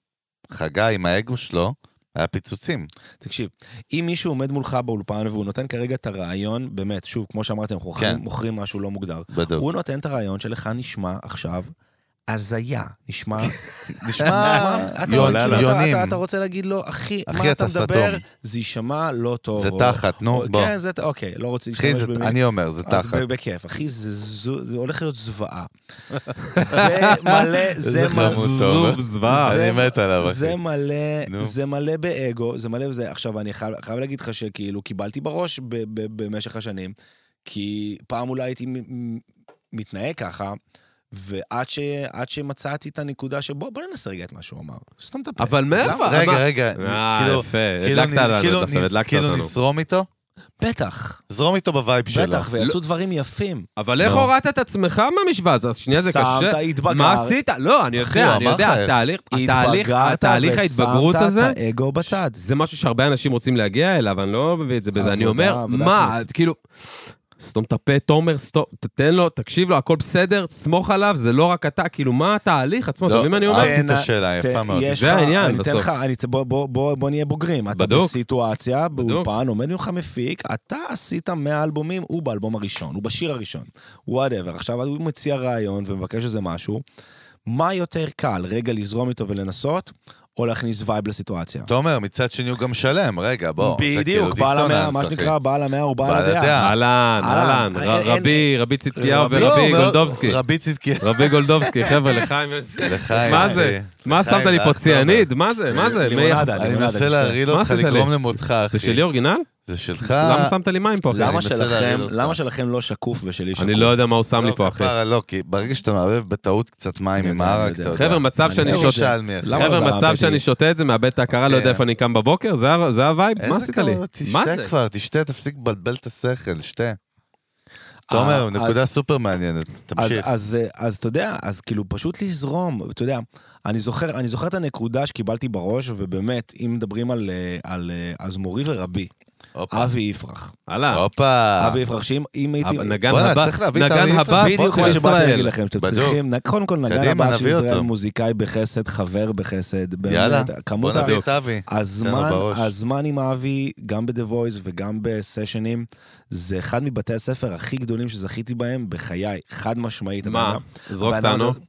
Speaker 2: חגי עם האגו שלו, היה פיצוצים.
Speaker 3: תקשיב, אם מישהו עומד מולך באולפן והוא נותן כרגע את הרעיון, באמת, שוב, כמו שאמרתם, אנחנו
Speaker 2: כן.
Speaker 3: כן. מוכרים משהו לא מוגדר.
Speaker 2: בדיוק.
Speaker 3: הוא נותן את הרעיון שלך נשמע עכשיו הזיה.
Speaker 2: (laughs)
Speaker 3: נשמע...
Speaker 1: (laughs)
Speaker 2: נשמע
Speaker 3: אתה-
Speaker 2: יונ-
Speaker 3: כאילו, אתה-
Speaker 2: יונים.
Speaker 3: אתה- אתה רוצה להגיד לו, אחי,
Speaker 2: אחי,
Speaker 3: מה אתה
Speaker 2: אתה
Speaker 3: מדבר?
Speaker 2: סתום."
Speaker 3: זה יישמע לא טוב.
Speaker 2: זה
Speaker 3: או-
Speaker 2: תחת, נו,
Speaker 3: או-
Speaker 2: בוא.
Speaker 3: כן, זה... ת- אוקיי, לא רוצה
Speaker 2: אחי, זה-
Speaker 3: להשתמש במילים.
Speaker 2: אני אומר, זה
Speaker 3: אז
Speaker 2: תחת.
Speaker 3: ב- בכיף, אחי, זה, זו, זה הולך להיות
Speaker 2: (laughs)
Speaker 3: זוועה. זה מלא, זה
Speaker 2: חמוד.
Speaker 3: מז...
Speaker 2: אה?
Speaker 1: זוב זוועה.
Speaker 3: זה-
Speaker 2: אני מת עליו, אחי.
Speaker 3: זה מלא,
Speaker 2: נו.
Speaker 3: זה מלא באגו, זה מלא בזה. עכשיו, אני חייב, חייב להגיד לך שכאילו קיבלתי בראש ב, ב, במשך השנים, כי פעם אולי הייתי מ- מ- מתנהג ככה, ועד ש, עד שמצאתי את הנקודה שבוא, בוא ננסה רגע את מה שהוא אמר. סתם את הפה.
Speaker 1: אבל מאיפה?
Speaker 2: רגע,
Speaker 1: מה-
Speaker 2: רגע,
Speaker 1: אה,
Speaker 2: כאילו,
Speaker 1: יפה,
Speaker 2: כאילו
Speaker 1: הדלקת
Speaker 2: נ-
Speaker 1: עלינו
Speaker 2: כאילו
Speaker 1: עכשיו,
Speaker 2: נס-
Speaker 1: הדלקת
Speaker 2: כאילו
Speaker 1: אותנו.
Speaker 2: נסרום איתו,
Speaker 3: בטח,
Speaker 2: זרום איתו בווייב שלו.
Speaker 3: בטח,
Speaker 1: לא,
Speaker 3: ויצאו דברים יפים.
Speaker 1: אבל איך
Speaker 2: לא.
Speaker 1: הורדת את עצמך מהמשוואה הזאת? שנייה, זה קשה.
Speaker 3: שמת, התבגרת.
Speaker 1: מה עשית? לא, אני
Speaker 2: אחי,
Speaker 1: יודע, אני
Speaker 2: הוא
Speaker 1: יודע,
Speaker 2: אמר לך,
Speaker 1: התהליך, התהליך,
Speaker 3: התבגרת
Speaker 1: התהליך ההתבגרות הזה,
Speaker 3: ושמת את האגו בצד.
Speaker 1: זה משהו שהרבה אנשים רוצים להגיע אליו, אני לא מביא את זה בזה. אני
Speaker 3: עבודה,
Speaker 1: אומר,
Speaker 3: עבודה
Speaker 1: מה,
Speaker 3: עצמית.
Speaker 1: כאילו, סתום את הפה, תומר, סתום, תתן לו, תקשיב לו, הכל בסדר, סמוך עליו, זה לא רק אתה, כאילו, מה התהליך עצמו, אתה
Speaker 2: לא,
Speaker 1: מבין מה אני אומר?
Speaker 2: אהבתי את
Speaker 3: תן-
Speaker 2: השאלה,
Speaker 3: אה, ת-
Speaker 2: יפה מאוד.
Speaker 3: יש
Speaker 1: זה
Speaker 3: לך-
Speaker 1: העניין
Speaker 3: אני אתן
Speaker 1: בסוף.
Speaker 3: לך, אני אצא- בוא- בוא- בוא בוא נהיה בוגרים. אתה
Speaker 1: בדוק.
Speaker 3: בסיטואציה,
Speaker 1: בדוק.
Speaker 3: באולפן, עומד ממך מפיק, אתה עשית 100 אלבומים, הוא באלבום הראשון, הוא בשיר הראשון. וואטאבר. עכשיו הוא מציע רעיון ומבקש איזה משהו. מה יותר קל, רגע לזרום איתו ולנסות, או להכניס וייב לסיטואציה?
Speaker 2: תומר, מצד שני הוא גם שלם, רגע, בוא. זה כאילו
Speaker 3: בדיוק, בעל המאה,
Speaker 2: דיסוננס,
Speaker 3: מה
Speaker 2: אחי.
Speaker 3: שנקרא, בעל המאה הוא בעל
Speaker 2: בעל הדעה.
Speaker 3: הדעה.
Speaker 1: אהלן, אהלן,
Speaker 3: אהלן,
Speaker 1: ר-
Speaker 3: אין-
Speaker 1: רבי, רבי ציפיהו
Speaker 3: רבי-
Speaker 2: לא,
Speaker 1: ורבי
Speaker 2: מאוד-
Speaker 1: גולדובסקי.
Speaker 2: רבי צדקי.
Speaker 1: רבי גולדובסקי, חבר'ה, לחיים יש...
Speaker 2: לחיים,
Speaker 1: מה
Speaker 2: אחי.
Speaker 1: זה? מה
Speaker 2: לחיים,
Speaker 1: שמת לי פה
Speaker 2: לאח
Speaker 1: ציאניד? מה זה? מה זה?
Speaker 3: לימונדה,
Speaker 2: אני
Speaker 3: לימונדה,
Speaker 2: מנסה
Speaker 3: לפני.
Speaker 2: להרעיל
Speaker 1: מה
Speaker 2: אותך
Speaker 1: עשית לי?
Speaker 2: לגמרי ממותך, אחי.
Speaker 1: זה שלי אורגינל?
Speaker 2: זה שלך.
Speaker 1: למה שמת לי מים פה, אחי?
Speaker 2: אני
Speaker 3: למה
Speaker 2: מנסה
Speaker 3: שלכם,
Speaker 2: להבין אותך.
Speaker 3: למה שלכם לא שקוף ושלי שקוף?
Speaker 1: אני לא יודע מה הוא שם לי
Speaker 2: לא,
Speaker 1: פה, אחי.
Speaker 2: כפרה, לא, כי ברגע שאתה מערבב בטעות קצת מים
Speaker 3: אני
Speaker 2: עם
Speaker 3: יודע, אני
Speaker 2: הערק,
Speaker 3: יודע.
Speaker 2: אתה יודע.
Speaker 1: חבר'ה, מצב
Speaker 3: אני
Speaker 1: שאני
Speaker 3: לא
Speaker 1: שותה...
Speaker 2: יודע. אני
Speaker 3: למה לא
Speaker 1: חבר'ה,
Speaker 3: זה
Speaker 1: מצב
Speaker 3: הרעבתי?
Speaker 1: שאני שותה את זה, מאבד את ההכרה, לא יודע
Speaker 2: כן.
Speaker 1: איפה אני קם בבוקר? זה ה- זה הווייב? מה
Speaker 2: איזה
Speaker 1: עשית לי?
Speaker 2: כבוד,
Speaker 1: מה
Speaker 2: תשתה
Speaker 1: זה? אה,
Speaker 2: כבר, תשתה, תפסיק לבלבל את השכל, שתה. תומר,
Speaker 3: אז-
Speaker 2: נקודה סופר מעניינת, תמשיך.
Speaker 3: אז, אז, אה, אז אתה יודע, אז כאילו פשוט לזרום, אתה יודע, אני זוכר, אני זוכר את הנקודה שקיבלתי בראש, ובאמת, אם מדברים על, אה, על אה, אז מורי ורבי,
Speaker 2: הופה.
Speaker 3: אבי יפרח.
Speaker 1: הלאה.
Speaker 2: הופה.
Speaker 3: אה, אבי יפרח, שאם אם לא, הייתי...
Speaker 1: הנגן
Speaker 2: בואנה,
Speaker 1: הבא,
Speaker 2: צריך להביא את
Speaker 1: נגן
Speaker 2: האביב
Speaker 1: הבא
Speaker 2: הזה.
Speaker 3: בדיוק
Speaker 1: של
Speaker 3: מה שבאתי להגיד
Speaker 1: ישראל.
Speaker 3: לכם, שאתם
Speaker 2: בדיוק.
Speaker 3: צריכים, קודם כל נגן
Speaker 2: קדימה,
Speaker 3: הבא של
Speaker 2: נביא
Speaker 3: ישראל,
Speaker 2: אותו.
Speaker 3: מוזיקאי בחסד, חבר בחסד, באמת,
Speaker 2: יאללה, בוא
Speaker 3: כמות ה-
Speaker 2: נביא את אבי. תן
Speaker 3: הזמן,
Speaker 2: לו בראש.
Speaker 3: הזמן עם אבי, גם ב-The Voice וגם בסשנים, זה אחד מבתי הספר הכי גדולים שזכיתי בהם בחיי, חד משמעית. הבן
Speaker 1: מה?
Speaker 3: אדם-
Speaker 1: זרוק
Speaker 3: הבן אדם
Speaker 1: אותנו.
Speaker 3: הזה-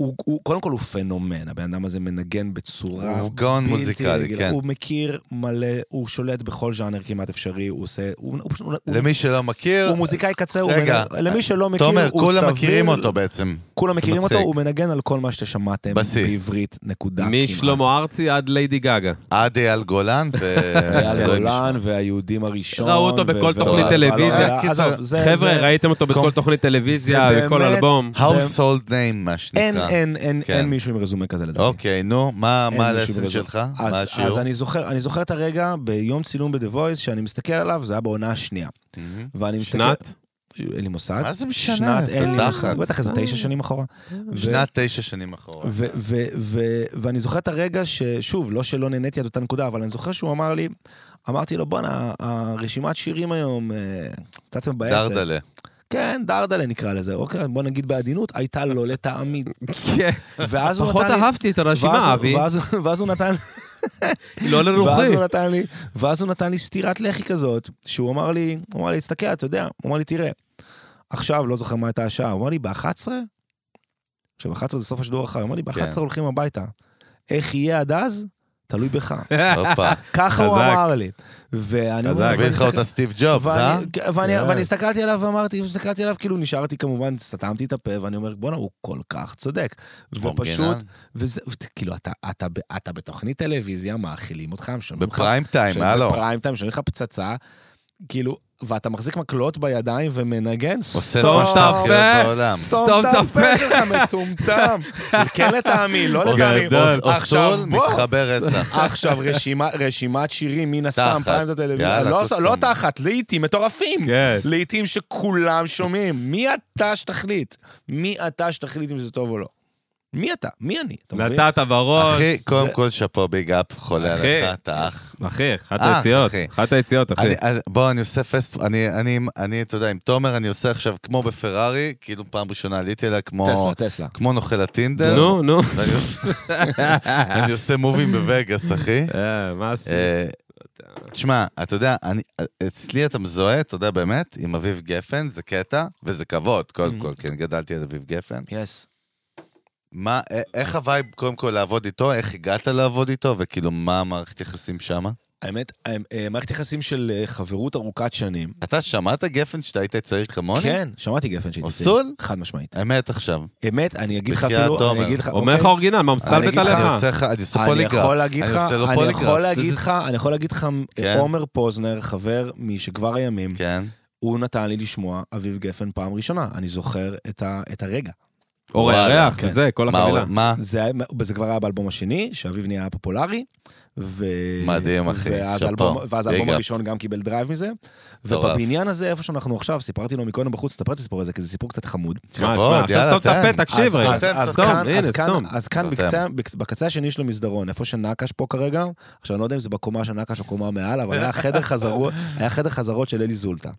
Speaker 3: הוא, הוא, קודם כל הוא פנומן, הבן אדם הזה מנגן בצורה...
Speaker 2: הוא גאון
Speaker 3: בלתי
Speaker 2: מוזיקלי,
Speaker 3: רגילה.
Speaker 2: כן.
Speaker 3: הוא מכיר מלא, הוא שולט בכל ז'אנר כמעט אפשרי, הוא עושה... הוא, הוא, הוא,
Speaker 2: למי שלא מכיר,
Speaker 3: הוא מוזיקאי קצה, הוא
Speaker 2: רגע, אה,
Speaker 3: מנגן, למי שלא מכיר,
Speaker 2: תומר,
Speaker 3: הוא סביר,
Speaker 2: כולם מכירים אותו בעצם.
Speaker 3: כולם
Speaker 2: זה
Speaker 3: מכירים אותו,
Speaker 2: מצחיק.
Speaker 3: הוא מנגן על כל מה ששמעתם
Speaker 2: בסיסט.
Speaker 3: בעברית, נקודה כמעט.
Speaker 1: משלמה ארצי עד ליידי גאגה.
Speaker 2: עד אייל
Speaker 3: (laughs)
Speaker 2: גולן ו... (laughs)
Speaker 3: אייל
Speaker 2: אלוהים
Speaker 3: גולן והיהודים הראשון.
Speaker 1: ראו אותו בכל
Speaker 3: ו- ו-
Speaker 1: תוכנית
Speaker 3: ו-
Speaker 1: טלוויזיה.
Speaker 3: אבל- עזוב, זה-
Speaker 1: חבר'ה,
Speaker 3: זה-
Speaker 1: ראיתם אותו בכל
Speaker 3: קום-
Speaker 1: תוכנית טלוויזיה,
Speaker 3: זה
Speaker 1: בכל
Speaker 3: באמת- (laughs)
Speaker 1: אלבום.
Speaker 2: ישמור. household name, מה
Speaker 3: אין,
Speaker 2: שנקרא.
Speaker 3: אין, אין,
Speaker 2: כן.
Speaker 3: אין מישהו עם רזומה כזה לדעתי.
Speaker 2: אוקיי, נו, מה
Speaker 3: אין
Speaker 2: מה
Speaker 3: מישהו
Speaker 2: הלסן
Speaker 3: ברזומה.
Speaker 2: שלך?
Speaker 3: אז,
Speaker 2: מה השיעור?
Speaker 3: אז אני זוכר, אני זוכר את הרגע ביום צילום ב-The Voice, שאני מסתכל עליו, זה היה בעונה השנייה.
Speaker 2: מהמם.
Speaker 3: ואני מסתכל...
Speaker 1: שנת?
Speaker 3: אין לי מושג.
Speaker 2: מה זה משנה?
Speaker 3: שנת,
Speaker 2: זה
Speaker 3: אין לי
Speaker 2: תחת.
Speaker 3: מושג. בטח איזה תשע שנים אחורה. ו-
Speaker 2: שנת תשע שנים אחורה.
Speaker 3: ו- ו- ו- ואני זוכר את הרגע ששוב, לא שלא נהניתי עד אותה נקודה, אבל אני זוכר שהוא אמר לי, אמרתי לו, בואנה, הרשימת שירים היום, אה, קצת מבאסת.
Speaker 2: דרדלה.
Speaker 3: כן, דרדלה נקרא לזה, אוקיי, בוא נגיד בעדינות, הייתה לא לטעמי.
Speaker 1: כן.
Speaker 3: ואז הוא
Speaker 1: (laughs) פחות
Speaker 3: נתן לי...
Speaker 1: אהבתי את
Speaker 3: ואז
Speaker 1: הרשימה,
Speaker 3: הוא-
Speaker 1: אבי.
Speaker 3: ואז הוא- ואז הוא נתן...
Speaker 1: לא
Speaker 3: ואז
Speaker 1: לרוחי. (laughs)
Speaker 3: הוא נתן לי, ואז הוא נתן לי סטירת לחי כזאת, שהוא אמר לי, הוא אמר לי, תסתכל, אתה יודע, הוא אמר לי, תראה, עכשיו, לא זוכר מה הייתה השעה, הוא אמר לי, ב-11? עכשיו, 11 זה סוף השידור אחר, הוא אמר לי, ב-11
Speaker 2: כן.
Speaker 3: הולכים הביתה. איך יהיה עד אז? תלוי בך.
Speaker 1: (laughs)
Speaker 3: (laughs)
Speaker 2: הופה.
Speaker 3: ככה הוא
Speaker 1: חזק.
Speaker 3: אמר לי. ואני אומר,
Speaker 1: חזק.
Speaker 2: הביא לך אותה סטיב ג'ובס, אה?
Speaker 3: ואני- כן, ואני-
Speaker 1: כן.
Speaker 3: ואני הסתכלתי עליו ואמרתי, הסתכלתי עליו, כאילו נשארתי כמובן, סתמתי את הפה, ואני אומר, בואנה, הוא כל כך צודק. ופשוט,
Speaker 2: אורגינל.
Speaker 3: וזה, ות- כאילו, אתה- אתה ב- אתה בתוכנית טלוויזיה, מאכילים אותך, הם שומעים לך...
Speaker 2: בפריים טיים, לא? הלו.
Speaker 3: בפריים טיים, שומעים לך פצצה, כאילו, ואתה מחזיק מקלות בידיים ומנגן,
Speaker 2: עושה
Speaker 1: סתום
Speaker 2: לו מה שאתה
Speaker 1: את
Speaker 2: הכי
Speaker 1: הפה.
Speaker 2: אוהב בעולם.
Speaker 3: סתום את הפה שלך, מטומטם. כן לטעמי, לא לטעמי.
Speaker 1: גדול.
Speaker 3: עכשיו,
Speaker 2: אוסול
Speaker 3: בוא.
Speaker 2: מתחבר רצח.
Speaker 3: עכשיו רשימה- רשימת שירים מן הסתם,
Speaker 2: תחת.
Speaker 3: פעם זאת טלוויזיה,
Speaker 2: יאללה,
Speaker 3: לא-
Speaker 2: קוסם.
Speaker 3: לא תחת, לעיתים מטורפים,
Speaker 1: כן.
Speaker 3: לעיתים שכולם שומעים, מי אתה שתחליט? מי אתה שתחליט אם זה טוב או לא? מי אתה? מי אני? אתה מבין?
Speaker 1: נתת בראש.
Speaker 2: אחי, קודם כל שאפו ביג אפ, חולה
Speaker 1: אחי.
Speaker 2: עליך, אתה אח.
Speaker 1: אחי, אחת
Speaker 2: אח,
Speaker 3: אה,
Speaker 1: היציאות.
Speaker 2: אחי.
Speaker 1: אחת היציאות, אחי.
Speaker 2: אני- אז בוא, אני עושה פסט, אני, אני, אני, אתה יודע, עם תומר אני עושה עכשיו כמו בפרארי, כאילו פעם ראשונה עליתי אליה כמו,
Speaker 3: טסלה, טסלה.
Speaker 2: כמו נוכל הטינדר.
Speaker 1: נו,
Speaker 3: (laughs)
Speaker 1: נו.
Speaker 2: ואני עושה- אני עושה מובים
Speaker 1: (laughs)
Speaker 2: בווגאס, אחי.
Speaker 1: אה, מה עשית?
Speaker 2: אה, תשמע, אתה יודע, אני, אצלי אתה מזוהה, אתה יודע באמת, עם אביב גפן, זה קטע, וזה כבוד,
Speaker 1: Mm.
Speaker 2: קודם כל, כי אני גדלתי על אביב גפן.
Speaker 3: יס.
Speaker 2: מה, א- איך הווייב, קודם כל, לעבוד איתו, איך הגעת לעבוד איתו, וכאילו, מה המערכת יחסים שם?
Speaker 3: האמת, אה, אה, מערכת יחסים של אה, חברות ארוכת שנים.
Speaker 2: אתה שמעת גפן שאתה היית צעיר כמוני?
Speaker 3: כן, שמעתי גפן שהייתי
Speaker 2: עוסול?
Speaker 3: צעיר. חד משמעית.
Speaker 2: אמת עכשיו.
Speaker 3: אמת, אני אגיד לך
Speaker 2: בחייאת
Speaker 3: אפילו,
Speaker 2: תומר.
Speaker 3: אני אגיד לך,
Speaker 1: אומר לך
Speaker 3: אוקיי?
Speaker 1: אורגינל, מה, מסתלבט
Speaker 3: אגיד לך,
Speaker 2: אני
Speaker 1: עליך?
Speaker 2: עושה לך, אני עושה
Speaker 3: אני
Speaker 2: פוליגרף.
Speaker 3: יכול להגיד לך,
Speaker 2: אני עושה לו
Speaker 3: אני
Speaker 2: פוליגרף.
Speaker 3: יכול
Speaker 2: זה-
Speaker 3: להגיד
Speaker 2: זה-
Speaker 3: לך, אני יכול להגיד לך,
Speaker 2: כן.
Speaker 3: עומר פוזנר, חבר משכבר הימים,
Speaker 2: כן.
Speaker 3: הוא נתן לי לשמוע אביב גפן פעם ראשונה. אני זוכר את, ה, את הרגע.
Speaker 1: אור
Speaker 2: וואלה,
Speaker 1: הירח,
Speaker 3: כן.
Speaker 1: וזה, כל
Speaker 2: מה,
Speaker 1: החבילה.
Speaker 2: מה?
Speaker 3: זה, היה- זה כבר היה באלבום השני, שאביב נהיה פופולרי. ו...
Speaker 2: מדהים, אחי,
Speaker 3: ואז
Speaker 2: שאפו.
Speaker 3: האלבום, ואז האלבום
Speaker 2: ביג אפ.
Speaker 3: הראשון גם קיבל דרייב מזה.
Speaker 2: מטורף.
Speaker 3: ובבניין הזה, איפה שאנחנו עכשיו, סיפרתי לו מקודם בחוץ, תספר את הסיפור הזה, כי זה סיפור קצת חמוד.
Speaker 1: שמע,
Speaker 2: כבוד,
Speaker 1: שמע, עכשיו
Speaker 2: יאללה,
Speaker 1: סתום את
Speaker 2: תן.
Speaker 1: הפה, תקשיב
Speaker 3: אז-
Speaker 1: רגע.
Speaker 3: אז- אז
Speaker 1: סתום,
Speaker 3: כאן-
Speaker 1: הנה,
Speaker 3: אז כאן-
Speaker 1: סתום.
Speaker 3: אז כאן
Speaker 2: סתום.
Speaker 3: בקצה- בק- בקצה השני של המסדרון, איפה שנקש פה כרגע, עכשיו אני לא יודע אם זה בקומה של נקש או קומה מעל, אבל היה חדר חזרו- היה חדר חזרות של אלי זולטה.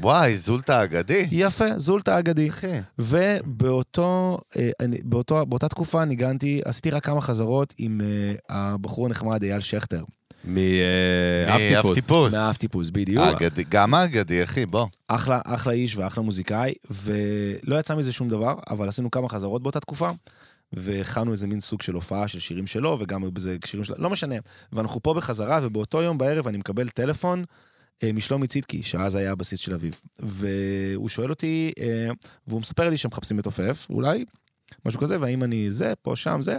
Speaker 2: וואי, זולטה האגדי.
Speaker 3: יפה, זולטה אגדי.
Speaker 2: אחי.
Speaker 1: אה,
Speaker 3: ובאותו, אה, אני- באותו, באותה תקופה ניגנתי, עשיתי רק כמה חזרות עם אה, הבחור הנחמד אייל שכטר.
Speaker 1: מאב
Speaker 2: מאב
Speaker 1: טיפוס. אה,
Speaker 2: טיפוס.
Speaker 3: מאף טיפוס, בדיוק.
Speaker 2: האגדי, גם האגדי, אחי, בוא.
Speaker 3: אחלה, אחלה איש ואחלה מוזיקאי, ולא יצא מזה שום דבר, אבל עשינו כמה חזרות באותה תקופה, והכנו איזה מין סוג של הופעה של שירים שלו, וגם איזה שירים שלו, לא משנה. ואנחנו פה בחזרה, ובאותו יום בערב אני מקבל טלפון אה, משלומי צדקי, שאז היה הבסיס של אביו. והוא שואל אותי, אה, והוא מספר לי שמחפשים מתופף, אולי, משהו כזה, והאם אני זה, פה, שם, זה.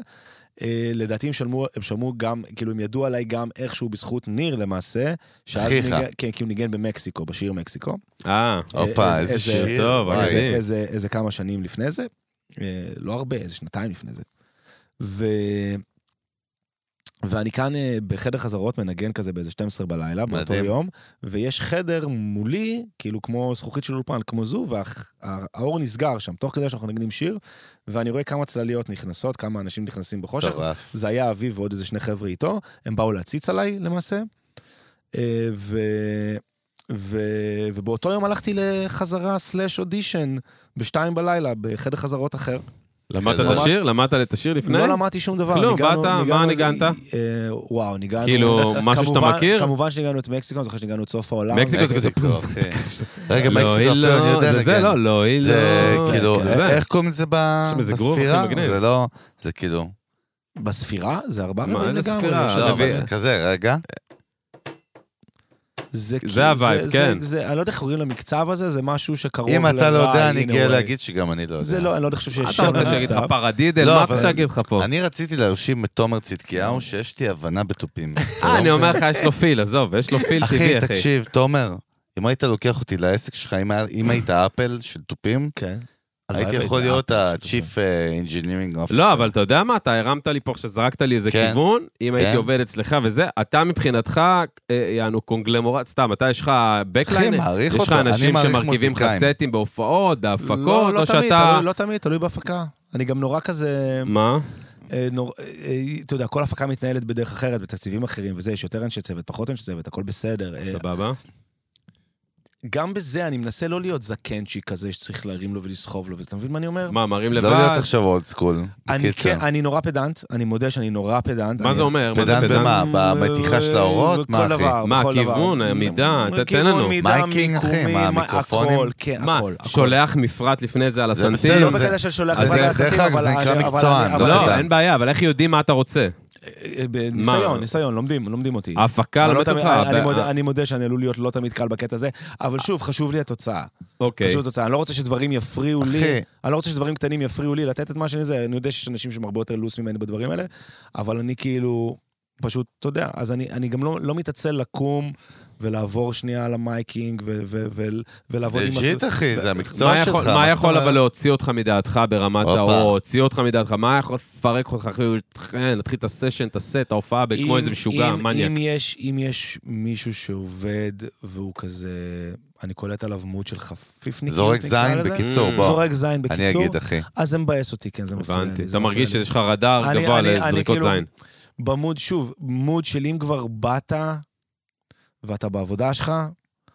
Speaker 3: אה, לדעתי הם שלמו, הם שמעו גם, כאילו הם ידעו עליי גם איכשהו בזכות ניר למעשה, שאז
Speaker 2: אחיך.
Speaker 3: ניגן, כן, כי הוא ניגן במקסיקו, בשיר מקסיקו.
Speaker 1: אה,
Speaker 2: הופה,
Speaker 3: איזה-
Speaker 2: איזה
Speaker 3: איזה-
Speaker 2: שיר.
Speaker 1: טוב,
Speaker 2: וואי.
Speaker 1: אגדי.
Speaker 3: איזה,
Speaker 1: מדהים.
Speaker 3: איזה, איזה כמה שנים לפני זה, אה, לא הרבה, איזה שנתיים לפני זה. ו... ואני כאן אה, בחדר חזרות מנגן כזה באיזה 12 בלילה, באותו
Speaker 2: מדהים.
Speaker 3: יום, ויש חדר מולי, כאילו כמו זכוכית של אולפן, כמו זו, והאור נסגר שם, תוך כדי שאנחנו מנגנים שיר, ואני רואה כמה צלליות נכנסות, כמה אנשים נכנסים בחושך,
Speaker 1: אה,
Speaker 2: מטורף.
Speaker 3: זה היה אביו ועוד איזה שני חבר'ה איתו, הם באו להציץ עליי למעשה. אה, ו... ו... ובאותו יום הלכתי לחזרה סלאש אודישן בשתיים בלילה בחדר חזרות אחר.
Speaker 1: למדת את
Speaker 2: ממש-
Speaker 1: השיר? למדת את השיר לפני?
Speaker 3: לא למדתי שום דבר.
Speaker 1: כלום,
Speaker 3: ניגענו-
Speaker 1: באת, מה
Speaker 3: ניגענו
Speaker 1: ניגנת?
Speaker 3: אה, וואו, ניגענו... (laughs)
Speaker 1: כאילו, משהו שאתה
Speaker 3: כמובן-
Speaker 1: מכיר?
Speaker 3: כמובן שניגענו את מקסיקו, אני זוכר שניגענו את סוף העולם. אה,
Speaker 1: מקסיקו זה כזה (laughs)
Speaker 2: מקסיקו,
Speaker 1: פלוס.
Speaker 2: אחי. רגע,
Speaker 1: לא,
Speaker 2: מקסיקו
Speaker 1: היא
Speaker 2: אפילו
Speaker 1: לא,
Speaker 2: אני יודע
Speaker 1: זה זה,
Speaker 2: נגן.
Speaker 1: לא, לא, היא לא...
Speaker 2: זה כאילו,
Speaker 1: כן, זה.
Speaker 2: איך קוראים לזה ב-
Speaker 1: שם איזה גרוב הכי
Speaker 2: בספירה?
Speaker 1: מגניב.
Speaker 2: זה לא, זה כאילו,
Speaker 3: בספירה? זה ארבע
Speaker 1: מה,
Speaker 3: רבעים לגמרי.
Speaker 1: איזה ספירה?
Speaker 3: משהו.
Speaker 2: לא, אבל
Speaker 1: רביעי.
Speaker 2: זה כזה, רגע.
Speaker 3: זה כי-
Speaker 1: זה הווייב,
Speaker 3: זה-
Speaker 1: כן.
Speaker 3: זה- זה- אני לא יודע איך קוראים למקצב הזה, זה משהו שקרוב
Speaker 2: אם אתה לא יודע,
Speaker 3: ל-Why
Speaker 2: אני
Speaker 3: in a
Speaker 2: גאה
Speaker 3: way.
Speaker 2: להגיד שגם אני לא יודע.
Speaker 3: זה לא, אני לא יודע חושב שיש...
Speaker 1: אתה רוצה
Speaker 3: שם
Speaker 1: שיגיד לך
Speaker 3: למקצב.
Speaker 1: פרדידל?
Speaker 2: לא,
Speaker 1: מה
Speaker 2: אבל-
Speaker 1: אתה שיגיד לך פה?
Speaker 2: אני רציתי להרשים את תומר צדקיהו שיש לי הבנה
Speaker 1: (laughs)
Speaker 2: בתופים.
Speaker 1: אה, אני אומר לך, יש לו פיל, עזוב, יש לו פיל טבעי,
Speaker 2: לא אחי,
Speaker 1: אחי.
Speaker 2: תקשיב, תומר, אם היית לוקח אותי לעסק שלך, אם היה- אם היית אפל של תופים,
Speaker 3: כן.
Speaker 2: הייתי יכול להיות ה-Chief אה, Engineering Officer.
Speaker 1: לא, אבל אתה יודע מה, אתה הרמת לי פה עכשיו, זרקת לי איזה
Speaker 2: כן.
Speaker 1: כיוון, אם
Speaker 2: כן.
Speaker 1: הייתי עובד אצלך וזה, אתה מבחינתך, אה, יענו קונגלמורט, סתם, אתה יש לך
Speaker 2: אחי,
Speaker 1: בקליינר,
Speaker 2: מעריך
Speaker 1: יש לך
Speaker 2: אותו, אני
Speaker 1: אנשים
Speaker 2: מעריך
Speaker 1: שמרכיבים לך
Speaker 2: מוזיקאים.
Speaker 1: סטים בהופעות, בהפקות,
Speaker 3: לא, לא
Speaker 1: או
Speaker 3: תמיד,
Speaker 1: שאתה...
Speaker 3: תלוי- לא תמיד, תלוי בהפקה. אני גם נורא כזה,
Speaker 2: לא.
Speaker 1: מה?
Speaker 3: אה, נור- אה, אה, אתה יודע, כל הפקה מתנהלת בדרך אחרת, בתקציבים אחרים וזה, יש יותר אנשי צוות, פחות אנשי צוות, הכל בסדר. אה,
Speaker 1: סבבה.
Speaker 3: גם בזה אני מנסה לא להיות זקנצ'י כזה שצריך להרים לו ולסחוב לו, ואתה מבין מה אני אומר?
Speaker 1: מה, מרים
Speaker 2: לא להיות
Speaker 1: לבד?
Speaker 2: עכשיו אולד סקול.
Speaker 3: אני
Speaker 2: בקיצר.
Speaker 3: כן, אני נורא פדנט, אני מודה שאני נורא פדנט.
Speaker 1: מה
Speaker 3: אני-
Speaker 1: זה אומר? מה זה
Speaker 2: פדנט
Speaker 1: פדנט?
Speaker 2: במה? במתיחה של האורות? מה,
Speaker 3: בכל
Speaker 2: אחי?
Speaker 3: דבר,
Speaker 1: מה,
Speaker 3: בכל דבר.
Speaker 1: הכיוון, העמידה? ת- תן לנו.
Speaker 3: כיוון, מידה,
Speaker 2: מייקינג, אחי,
Speaker 3: מיקומים,
Speaker 2: מה, המיקרופונים?
Speaker 3: הכל, כן,
Speaker 1: מה,
Speaker 3: הכל. הכל.
Speaker 1: שולח מפרט לפני זה על
Speaker 2: זה
Speaker 1: הסנטים?
Speaker 2: בסדר,
Speaker 3: לא
Speaker 2: זה-
Speaker 3: בקטע של שולח
Speaker 2: אז
Speaker 3: לבעלי
Speaker 2: זה-
Speaker 3: עסקים,
Speaker 2: דרך אגב,
Speaker 3: אבל
Speaker 2: זה נקרא
Speaker 3: אני- אבל
Speaker 2: מקצוען,
Speaker 3: אני-
Speaker 2: לא
Speaker 3: אבל-
Speaker 1: לא,
Speaker 2: פדנט.
Speaker 1: אין בעיה, אבל איך יודעים מה אתה רוצה?
Speaker 3: אה, בניסיון,
Speaker 1: מה?
Speaker 3: ניסיון, לומדים, לומדים אותי.
Speaker 1: ההפקה
Speaker 3: אני
Speaker 1: לא
Speaker 3: לא תמיד- אני- אני
Speaker 1: בטוחה.
Speaker 3: מודה- אני מודה שאני עלול להיות לא תמיד קל בקטע הזה, אבל שוב, חשוב לי התוצאה.
Speaker 1: אוקיי.
Speaker 3: חשוב לי התוצאה. אני לא רוצה שדברים יפריעו לי,
Speaker 2: אחי.
Speaker 3: אני לא רוצה שדברים קטנים יפריעו לי לתת את מה שאני זה, אני יודע שיש אנשים שהם הרבה יותר לוס ממני בדברים האלה, אבל אני כאילו, פשוט, אתה יודע, אז אני אני גם לא לא מתעצל לקום ולעבור שנייה על המייקינג ו- ו- ו- ולעבוד עם...
Speaker 2: לג'יט,
Speaker 3: הסו-
Speaker 2: אחי, זה
Speaker 1: מה
Speaker 2: המקצוע שלך.
Speaker 1: יכול- מה
Speaker 2: זאת
Speaker 1: יכול אבל
Speaker 2: אומרת?
Speaker 1: להוציא אותך מדעתך ברמת
Speaker 2: הופה.
Speaker 1: האור, הוציא אותך מדעתך, מה יכול לפרק אותך אחרי, כן, להתחיל את הסשן, את הסט, ההופעה, ב- כמו
Speaker 3: אם-
Speaker 1: איזה משוגע,
Speaker 3: אם-
Speaker 1: מניאק.
Speaker 3: אם יש, אם יש מישהו שעובד והוא כזה, אני קולט עליו מוד של חפיפניקים,
Speaker 2: זורק
Speaker 3: נקרא
Speaker 2: זין
Speaker 3: לזה.
Speaker 2: בקיצור,
Speaker 1: Mm.
Speaker 2: בוא.
Speaker 3: זורק זין
Speaker 2: אני
Speaker 3: בקיצור,
Speaker 2: אגיד, אחי.
Speaker 3: אז זה מבאס אותי, כן, זה מפריע לי.
Speaker 1: הבנתי.
Speaker 3: זה
Speaker 1: אתה
Speaker 3: מפריע
Speaker 1: מרגיש
Speaker 3: לי.
Speaker 1: שיש לך רדאר
Speaker 3: אני-
Speaker 1: גבוה
Speaker 3: אני- אני
Speaker 1: לזריקות
Speaker 3: כאילו-
Speaker 1: זין.
Speaker 3: במוד, שוב, מוד של אם כבר באת ואתה בעבודה שלך,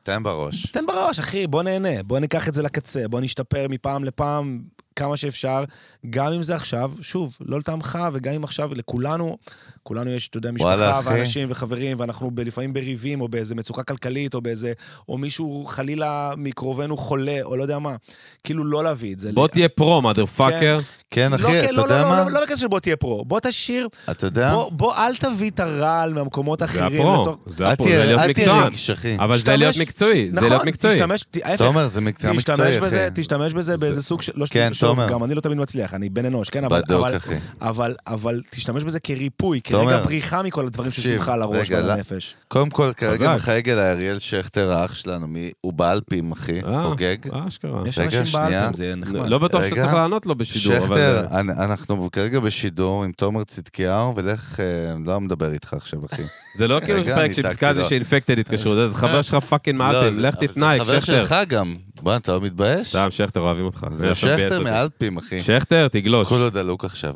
Speaker 2: תן בראש.
Speaker 3: תן בראש, אחי, בוא נהנה, בוא ניקח את זה לקצה, בוא נשתפר מפעם לפעם כמה שאפשר, גם אם זה עכשיו, שוב, לא לטעמך, וגם אם עכשיו, לכולנו, כולנו יש, אתה יודע,
Speaker 2: וואלה,
Speaker 3: משפחה
Speaker 2: אחי.
Speaker 3: ואנשים וחברים, ואנחנו ב- לפעמים בריבים, או באיזה מצוקה כלכלית, או באיזה, או מישהו חלילה מקרובנו חולה, או לא יודע מה. כאילו, לא להביא את זה.
Speaker 1: בוא
Speaker 3: ל-
Speaker 1: תהיה פרו, מאדר פאקר.
Speaker 2: כן,
Speaker 3: לא,
Speaker 2: אחי,
Speaker 3: כן,
Speaker 2: אתה
Speaker 3: לא,
Speaker 2: יודע
Speaker 3: לא,
Speaker 2: מה?
Speaker 3: לא, לא, לא בקשר של בוא תהיה פרו. בוא תשאיר,
Speaker 2: אתה יודע?
Speaker 3: בוא, בוא אל תביא את הרעל מהמקומות
Speaker 1: זה
Speaker 3: האחרים.
Speaker 1: הפרו,
Speaker 3: לתוך-
Speaker 1: זה
Speaker 2: אל
Speaker 1: הפרו, זה
Speaker 2: תהיה
Speaker 1: להיות
Speaker 2: אל תהיה
Speaker 1: מקצוען.
Speaker 2: רגיש, אחי.
Speaker 1: אבל זה להיות
Speaker 3: תשתמש-
Speaker 1: מקצועי, זה להיות מקצועי.
Speaker 3: נכון, תשתמש, ת- ההפך,
Speaker 2: תומר, זה מקצוע
Speaker 3: תשתמש
Speaker 2: מקצועי,
Speaker 3: בזה,
Speaker 2: אחי.
Speaker 3: תשתמש בזה באיזה סוג של... לא
Speaker 2: כן,
Speaker 3: שוב,
Speaker 2: תומר.
Speaker 3: גם אני לא תמיד מצליח, אני בן אנוש, כן, אבל...
Speaker 2: בדוק,
Speaker 3: אבל-
Speaker 2: אחי.
Speaker 3: אבל, אבל תשתמש בזה כריפוי,
Speaker 2: תומר.
Speaker 3: כרגע בריחה מכל הדברים שיושבים לך על הראש
Speaker 2: רגע,
Speaker 3: ועל
Speaker 2: לא-
Speaker 3: הנפש.
Speaker 2: קודם כל, כרגע
Speaker 1: חזק.
Speaker 2: מחייג אליי אריאל שכטר, האח שלנו, מ- הוא באלפים, אחי,
Speaker 1: אה,
Speaker 2: חוגג.
Speaker 1: אה, אשכרה.
Speaker 3: יש
Speaker 2: רגע,
Speaker 3: אנשים
Speaker 2: שנייה.
Speaker 3: באלפים, זה נחמד.
Speaker 1: לא בטוח
Speaker 2: רגע.
Speaker 1: שצריך לענות לו בשידור, אבל...
Speaker 2: שכטר, אנ- אנחנו כרגע בשידור עם תומר צדקיהו, ולך, אה, לא מדבר איתך עכשיו,
Speaker 1: (laughs)
Speaker 2: אחי.
Speaker 1: זה לא כאילו
Speaker 2: רגע,
Speaker 1: פרק
Speaker 2: אני
Speaker 1: של
Speaker 2: טקטי,
Speaker 1: פסקזי
Speaker 2: לא.
Speaker 1: שאינפקטד התקשרו, זה חבר שלך פאקינג
Speaker 2: לא,
Speaker 1: מעטים,
Speaker 2: זה-
Speaker 1: לך
Speaker 2: אבל זה
Speaker 1: תתנאי,
Speaker 2: חבר
Speaker 1: שכטר.
Speaker 2: שלך גם. בוא'נה, אתה לא מתבייש?
Speaker 1: סתם, שכטר, אוהבים אותך.
Speaker 2: זה
Speaker 1: עכשיו ביאס
Speaker 2: שכטר
Speaker 1: אותי.
Speaker 2: מאלפים, אחי.
Speaker 1: שכטר, תגלוש.
Speaker 2: כולו דלוק עכשיו.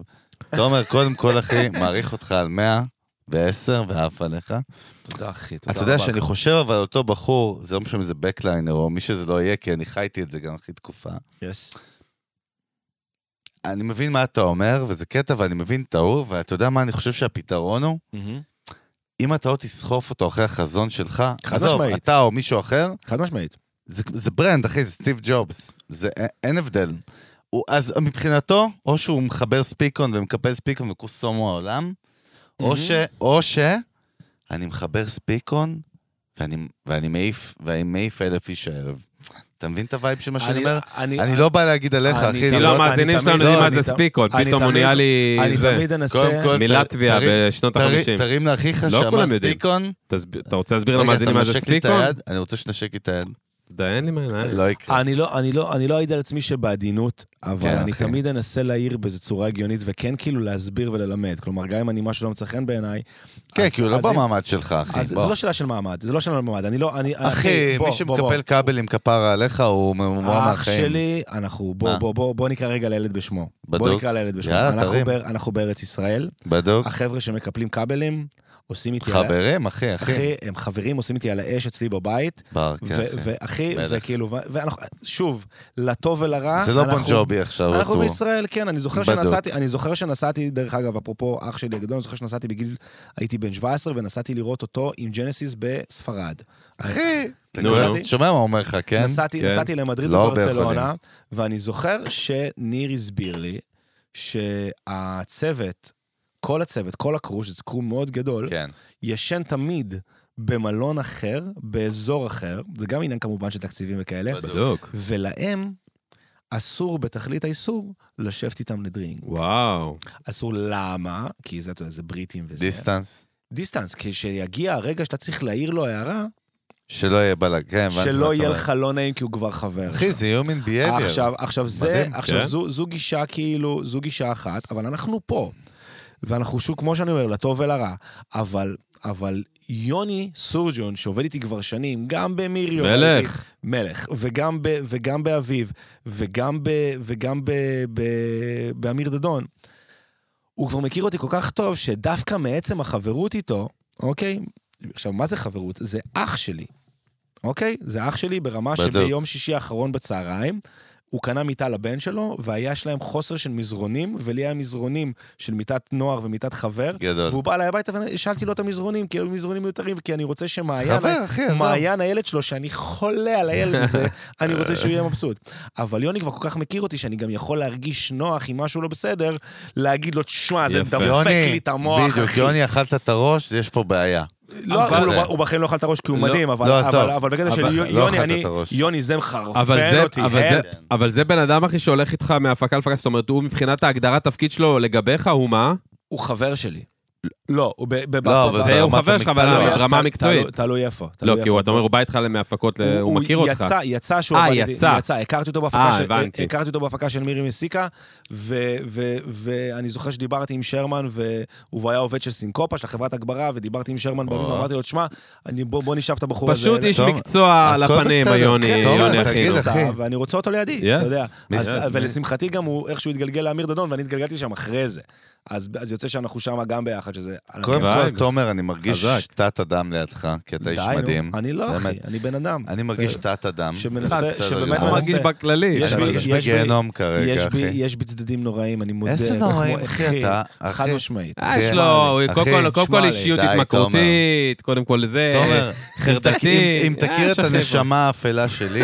Speaker 2: תומר, קודם כל, אחי, מעריך אותך על 100 ו-10 ואף עליך.
Speaker 3: תודה, אחי, תודה
Speaker 2: אתה יודע
Speaker 3: רבה
Speaker 2: שאני
Speaker 3: לך.
Speaker 2: חושב, אבל אותו בחור, זה לא משנה אם זה בקליינר או מי שזה לא יהיה, כי אני חייתי את זה גם הכי תקופה.
Speaker 3: Yes.
Speaker 2: אני מבין מה אתה אומר, וזה קטע, ואני מבין את ההוא, ואתה יודע מה אני חושב שהפתרון הוא?
Speaker 3: מהמם.
Speaker 2: אם אתה לא תסחוף אותו אחרי החזון שלך,
Speaker 3: חד
Speaker 2: עזוב,
Speaker 3: משמעית.
Speaker 2: אתה או מישהו אחר,
Speaker 3: חד משמעית.
Speaker 2: זה, זה ברנד, אחי, זה סטיב ג'ובס. זה, אין, אין הבדל. הוא, אז מבחינתו, או שהוא מחבר ספיקון ומקפל ספיקון וכוס סומו העולם, או ש... או ש... אני מחבר ספיקון, ואני, ואני מעיף, ואני מעיף אלף איש הערב. אתה מבין את הווייב של מה שאני אומר? אני לא בא להגיד עליך, אחי.
Speaker 3: אני- אני
Speaker 2: זה
Speaker 1: כאילו
Speaker 3: לא-
Speaker 1: המאזינים
Speaker 3: אני
Speaker 1: שלנו
Speaker 3: תמיד-
Speaker 1: יודעים
Speaker 2: לא,
Speaker 1: מה
Speaker 2: אני
Speaker 1: זה
Speaker 3: תמ-
Speaker 1: ספיקון,
Speaker 3: אני
Speaker 1: פתאום הוא
Speaker 3: תמיד-
Speaker 1: נראה לי
Speaker 3: אני
Speaker 1: זה,
Speaker 3: תמיד
Speaker 2: קודם
Speaker 3: אנסה...
Speaker 2: כל,
Speaker 1: מלטביה
Speaker 2: תרים-
Speaker 1: בשנות
Speaker 2: תרים-
Speaker 1: ה-50.
Speaker 2: תרים לאחיך
Speaker 1: לא
Speaker 2: שאמר
Speaker 1: כולם יודעים.
Speaker 2: ספיקון.
Speaker 1: אתה רוצה להסביר
Speaker 2: רגע,
Speaker 1: למאזינים
Speaker 2: אתה
Speaker 1: מה זה
Speaker 2: מנשק לי את
Speaker 1: ספיקון?
Speaker 2: היד? אני רוצה שתנשק לי את היד.
Speaker 1: דיין לי מהעיניים.
Speaker 2: לא יקרה.
Speaker 3: אני לא, אני לא, אני לא אעיד על עצמי שבעדינות,
Speaker 2: כן,
Speaker 3: אבל כן,
Speaker 2: אחי.
Speaker 3: אני אחי. תמיד אנסה להעיר באיזו צורה הגיונית, וכן כאילו להסביר וללמד. כלומר, גם אם אני משהו לא מצא חן בעיניי...
Speaker 2: כן,
Speaker 3: אז-
Speaker 2: כי הוא לא
Speaker 3: אז אם-
Speaker 2: במעמד שלך, אחי.
Speaker 3: אז זה
Speaker 2: בוא.
Speaker 3: לא שאלה של מעמד, זה לא שאלה של מעמד. אני לא, אני...
Speaker 2: אחי,
Speaker 3: בוא,
Speaker 2: מי
Speaker 3: בוא, בוא.
Speaker 2: שמקפל כבל עם כפרה עליך, הוא ממומן מהחיים.
Speaker 3: אח שלי, אנחנו, בוא,
Speaker 2: מה?
Speaker 3: בוא, בוא, בוא נקרא רגע לילד בשמו.
Speaker 2: בדוק.
Speaker 3: בוא נקרא לילד בשמו.
Speaker 2: יאללה,
Speaker 3: אנחנו,
Speaker 2: תרים.
Speaker 3: באר- אנחנו בארץ ישראל,
Speaker 2: בדוק.
Speaker 3: החבר'ה שמקפלים כבלים, עושים איתי... על ה-
Speaker 2: חברים, אחי, אחי.
Speaker 3: אחי, הם חברים, עושים איתי על האש אצלי בבית,
Speaker 2: בר, כן,
Speaker 3: ו-
Speaker 2: אחי.
Speaker 3: ואחי,
Speaker 2: מלך.
Speaker 3: וכאילו, ו- ואנחנו, שוב, לטוב ולרע,
Speaker 2: זה לא
Speaker 3: אנחנו-
Speaker 2: בונג'ובי עכשיו,
Speaker 3: אנחנו
Speaker 2: אותו.
Speaker 3: בישראל, כן, אני זוכר
Speaker 2: בדוק.
Speaker 3: שנסעתי, אני זוכר שנסעתי, דרך אגב, אפרופו אח שלי הגדול, אני זוכר שנסעתי בגיל, הייתי בן 17, ונסעתי לראות אותו עם ג'נסיס בספרד.
Speaker 2: אחי, אתה
Speaker 1: נו,
Speaker 2: כבר-
Speaker 1: נו.
Speaker 2: שומע מה הוא אומר לך, כן?
Speaker 3: נסעתי,
Speaker 1: כן.
Speaker 3: נסעתי למדריד
Speaker 2: לא
Speaker 3: וברצלונה, ואני זוכר שניר הסביר לי שהצוות, כל הצוות, כל הקרו, שזה קרו מאוד גדול,
Speaker 2: כן.
Speaker 3: ישן תמיד במלון אחר, באזור אחר, זה גם עניין כמובן של תקציבים וכאלה,
Speaker 1: בדוק.
Speaker 3: ולהם אסור בתכלית האיסור לשבת איתם לדרינק.
Speaker 1: וואו.
Speaker 3: אסור למה? כי זה, אתה יודע, זה בריטים וזה.
Speaker 2: דיסטנס.
Speaker 3: דיסטנס, כי כשיגיע הרגע שאתה צריך להעיר לו הערה,
Speaker 2: שלא יהיה בלאג, כן, הבנתי מה
Speaker 3: שלא
Speaker 2: אתה
Speaker 3: יהיה
Speaker 2: אומר.
Speaker 3: לך לא נעים כי הוא כבר חבר.
Speaker 2: אחי, זה human behavior.
Speaker 3: עכשיו, עכשיו זה,
Speaker 2: מדהים,
Speaker 3: עכשיו
Speaker 1: כן.
Speaker 3: זו, זו גישה כאילו, זו גישה אחת, אבל אנחנו פה. ואנחנו שוב, כמו שאני אומר, לטוב ולרע. אבל, אבל יוני סורג'ון, שעובד איתי כבר שנים, גם במיריו.
Speaker 1: מלך.
Speaker 3: מלך. וגם, ב, וגם באביב, וגם, ב, וגם ב, ב, באמיר דדון. הוא כבר מכיר אותי כל כך טוב, שדווקא מעצם החברות איתו, אוקיי? עכשיו, מה זה חברות? זה אח שלי, אוקיי? זה אח שלי ברמה
Speaker 2: בדיוק.
Speaker 3: שביום שישי האחרון בצהריים, הוא קנה מיטה לבן שלו, והיה שלהם חוסר של מזרונים, ולי היה מזרונים של מיטת נוער ומיטת חבר.
Speaker 2: גדול.
Speaker 3: והוא בא אליי הביתה ושאלתי לו את המזרונים, כי היו מזרונים מיותרים, כי אני רוצה שמעיין,
Speaker 2: חבר, אחי,
Speaker 1: כן,
Speaker 2: עזוב.
Speaker 3: מעיין הילד שלו, שאני חולה על הילד
Speaker 1: (laughs)
Speaker 3: הזה, אני רוצה שהוא יהיה מבסוט. אבל יוני כבר כל כך מכיר אותי, שאני גם יכול להרגיש נוח אם משהו לא בסדר, להגיד לו, תשמע, זה
Speaker 1: יפה.
Speaker 3: מדפק
Speaker 2: יוני,
Speaker 3: לי את המוח,
Speaker 2: בדיוק,
Speaker 3: אחי.
Speaker 2: יוני אכלת את הראש, יש פה בעיה.
Speaker 3: לא,
Speaker 1: אבל-
Speaker 3: אבל הוא- הוא בחיים לא אכל את הראש כי הוא
Speaker 1: לא,
Speaker 3: מדהים, אבל-
Speaker 2: לא,
Speaker 3: אבל-
Speaker 2: עזוב.
Speaker 3: אבל בקטע של
Speaker 1: אבל-
Speaker 3: יו-
Speaker 2: לא
Speaker 3: יוני,
Speaker 2: אכלת
Speaker 3: אני-
Speaker 2: את הראש. כן.
Speaker 3: יוני זה
Speaker 1: אבל זה-
Speaker 3: מחרפן אותי,
Speaker 1: אבל
Speaker 3: הל.
Speaker 1: זה- אבל זה בן אדם, אחי, שהולך איתך מהפקה להפקה, זאת אומרת, הוא מבחינת ההגדרת תפקיד שלו לגביך, הוא מה?
Speaker 3: הוא חבר שלי. לא, הוא ב- לא, ב-
Speaker 2: לא, אבל
Speaker 3: ב-
Speaker 1: זה הוא
Speaker 2: ברמת
Speaker 1: חבר שלך, אבל
Speaker 2: המקצוע.
Speaker 1: למה?
Speaker 3: תלוי-
Speaker 1: ברמה
Speaker 3: תל-
Speaker 1: המקצועית.
Speaker 3: תלוי- תלוי איפה.
Speaker 1: לא,
Speaker 3: תלוי
Speaker 1: כי הוא-
Speaker 3: איפה.
Speaker 1: אתה אומר, הוא בא איתך להפקות, ל- הוא מכיר אותך.
Speaker 3: יצא, יצא שהוא
Speaker 1: אה,
Speaker 3: עבד איתי.
Speaker 1: יצא.
Speaker 3: יצא, הכרתי אותו בהפקה
Speaker 1: אה,
Speaker 3: של-
Speaker 1: הבנתי.
Speaker 3: הכרתי אותו בהפקה של מירי מסיקה, ו- ו- ואני זוכר שדיברתי עם שרמן, והוא היה עובד של סינקופה, של חברת הגברה, ודיברתי עם שרמן באביב,
Speaker 2: או.
Speaker 3: ואמרתי לו, תשמע, אני- בוא בוא נשאב את הבחור הזה.
Speaker 1: פשוט איש
Speaker 2: טוב,
Speaker 1: מקצוע על
Speaker 2: לא. הכל
Speaker 1: הפנים,
Speaker 2: בסדר.
Speaker 1: היוני,
Speaker 2: כן,
Speaker 3: כן,
Speaker 1: יוני
Speaker 2: אבל
Speaker 1: אחינו.
Speaker 2: תגיד,
Speaker 3: יצא,
Speaker 2: אחי.
Speaker 3: ואני רוצה אותו לידי,
Speaker 1: Yes.
Speaker 3: אתה יודע.
Speaker 1: Yes.
Speaker 3: אז-
Speaker 1: Yes.
Speaker 3: ולשמחתי גם הוא איכשהו התגלגל לאמיר דדון, ואני התגלגלתי שם אחרי זה. אז, אז יוצא שאנחנו שם גם ביחד, שזה... על
Speaker 2: קודם
Speaker 3: הכיפאק.
Speaker 2: כל,
Speaker 1: וייב.
Speaker 2: תומר, אני מרגיש
Speaker 1: חזק.
Speaker 2: תת אדם לידך, כי אתה איש
Speaker 3: די, נו.
Speaker 2: מדהים.
Speaker 3: אני לא, אחי,
Speaker 2: באמת.
Speaker 3: אני בן אדם.
Speaker 2: אני מרגיש תת אדם.
Speaker 3: שמנסה-
Speaker 2: זה בסדר
Speaker 3: שבאמת
Speaker 1: אני
Speaker 2: גמור.
Speaker 3: מנסה-
Speaker 1: מרגיש בכללי.
Speaker 3: יש
Speaker 2: אני
Speaker 3: בי-
Speaker 2: מרגיש
Speaker 3: יש בי-
Speaker 2: בגיהנום כרגע,
Speaker 3: יש בי,
Speaker 2: לא אחי.
Speaker 3: יש בי צדדים נוראים, אני מודה.
Speaker 2: איזה
Speaker 3: וכמו-
Speaker 2: נוראים, אחי, אתה...
Speaker 3: חד
Speaker 2: אחי, (laughs)
Speaker 3: משמעית.
Speaker 1: אה, יש
Speaker 2: אחי,
Speaker 1: לו, הוא-
Speaker 2: אחי,
Speaker 1: קודם כל- קודם
Speaker 3: שמע
Speaker 1: כל
Speaker 3: לי.
Speaker 1: אישיות
Speaker 2: די,
Speaker 1: התמכרותית, קודם כל זה,
Speaker 2: תומר,
Speaker 1: חרדתית.
Speaker 2: אה, אם- אם תכיר
Speaker 1: אה,
Speaker 2: את
Speaker 1: שוכב.
Speaker 2: הנשמה האפלה שלי,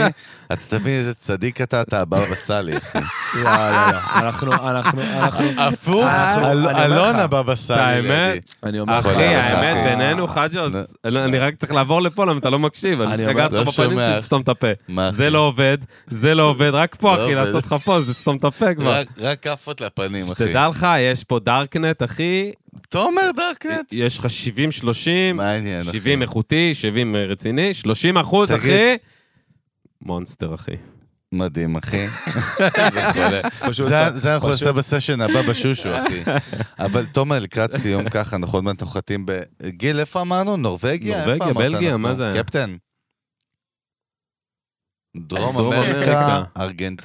Speaker 2: אתה תבין איזה צדיק אתה, אתה הבבא סאלי, אחי.
Speaker 3: לא, לא, לא. אנחנו, אנחנו, אנחנו...
Speaker 2: הפוך,
Speaker 3: אנחנו-
Speaker 2: אה, אל-
Speaker 3: אני אומר לך.
Speaker 2: אלונה בבא סאלי.
Speaker 1: האמת?
Speaker 2: לידי.
Speaker 3: אני אומר לך,
Speaker 1: אחי,
Speaker 2: אה,
Speaker 1: האמת,
Speaker 2: אה,
Speaker 1: בינינו, חג'וס, אני לא- אני רק צריך לעבור לפה, למה אתה לא מקשיב, אני
Speaker 3: אני
Speaker 1: צריך
Speaker 3: אומר,
Speaker 1: לגעת לך
Speaker 2: לא
Speaker 1: בפנים
Speaker 2: שומע.
Speaker 1: שלי, תסתום את הפה.
Speaker 2: מה,
Speaker 1: זה
Speaker 2: אחי?
Speaker 1: לא עובד, זה לא עובד, רק פה,
Speaker 2: לא
Speaker 1: אחי,
Speaker 2: עובד.
Speaker 1: לעשות לך פה, זה סתום את הפה כבר.
Speaker 2: רק- רק כאפות לפנים, אחי.
Speaker 1: תדע לך, יש פה דארקנט, אחי,
Speaker 2: תומר דרקנט.
Speaker 1: יש לך 70-30,
Speaker 2: מעניין, אחי.
Speaker 1: 70 איכותי, 70 רציני, 30 אחוז,
Speaker 2: תגיד.
Speaker 1: אחי. מונסטר, אחי.
Speaker 2: מדהים, אחי. (laughs) זה חולה. זה- זה אנחנו נעשה בסשן הבא בשושו, אחי. אבל תומר, לקראת סיום ככה, אנחנו עוד מעט נוחתים ב... גיל, איפה אמרנו? נורבגיה? איפה
Speaker 1: נורבגיה,
Speaker 2: אמרת
Speaker 1: בלגיה,
Speaker 2: אנחנו?
Speaker 1: מה זה היה?
Speaker 2: קפטן. דרום
Speaker 1: דרום
Speaker 2: אמריקה,
Speaker 1: אמריקה.
Speaker 2: ארגנט...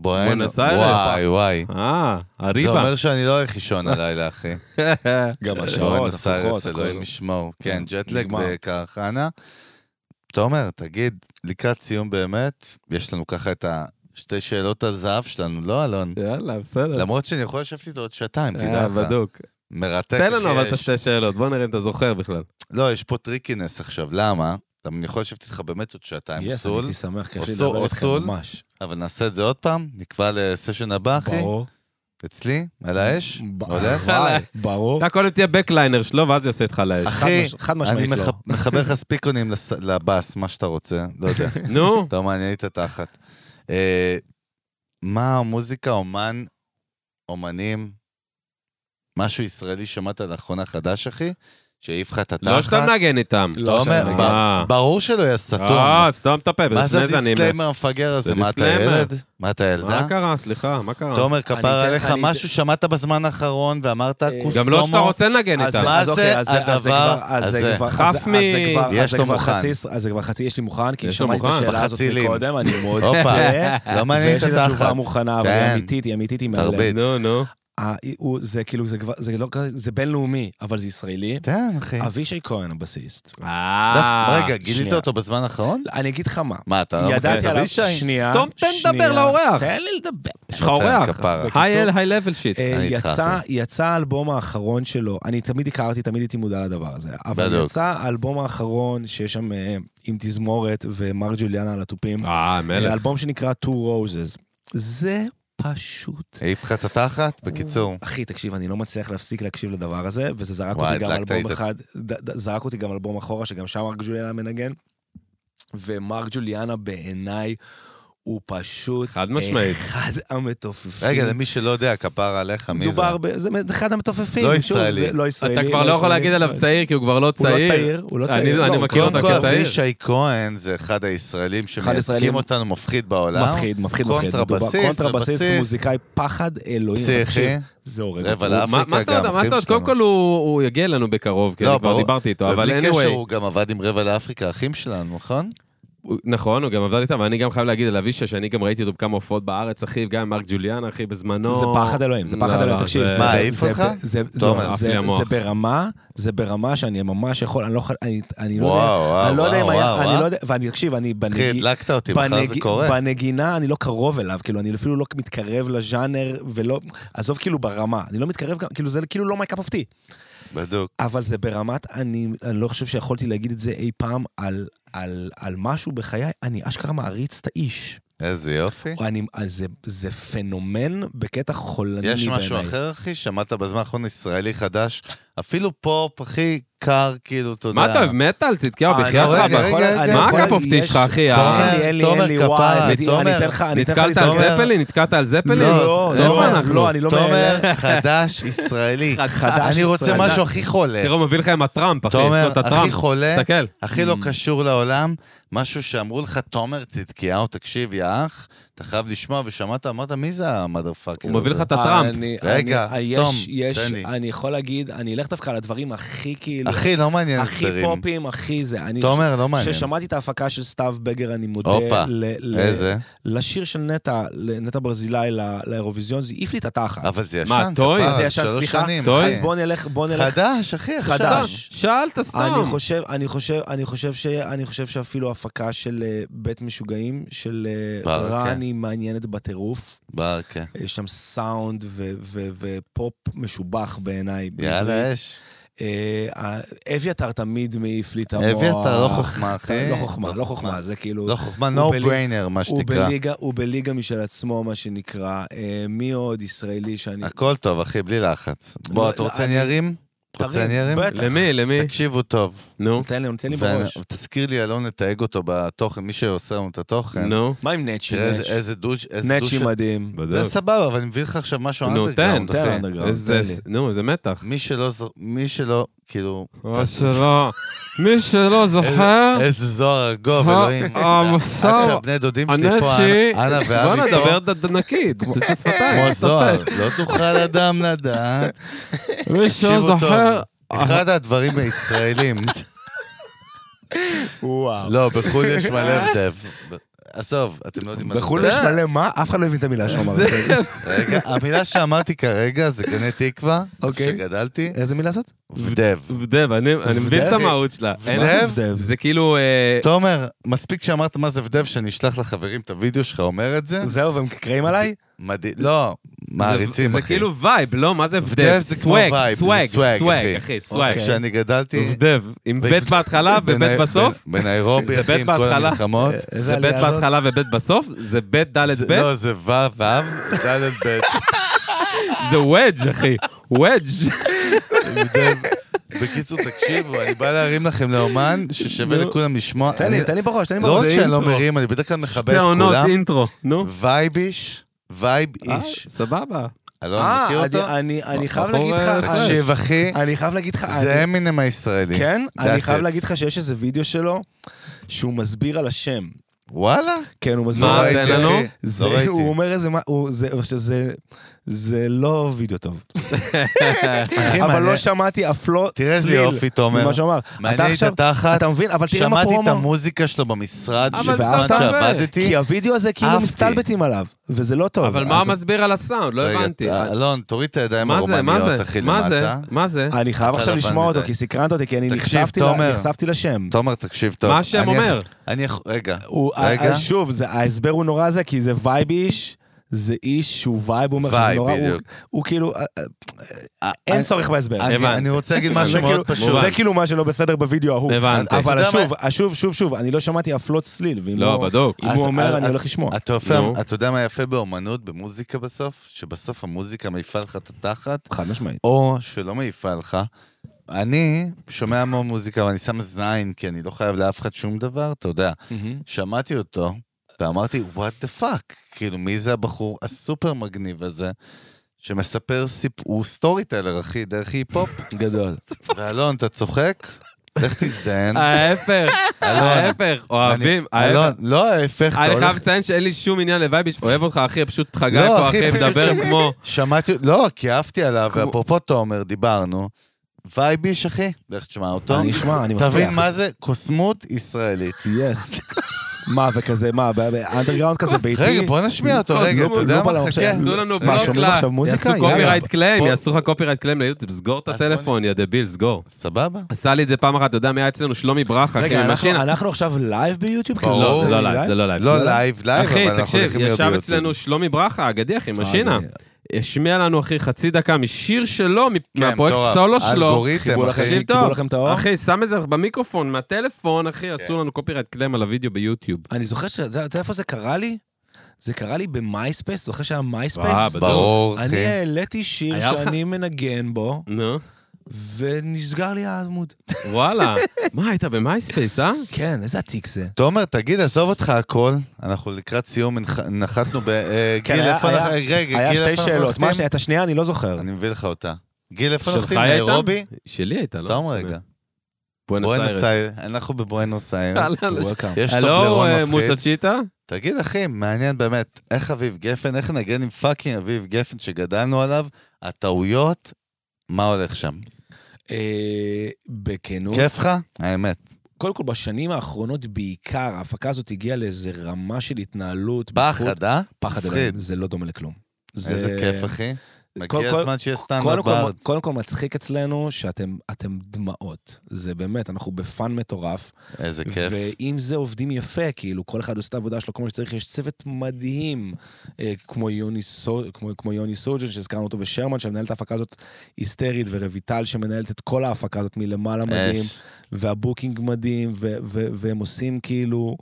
Speaker 2: בואנוס
Speaker 1: בואנוס איירס.
Speaker 2: וואי, וואי.
Speaker 1: אה,
Speaker 2: זה
Speaker 1: הריבה.
Speaker 2: אומר שאני לא הולך לישון הלילה, אחי.
Speaker 3: גם השעות,
Speaker 2: בואנוס
Speaker 3: הפוכות,
Speaker 2: איירס,
Speaker 3: הכל.
Speaker 2: אלוהים ישמור. כן, ג'טלג
Speaker 3: נגמר.
Speaker 2: וקרחנה. תומר, תגיד, לקראת סיום באמת, יש לנו ככה את השתי שאלות הזהב שלנו, לא, אלון?
Speaker 1: (laughs) יאללה, בסדר.
Speaker 2: (laughs) למרות שאני יכול לשבת איתו עוד שעתיים, תדע
Speaker 1: אה,
Speaker 2: לך.
Speaker 1: בדוק.
Speaker 2: מרתק.
Speaker 1: תן לנו
Speaker 2: אחי,
Speaker 1: אבל את
Speaker 2: יש-
Speaker 1: השתי שאלות, בוא נראה אם אתה זוכר בכלל.
Speaker 2: לא, יש פה טריקינס עכשיו, למה? אני יכול לשבת איתך באמת עוד שעתיים,
Speaker 3: יס,
Speaker 2: אסול,
Speaker 3: הייתי שמח, כיף לי
Speaker 2: אוסול,
Speaker 3: לדבר
Speaker 2: אוסול.
Speaker 3: איתכם ממש.
Speaker 2: אבל נעשה את זה עוד פעם, נקבע לסשן הבא, אחי.
Speaker 3: ברור.
Speaker 2: אצלי, על האש,
Speaker 3: ב-
Speaker 2: הולך.
Speaker 3: וואי, ברור.
Speaker 1: אתה קודם תהיה בקליינר שלו, ואז הוא יעשה איתך (laughs) לאש.
Speaker 3: חד
Speaker 2: אחי,
Speaker 3: מש-
Speaker 2: אני
Speaker 3: חד משמעית לא.
Speaker 2: מח- מחבר לך ספיקונים לס- לבאס, מה שאתה רוצה,
Speaker 1: (laughs)
Speaker 2: לא יודע.
Speaker 1: נו,
Speaker 2: לא מעניין לי את התחת. אה, מה המוזיקה, אומן, אומנים, משהו ישראלי שמעת לאחרונה חדש, אחי? שהעיף לך את התחת?
Speaker 1: לא שאתה מנגן איתם.
Speaker 3: לא
Speaker 2: תומר,
Speaker 3: שאני-
Speaker 2: ב-
Speaker 1: אה.
Speaker 2: ברור שלא יהיה סתום.
Speaker 1: אה, סתום את הפה,
Speaker 2: מה זה
Speaker 1: לפני זה אני...
Speaker 2: הדיסקליימר המפגר הזה?
Speaker 1: זה
Speaker 2: מה אתה
Speaker 1: דיסקליימר.
Speaker 2: ילד? מה אתה ילדה?
Speaker 1: מה קרה? סליחה, מה קרה?
Speaker 2: תומר,
Speaker 3: אני
Speaker 2: כפר
Speaker 3: אתן-
Speaker 2: עליך
Speaker 3: אני אתן-
Speaker 2: משהו שמעת בזמן האחרון ואמרת
Speaker 3: אה,
Speaker 2: כוס
Speaker 1: גם לא שאתה
Speaker 2: הומו?
Speaker 1: רוצה לנגן
Speaker 3: אז
Speaker 1: איתם.
Speaker 2: מה
Speaker 3: אז אוקיי,
Speaker 2: זה
Speaker 3: אז אז
Speaker 2: הדבר
Speaker 3: כבר- אז זה
Speaker 2: הזה?
Speaker 3: כבר- אז-
Speaker 1: חף
Speaker 3: אז
Speaker 1: מ-
Speaker 3: זה כבר- אז
Speaker 2: יש
Speaker 3: זה
Speaker 2: לו
Speaker 3: כבר
Speaker 2: מוכן.
Speaker 3: חצי- אז זה כבר חצי, יש לי מוכן, כי
Speaker 1: יש לו
Speaker 3: שמעתי את
Speaker 1: מוכן.
Speaker 3: השאלה הזאת
Speaker 2: בחצי לי.
Speaker 3: מקודם, אני מאוד...
Speaker 2: הופה,
Speaker 3: גאה.
Speaker 2: לא מעניין את
Speaker 3: ויש אה, לי את התשובה
Speaker 2: התחת.
Speaker 3: המוכנה, אבל
Speaker 2: תן.
Speaker 3: היא אמיתית, היא אמיתית, היא מהלב.
Speaker 2: תרביץ.
Speaker 1: נו, נו.
Speaker 3: אה, הוא- זה כאילו, זה כבר, זה לא כזה, זה בינלאומי, אבל זה ישראלי.
Speaker 2: תן, כן, אחי.
Speaker 3: אבישי כהן הבסיסט.
Speaker 1: אה,
Speaker 2: רגע, גילית
Speaker 3: אה, שנייה.
Speaker 2: אותו בזמן האחרון?
Speaker 3: אני אגיד לך מה.
Speaker 2: מה, אתה לא מכיר את
Speaker 3: ידעתי עליו,
Speaker 2: אבישי?
Speaker 3: שנייה,
Speaker 1: סתום, תן
Speaker 3: שנייה.
Speaker 1: לדבר לאורח.
Speaker 3: תן לי לדבר.
Speaker 1: יש לך אורח.
Speaker 2: כפרה.
Speaker 1: היי היי לבל שיט.
Speaker 3: אה,
Speaker 2: אני איתך,
Speaker 3: יצא,
Speaker 2: אחי.
Speaker 3: יצא האלבום האחרון שלו, אני תמיד הכרתי, תמיד הייתי מודע לדבר הזה, אבל
Speaker 2: בדיוק.
Speaker 3: יצא האלבום האחרון שיש שם אה, עם תזמורת ומר ג'וליאנה על התופים,
Speaker 1: אה,
Speaker 3: אה,
Speaker 1: מלך.
Speaker 3: אלבום שנקרא Two Roses. זה פשוט...
Speaker 2: העיף לך את התחת? בקיצור.
Speaker 3: אחי, תקשיב, אני לא מצליח להפסיק להקשיב לדבר הזה, וזה זרק
Speaker 2: וואי,
Speaker 3: אותי גם
Speaker 2: הדלקת
Speaker 3: אלבום
Speaker 2: לי את ה-
Speaker 3: אחד, ד- ד- זרק אותי גם אלבום אחורה, שגם שם מרק ג'וליאנה מנגן. ומרק ג'וליאנה בעיניי, הוא פשוט...
Speaker 1: חד משמעית.
Speaker 3: אחד המתופפים.
Speaker 2: רגע, למי שלא יודע, כפרה עליך, מי זה?
Speaker 3: מדובר ב... זה אחד המתופפים.
Speaker 2: לא
Speaker 3: שוב,
Speaker 2: ישראלי.
Speaker 3: זה לא ישראלי.
Speaker 1: אתה כבר לא יכול
Speaker 3: ישראלי,
Speaker 1: להגיד עליו
Speaker 3: לא-
Speaker 1: צעיר, כי הוא כבר לא
Speaker 3: הוא לא
Speaker 1: צעיר.
Speaker 3: צעיר, הוא לא
Speaker 1: אני-
Speaker 3: צעיר.
Speaker 1: אני
Speaker 3: לא,
Speaker 1: מכיר
Speaker 3: הוא
Speaker 1: אותו
Speaker 2: קודם
Speaker 3: כבר-
Speaker 2: כל,
Speaker 1: כצעיר.
Speaker 2: אבישי כהן זה אחד הישראלים שמייצגים
Speaker 3: הישראלים-
Speaker 2: אותנו מפחיד בעולם.
Speaker 3: מפחיד, מפחיד, מפחיד. מדובר-
Speaker 2: קונטרבסיסט,
Speaker 3: קונטרבסיסט,
Speaker 2: ובסיסט.
Speaker 3: מוזיקאי פחד אלוהים.
Speaker 2: פסיכי.
Speaker 3: תקשיב, זה הורג
Speaker 2: רבע
Speaker 3: אותי.
Speaker 2: לאפ.
Speaker 1: מה
Speaker 2: אפריקה
Speaker 1: מה זאת אומרת?
Speaker 2: גם,
Speaker 1: מה זאת
Speaker 2: אחים
Speaker 1: אומרת? קודם
Speaker 2: שלנו.
Speaker 1: כל הוא הוא יגיע אלינו בקרוב, כי
Speaker 2: לא,
Speaker 1: אני כבר
Speaker 2: ברור.
Speaker 1: דיברתי איתו, אבל
Speaker 2: ובלי קשר,
Speaker 1: anyway.
Speaker 2: הוא גם עבד עם רבע לאפריקה, אחים שלנו, נכון?
Speaker 1: הוא- נכון, הוא גם עבד איתם, ואני גם חייב להגיד על אבישע שאני גם ראיתי אותו בכמה הופעות בארץ, אחי, גם עם מרק ג'וליאן, אחי, בזמנו.
Speaker 3: זה פחד אלוהים, זה
Speaker 1: לא,
Speaker 3: פחד אלוהים,
Speaker 1: לא,
Speaker 3: תקשיב.
Speaker 1: זה-
Speaker 3: זה-
Speaker 2: מה,
Speaker 3: זה-
Speaker 2: העיף
Speaker 3: זה-
Speaker 2: לך?
Speaker 3: זה-
Speaker 2: טוב,
Speaker 3: לא,
Speaker 1: עף
Speaker 3: זה-
Speaker 1: לי המוח.
Speaker 3: זה ברמה, זה ברמה שאני ממש יכול, אני לא יכול, אני- אני לא יודע,
Speaker 2: וואו, וואו,
Speaker 3: אני לא יודע אם
Speaker 2: וואו,
Speaker 3: היה, אני לא
Speaker 2: וואו.
Speaker 3: יודע, ואני, תקשיב, אני
Speaker 2: אחי,
Speaker 3: בנגיעה,
Speaker 2: הדלקת אותי, מחר זה
Speaker 3: בנג-
Speaker 2: קורה.
Speaker 3: בנגינה אני לא קרוב אליו, כאילו, אני אפילו לא מתקרב לז'אנר, ולא, עזוב כאילו ברמה, אני לא מתקרב גם, כאילו, זה כאילו לא מייקאפ אופטי.
Speaker 2: בדיוק.
Speaker 3: אבל זה ברמת, אני, אני לא חושב שיכולתי להגיד את זה אי פעם על, על, על משהו בחיי, אני אשכרה מעריץ את האיש.
Speaker 2: איזה יופי.
Speaker 3: אני, אז זה, זה פנומן בקטע חולני בעיניי.
Speaker 2: יש משהו אחר, אחי, שמעת בזמן האחרון ישראלי חדש, אפילו פופ, הכי קר, כאילו, אתה יודע.
Speaker 1: מה אתה אוהב? מטאל, צדקיהו,
Speaker 3: אה,
Speaker 1: בחייאת
Speaker 2: לא,
Speaker 3: אני
Speaker 2: רגע,
Speaker 1: רבאק.
Speaker 3: יכול-
Speaker 2: רגע,
Speaker 3: אני
Speaker 2: רגע.
Speaker 1: מה
Speaker 3: יכול-
Speaker 1: הקאפ אופטי
Speaker 3: יש-
Speaker 1: שלך, אחי?
Speaker 2: תומר,
Speaker 1: ה-
Speaker 3: אין לי, אין לי,
Speaker 2: תומר
Speaker 3: אין לי,
Speaker 2: כפרה,
Speaker 3: וואי, אני- אני
Speaker 2: תומר.
Speaker 3: אתן לך, אני אתן לך
Speaker 1: נתקלת על
Speaker 2: תומר.
Speaker 1: זפלין? נתקלת על זפלין?
Speaker 2: לא,
Speaker 1: איפה
Speaker 2: תומר,
Speaker 1: אנחנו?
Speaker 3: לא, אני לא מאלה.
Speaker 2: תומר,
Speaker 1: (laughs)
Speaker 2: חדש, ישראלי.
Speaker 3: חדש
Speaker 2: אני רוצה
Speaker 3: ישראלי.
Speaker 2: משהו הכי חולה.
Speaker 1: תראה, הוא מביא לך עם הטראמפ, אחי. יש לו
Speaker 2: תומר,
Speaker 1: את
Speaker 2: הכי
Speaker 1: הטראמפ.
Speaker 2: חולה,
Speaker 1: תסתכל.
Speaker 2: הכי לא קשור לעולם, משהו שאמרו לך, תומר צדקיהו, תקשיב, יא אח, אתה חייב לשמוע, ושמעת, אמרת, מי זה המאדר פאקר
Speaker 1: הוא מביא לך את הטראמפ.
Speaker 3: אה, אני-
Speaker 2: רגע,
Speaker 3: אני- אה,
Speaker 2: סתום,
Speaker 3: יש- יש-
Speaker 2: תן לי.
Speaker 3: אני יכול להגיד, אני אלך הולך דווקא על הדברים הכי כאילו...
Speaker 2: אחי, לא מעניין
Speaker 3: הכי
Speaker 2: הסברים.
Speaker 3: פופים, הכי זה. אני-
Speaker 2: תומר, לא מעניין.
Speaker 3: כששמעתי את ההפקה של סתיו בגר, אני מודה...
Speaker 2: הופה,
Speaker 3: ל- ל-
Speaker 2: איזה?
Speaker 3: לשיר של נטע, נטע ברזילי לא- לאירוויזיון, זה העיף לי את התחת.
Speaker 2: אבל זה ישן.
Speaker 1: מה, טוי?
Speaker 2: כפרה,
Speaker 1: זה
Speaker 3: ישן,
Speaker 2: שלוש
Speaker 3: סליחה.
Speaker 2: שנים,
Speaker 1: טוי?
Speaker 2: אחי.
Speaker 3: אז בוא נלך, בוא נלך...
Speaker 2: חדש, אחי,
Speaker 3: חדש.
Speaker 2: חדש.
Speaker 1: שאלת סתם.
Speaker 3: אני חושב, אני חושב, אני חושב ש... אני חושב שאפילו הפקה של אה, בית משוגעים, של אה,
Speaker 2: ברכה.
Speaker 3: רן, היא מעניינת בטירוף.
Speaker 2: בר, כן.
Speaker 3: יש שם סאונד ו- ו- ופופ משובח בעיניי.
Speaker 2: יאללה, אש.
Speaker 3: אה, ה- אביתר תמיד מעיף לי את המוח.
Speaker 2: אביתר, לא חוכמה, אחי.
Speaker 3: לא חוכמה,
Speaker 2: לא
Speaker 3: לא חוכמה, זה כאילו...
Speaker 2: לא חוכמה,
Speaker 3: הוא
Speaker 2: no
Speaker 3: בלי-
Speaker 2: brainer, מה
Speaker 3: הוא
Speaker 2: שנקרא.
Speaker 3: בליגה, הוא בליגה משל עצמו, מה שנקרא. אה, מי עוד ישראלי שאני...
Speaker 2: הכל טוב, אחי, בלי לחץ.
Speaker 3: לא,
Speaker 2: בוא, אתה
Speaker 3: לא,
Speaker 2: רוצה
Speaker 3: אני-
Speaker 2: ניירים? אתה רוצה
Speaker 3: תרים,
Speaker 2: ניירים?
Speaker 3: בטח.
Speaker 1: למי, למי?
Speaker 2: תקשיבו טוב.
Speaker 1: נו,
Speaker 3: תן לי, תן לי
Speaker 2: ואני-
Speaker 3: בראש.
Speaker 2: תזכיר לי, אלון, לתייג אותו בתוכן, מי שעושה לנו את התוכן.
Speaker 1: נו.
Speaker 3: מה עם נצ'י?
Speaker 2: תראה איזה- איזה דוש... איזה
Speaker 3: נצ'י
Speaker 2: דוש-
Speaker 3: מדהים.
Speaker 2: זה
Speaker 1: בדוק.
Speaker 2: סבבה, אבל אני מביא לך עכשיו משהו
Speaker 1: נו,
Speaker 2: אנדרגראונד,
Speaker 3: לא. תן
Speaker 2: אחי.
Speaker 3: אנדרגראונד,
Speaker 1: איזה-
Speaker 3: תן לי.
Speaker 1: נו, זה מתח.
Speaker 2: מי שלא, ז- מי שלא, כאילו...
Speaker 1: מה שלא, מי שלא זוכר,
Speaker 2: איזה- איזה זוהר אגוב,
Speaker 1: ה-
Speaker 2: אלוהים.
Speaker 1: המוסר,
Speaker 2: עד שהבני דודים שלי פה,
Speaker 1: הנפשי-
Speaker 2: אנ- אנה
Speaker 1: בוא
Speaker 2: ואבי פה,
Speaker 1: נדבר דנקית, תצא
Speaker 2: כמו
Speaker 1: שפתיים.
Speaker 3: אה,
Speaker 2: זוהר, לא תוכל
Speaker 1: (laughs)
Speaker 2: אדם לדעת.
Speaker 1: מי שלא
Speaker 2: תקשיבו טוב,
Speaker 1: לא זוכר,
Speaker 2: אחד הדברים הישראלים,
Speaker 3: (laughs) וואו.
Speaker 2: לא, בחו"ל יש מלא הבדל. ב- עזוב, אתם לא יודעים מה זה.
Speaker 3: בחו"ל
Speaker 2: הבדל.
Speaker 3: יש מלא מה? אף אחד לא הבין את
Speaker 2: (laughs)
Speaker 3: המילה שהוא אמר.
Speaker 2: רגע, המילה שאמרתי כרגע זה גני תקווה,
Speaker 3: אוקיי.
Speaker 2: שגדלתי,
Speaker 3: איזה מילה זאת?
Speaker 2: ודב.
Speaker 1: ודב, אני אני מבין את
Speaker 3: ודב?
Speaker 1: המהות שלה. אין-
Speaker 2: ודב?
Speaker 3: ודב?
Speaker 1: זה כאילו, אה,
Speaker 2: תומר, מספיק שאמרת מה זה ודב, שאני אשלח לחברים את הוידאו שלך אומר את זה.
Speaker 3: זהו, והם קראים עליי?
Speaker 2: מדהים. לא, מעריצים,
Speaker 1: זה-
Speaker 2: אחי.
Speaker 1: זה כאילו וייב, לא? מה זה
Speaker 2: ודב
Speaker 1: ודב?
Speaker 2: זה כמו
Speaker 1: סוואג,
Speaker 2: וייב, זה
Speaker 1: סוואג,
Speaker 2: סוואג,
Speaker 1: סוואג,
Speaker 2: אחי.
Speaker 1: אחי, סוואג.
Speaker 3: אוקיי.
Speaker 2: כשאני גדלתי...
Speaker 1: ודב, עם
Speaker 2: ו-
Speaker 1: בית בהתחלה ובית
Speaker 2: (laughs) בני-
Speaker 1: בסוף?
Speaker 2: בני- בניירובי,
Speaker 1: זה
Speaker 2: אחי,
Speaker 1: בית
Speaker 2: עם כל
Speaker 1: בהתחלה. אה,
Speaker 2: המלחמות.
Speaker 1: זה בית בהתחלה ובית בסוף? זה בית דלת
Speaker 2: זה-
Speaker 1: בית?
Speaker 2: לא, זה ו' ו', ד' ב'.
Speaker 1: זה וודג', אחי. וודג'.
Speaker 2: בקיצור, תקשיבו, אני בא להרים לכם לאומן ששווה
Speaker 1: נו.
Speaker 2: לכולם לשמוע.
Speaker 3: תן לי,
Speaker 2: אני-
Speaker 3: תן לי בראש, תן לי
Speaker 2: לא
Speaker 3: בראש.
Speaker 1: זה
Speaker 2: רק שאני לא
Speaker 1: אינטרו.
Speaker 2: מרים, אני בדרך כלל מכבד
Speaker 1: שתי
Speaker 2: את
Speaker 1: עונות
Speaker 2: כולם.
Speaker 1: אינטרו, נו.
Speaker 2: וייב איש, וייב
Speaker 3: אה,
Speaker 2: איש.
Speaker 1: סבבה.
Speaker 2: אלון,
Speaker 3: אה,
Speaker 2: מכיר אותו?
Speaker 3: אני- אני- אני חייב
Speaker 1: בחור,
Speaker 3: להגיד לך...
Speaker 1: אה,
Speaker 3: אני-
Speaker 2: תקשיב, אחי,
Speaker 3: אני חייב להגיד לך...
Speaker 2: זה
Speaker 3: אני-
Speaker 2: אמינם הישראלי.
Speaker 3: כן?
Speaker 2: That's
Speaker 3: אני
Speaker 2: it.
Speaker 3: חייב להגיד לך שיש איזה וידאו שלו שהוא מסביר על השם.
Speaker 2: וואלה?
Speaker 3: כן, הוא מסביר
Speaker 2: לא
Speaker 1: מה,
Speaker 3: על
Speaker 2: ראיתי,
Speaker 1: תן לנו?
Speaker 2: אחי.
Speaker 3: זה,
Speaker 2: לא ראיתי.
Speaker 3: הוא אומר איזה מה, הוא, זה, עכשיו זה, זה לא וידאו טוב.
Speaker 2: אחי,
Speaker 3: אבל
Speaker 2: מעניין.
Speaker 3: לא שמעתי אף לא
Speaker 2: תראה איזה
Speaker 3: צליל
Speaker 2: יופי, תומר.
Speaker 3: ממה שהוא אמר. אתה
Speaker 2: מעניין לי את
Speaker 3: עכשיו,
Speaker 2: התחת.
Speaker 3: אתה מבין? אבל תראה מה
Speaker 2: שמעתי את
Speaker 3: פרומו.
Speaker 2: המוזיקה שלו במשרד,
Speaker 1: אבל אה.
Speaker 2: שבזמן
Speaker 3: סתם,
Speaker 2: שעבדתי.
Speaker 3: כי הוידאו הזה כאילו
Speaker 2: אהבתי.
Speaker 3: מסתלבטים עליו, וזה לא טוב.
Speaker 1: אבל מה
Speaker 3: אז-
Speaker 1: מסביר על הסאונד? לא
Speaker 2: אה, רגע,
Speaker 1: הבנתי.
Speaker 2: אתה- אלון, תוריד את הידיים
Speaker 1: מה זה? מה
Speaker 2: הרומניות,
Speaker 1: זה?
Speaker 2: אחי,
Speaker 1: מה זה?
Speaker 2: למטה.
Speaker 1: מה זה?
Speaker 3: אני חייב
Speaker 2: אתה
Speaker 3: עכשיו
Speaker 2: לבן
Speaker 3: לשמוע
Speaker 2: מדי.
Speaker 3: אותו, כי סקרנת אותי, כי אני
Speaker 2: תקשיב,
Speaker 3: נחשפתי ל-
Speaker 2: תומר.
Speaker 3: נחשפתי לשם.
Speaker 2: תומר, תקשיב טוב.
Speaker 1: מה השם
Speaker 2: אני-
Speaker 1: אומר?
Speaker 2: אני יכול... רגע,
Speaker 3: הוא-
Speaker 2: רגע.
Speaker 3: אה, שוב, זה- ההסבר הוא נורא זה, כי זה וייב איש, זה איש שהוא וייב, הוא אומר שזה
Speaker 2: וייב,
Speaker 3: נורא, הוא-
Speaker 2: בדיוק.
Speaker 3: הוא כאילו, אה, אה, אה, אין צורך בהסבר.
Speaker 2: אני-
Speaker 1: הבנתי.
Speaker 2: אני רוצה להגיד
Speaker 3: זה
Speaker 2: משהו מאוד
Speaker 3: כאילו-
Speaker 2: פשוט.
Speaker 3: זה כאילו מה שלא בסדר בווידאו ההוא.
Speaker 1: הבנתי.
Speaker 2: אתה
Speaker 3: אבל
Speaker 2: יודע
Speaker 3: שוב, שוב, שוב, שוב, אני לא שמעתי אף לא צליל. ואם
Speaker 1: לא,
Speaker 3: הוא-
Speaker 1: בדוק.
Speaker 3: אם
Speaker 2: אז-
Speaker 3: הוא
Speaker 2: אז-
Speaker 3: אומר, אני
Speaker 2: אז-
Speaker 3: הולך לשמוע.
Speaker 2: אתה יפה,
Speaker 1: נו.
Speaker 2: אתה יודע מה יפה באומנות, במוזיקה בסוף? שבסוף המוזיקה מעיפה לך את התחת,
Speaker 3: חד משמעית.
Speaker 2: או שלא מעיפה לך. אני שומע המון מוזיקה ואני שם זין, כי אני לא חייב לאף אחד שום דבר, אתה יודע. שמעתי אותו, ואמרתי, what the fuck? כאילו, מי זה הבחור הסופר מגניב הזה, שמספר סיפ... הוא סטורי טיילר, אחי,
Speaker 1: (laughs)
Speaker 2: דרך היפ-הופ.
Speaker 3: גדול.
Speaker 2: ואלון, אתה צוחק? לך תזדיין.
Speaker 1: ההפך, ההפך, אה, אוהבים, אה,
Speaker 2: אני- אלון,
Speaker 1: ההפך.
Speaker 2: לא ההפך, אתה
Speaker 1: אני חייב
Speaker 2: הולך...
Speaker 1: לציין שאין לי שום עניין לווייביש, אוהב אותך אחי, פשוט חגי
Speaker 2: לא,
Speaker 1: פה
Speaker 2: אחי,
Speaker 1: אחי,
Speaker 2: פשוט
Speaker 1: מדבר
Speaker 2: שם-
Speaker 1: כמו...
Speaker 2: שמעתי, לא, כי אהבתי עליו,
Speaker 1: כמו-
Speaker 2: ואפרופו תומר, דיברנו. וייביש, אחי, לך תשמע אותו.
Speaker 3: אני אשמע, אני מבטיח.
Speaker 2: תבין מה זה קוסמות ישראלית.
Speaker 3: יס. מה, וכזה, מה, באנדרגראונד כזה ביתי?
Speaker 2: רגע, בוא נשמיע אותו, רגע, אתה
Speaker 1: קוסמות,
Speaker 2: יודע
Speaker 3: לא בא
Speaker 2: מה?
Speaker 3: לנו
Speaker 2: חכה.
Speaker 3: עכשיו.
Speaker 1: עשו לנו
Speaker 3: מה,
Speaker 1: בלוק
Speaker 3: שומעים
Speaker 1: לה,
Speaker 3: עכשיו מוזיקה?
Speaker 1: יעשו
Speaker 3: יאללה.
Speaker 1: קופירייט קליים,
Speaker 2: בוא-
Speaker 1: יעשו לך קופירייט קליים ליוטיוב, סגור את
Speaker 2: אז בוא
Speaker 1: הטלפון, יא דביל, סגור.
Speaker 2: סבבה?
Speaker 1: עשה לי את זה פעם אחת, אתה יודע מי היה אצלנו? שלומי ברכה, אחי,
Speaker 3: רגע, אנחנו-
Speaker 1: משינה.
Speaker 3: אנחנו עכשיו לייב ביוטיוב?
Speaker 2: ברור.
Speaker 3: כאילו,
Speaker 1: לא, זה
Speaker 3: עושה
Speaker 1: לא
Speaker 3: לי
Speaker 1: לייב, זה לא לייב.
Speaker 2: לא לייב, לייב, אבל
Speaker 1: אחי,
Speaker 2: אנחנו
Speaker 1: תקשיב,
Speaker 2: הולכים להיות
Speaker 1: ישב
Speaker 2: ביוטיוב.
Speaker 1: אצלנו שלומי ברכה, אגדי אחי, משינה.
Speaker 3: אה, זה-
Speaker 1: השמיע לנו אחי חצי דקה משיר שלו, מפ-
Speaker 2: כן,
Speaker 1: מהפרויקט
Speaker 2: מטורף.
Speaker 1: סולו שלו.
Speaker 2: אלגוריתם,
Speaker 3: חיבור
Speaker 2: אחי.
Speaker 3: לחיים.
Speaker 1: תקשיב
Speaker 3: קיבלו
Speaker 1: טוב,
Speaker 3: לכם את האור?
Speaker 1: אחי, שם את זה במיקרופון, מהטלפון, אחי,
Speaker 2: כן.
Speaker 1: עשו לנו קופירייט קליים על הוידאו ביוטיוב.
Speaker 3: אני זוכר ש... אתה יודע איפה זה קרה לי? זה קרה לי במייספייס, זוכר שהיה
Speaker 1: וואו,
Speaker 3: מייספייס?
Speaker 1: בדיוק.
Speaker 2: ברור,
Speaker 3: אני
Speaker 2: אחי.
Speaker 3: העליתי שיר
Speaker 1: אה, היה לך?
Speaker 3: שאני מנגן בו,
Speaker 1: נו,
Speaker 3: ונסגר לי העמוד.
Speaker 1: וואלה. מה, היית במייספייס, אה?
Speaker 3: כן, איזה עתיק זה.
Speaker 2: תומר, תגיד, עזוב אותך הכל, אנחנו לקראת סיום, נח- נחתנו ב... אה,
Speaker 3: כן,
Speaker 2: גיל,
Speaker 3: היה-
Speaker 2: איפה אנחנו...
Speaker 3: היה-
Speaker 2: רגע, גיל,
Speaker 3: היה שתי
Speaker 2: איפה אנחנו
Speaker 3: שאלות, מה
Speaker 2: נוחתים?
Speaker 3: השנייה? את השנייה אני לא זוכר.
Speaker 2: אני מביא לך אותה. גיל, איפה
Speaker 1: שלך
Speaker 2: נוחתים?
Speaker 1: הייתה?
Speaker 2: נairobi?
Speaker 1: שלי הייתה, לא?
Speaker 2: סתם רגע.
Speaker 1: בואנוס
Speaker 2: בואנוס
Speaker 1: איירס.
Speaker 2: איירס. אנחנו בבואנוס איירס.
Speaker 1: יאללה,
Speaker 3: (laughs) Welcome.
Speaker 2: יש
Speaker 1: הלו,
Speaker 2: טופלרון
Speaker 1: אה,
Speaker 2: מפחיד.
Speaker 1: מוצצ'יטה?
Speaker 2: תגיד, אחי, מעניין באמת, איך אביב גפן, איך נגן עם פאקינג אביב גפן שגדלנו עליו, הטעויות, מה הולך שם?
Speaker 3: אה, בכנות.
Speaker 2: כיף לך? האמת.
Speaker 3: קודם כל, בשנים האחרונות בעיקר, ההפקה הזאת הגיעה לאיזה רמה של התנהלות. בזכות-
Speaker 2: פחד, אה?
Speaker 3: פחד
Speaker 2: מפחיד.
Speaker 3: אלוהים, זה לא דומה לכלום. זה-
Speaker 2: איזה כיף, אחי.
Speaker 3: קודם
Speaker 2: מגיע
Speaker 3: כל-
Speaker 2: הזמן שיהיה
Speaker 3: קודם
Speaker 2: סטנדאפ
Speaker 3: כל-
Speaker 2: בארץ.
Speaker 3: קודם כל מצחיק אצלנו שאתם אתם דמעות. זה באמת, אנחנו בפאן מטורף.
Speaker 2: איזה כיף.
Speaker 3: ועם זה עובדים יפה, כאילו, כל אחד עושה את העבודה שלו כמו שצריך, יש צוות מדהים, אה, כמו יוני, סו, כמו, כמו יוני סוג'ן, שהזכרנו אותו, ושרמן, שמנהל את ההפקה הזאת היסטרית, ורויטל, שמנהלת את כל ההפקה הזאת מלמעלה מדהים,
Speaker 2: אש.
Speaker 3: והבוקינג מדהים, ו, ו, והם עושים כאילו...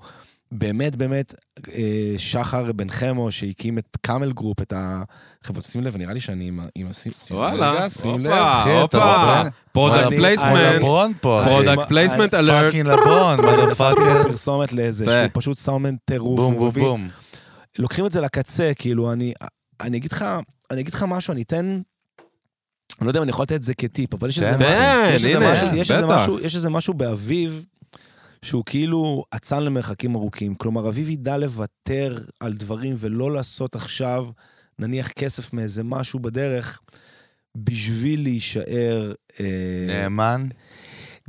Speaker 3: באמת, באמת, אה, שחר בן חמו, שהקים את קאמל גרופ, את ה... חבר'ה, שים לב, נראה לי שאני עם ה... עם השים-
Speaker 1: וואלה,
Speaker 4: רגע, שים לב.
Speaker 1: הופה,
Speaker 2: אחי, אתה
Speaker 3: לא
Speaker 1: הופה,
Speaker 2: רואה?
Speaker 1: פרודקט
Speaker 2: וואלה,
Speaker 1: פלייסמנט,
Speaker 2: לברון פה, אחי.
Speaker 1: פרודקט פלייסמנט אלרט.
Speaker 2: פאקינג
Speaker 3: (laughs)
Speaker 2: לברון, מודרפאקר.
Speaker 3: פרסומת לאיזה,
Speaker 1: יפה.
Speaker 3: שהוא פשוט סאונדמן טירוף.
Speaker 2: בום
Speaker 3: הוא לא
Speaker 2: בום
Speaker 3: מביא-
Speaker 2: בום.
Speaker 3: לוקחים את זה לקצה, כאילו, אני, אני אגיד לך, אני אגיד לך משהו, אני אתן, אני לא יודע אם אני יכול לתת את זה כטיפ, אבל יש
Speaker 2: כן,
Speaker 3: איזה
Speaker 1: כן,
Speaker 3: יש איזה
Speaker 1: הנה,
Speaker 3: משהו- יש איזה
Speaker 1: בטח.
Speaker 3: משהו- יש איזה משהו באביב שהוא כאילו אצן למרחקים ארוכים. כלומר, אביב ידע לוותר על דברים ולא לעשות עכשיו, נניח, כסף מאיזה משהו בדרך, בשביל להישאר... אה,
Speaker 2: נאמן.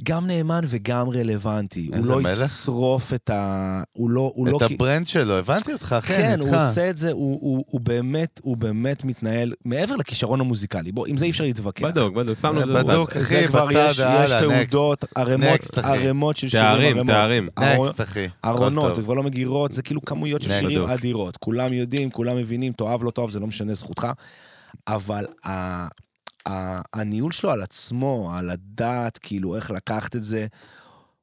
Speaker 3: גם נאמן וגם רלוונטי. הוא
Speaker 2: איזה
Speaker 3: לא
Speaker 2: מלך.
Speaker 3: ישרוף את ה... הוא לא... הוא לא
Speaker 2: את
Speaker 3: כי-
Speaker 2: הברנד שלו, הבנתי אותך, אחי, אני
Speaker 3: כן,
Speaker 2: איתך.
Speaker 3: הוא עושה את זה, הוא, הוא, הוא באמת, הוא באמת מתנהל, מעבר לכישרון המוזיקלי, בוא, עם זה אי אפשר להתווכח.
Speaker 1: בדוק, בדוק, שמנו את זה בצד.
Speaker 2: בדוק,
Speaker 3: זה
Speaker 2: אוקיי, אחי,
Speaker 3: כבר
Speaker 2: בצד,
Speaker 3: יש, יש
Speaker 2: הלאה, נקסט.
Speaker 3: תעודות, ערמות,
Speaker 2: Next, אחי.
Speaker 3: ערמות של שירים,
Speaker 1: תארים,
Speaker 3: ערמות.
Speaker 1: תארים.
Speaker 3: ארון-
Speaker 2: נקסט, אחי. הכל
Speaker 3: ארונות,
Speaker 2: טוב.
Speaker 3: זה כבר לא מגירות, זה כאילו כמויות של
Speaker 2: Next.
Speaker 3: שירים
Speaker 1: בדוק.
Speaker 3: אדירות. כולם יודעים, כולם מבינים, תאהב, לא תאהב, זה לא משנה, זכותך. אבל ה- ה- הניהול שלו על עצמו, על הדעת, כאילו, איך לקחת את זה,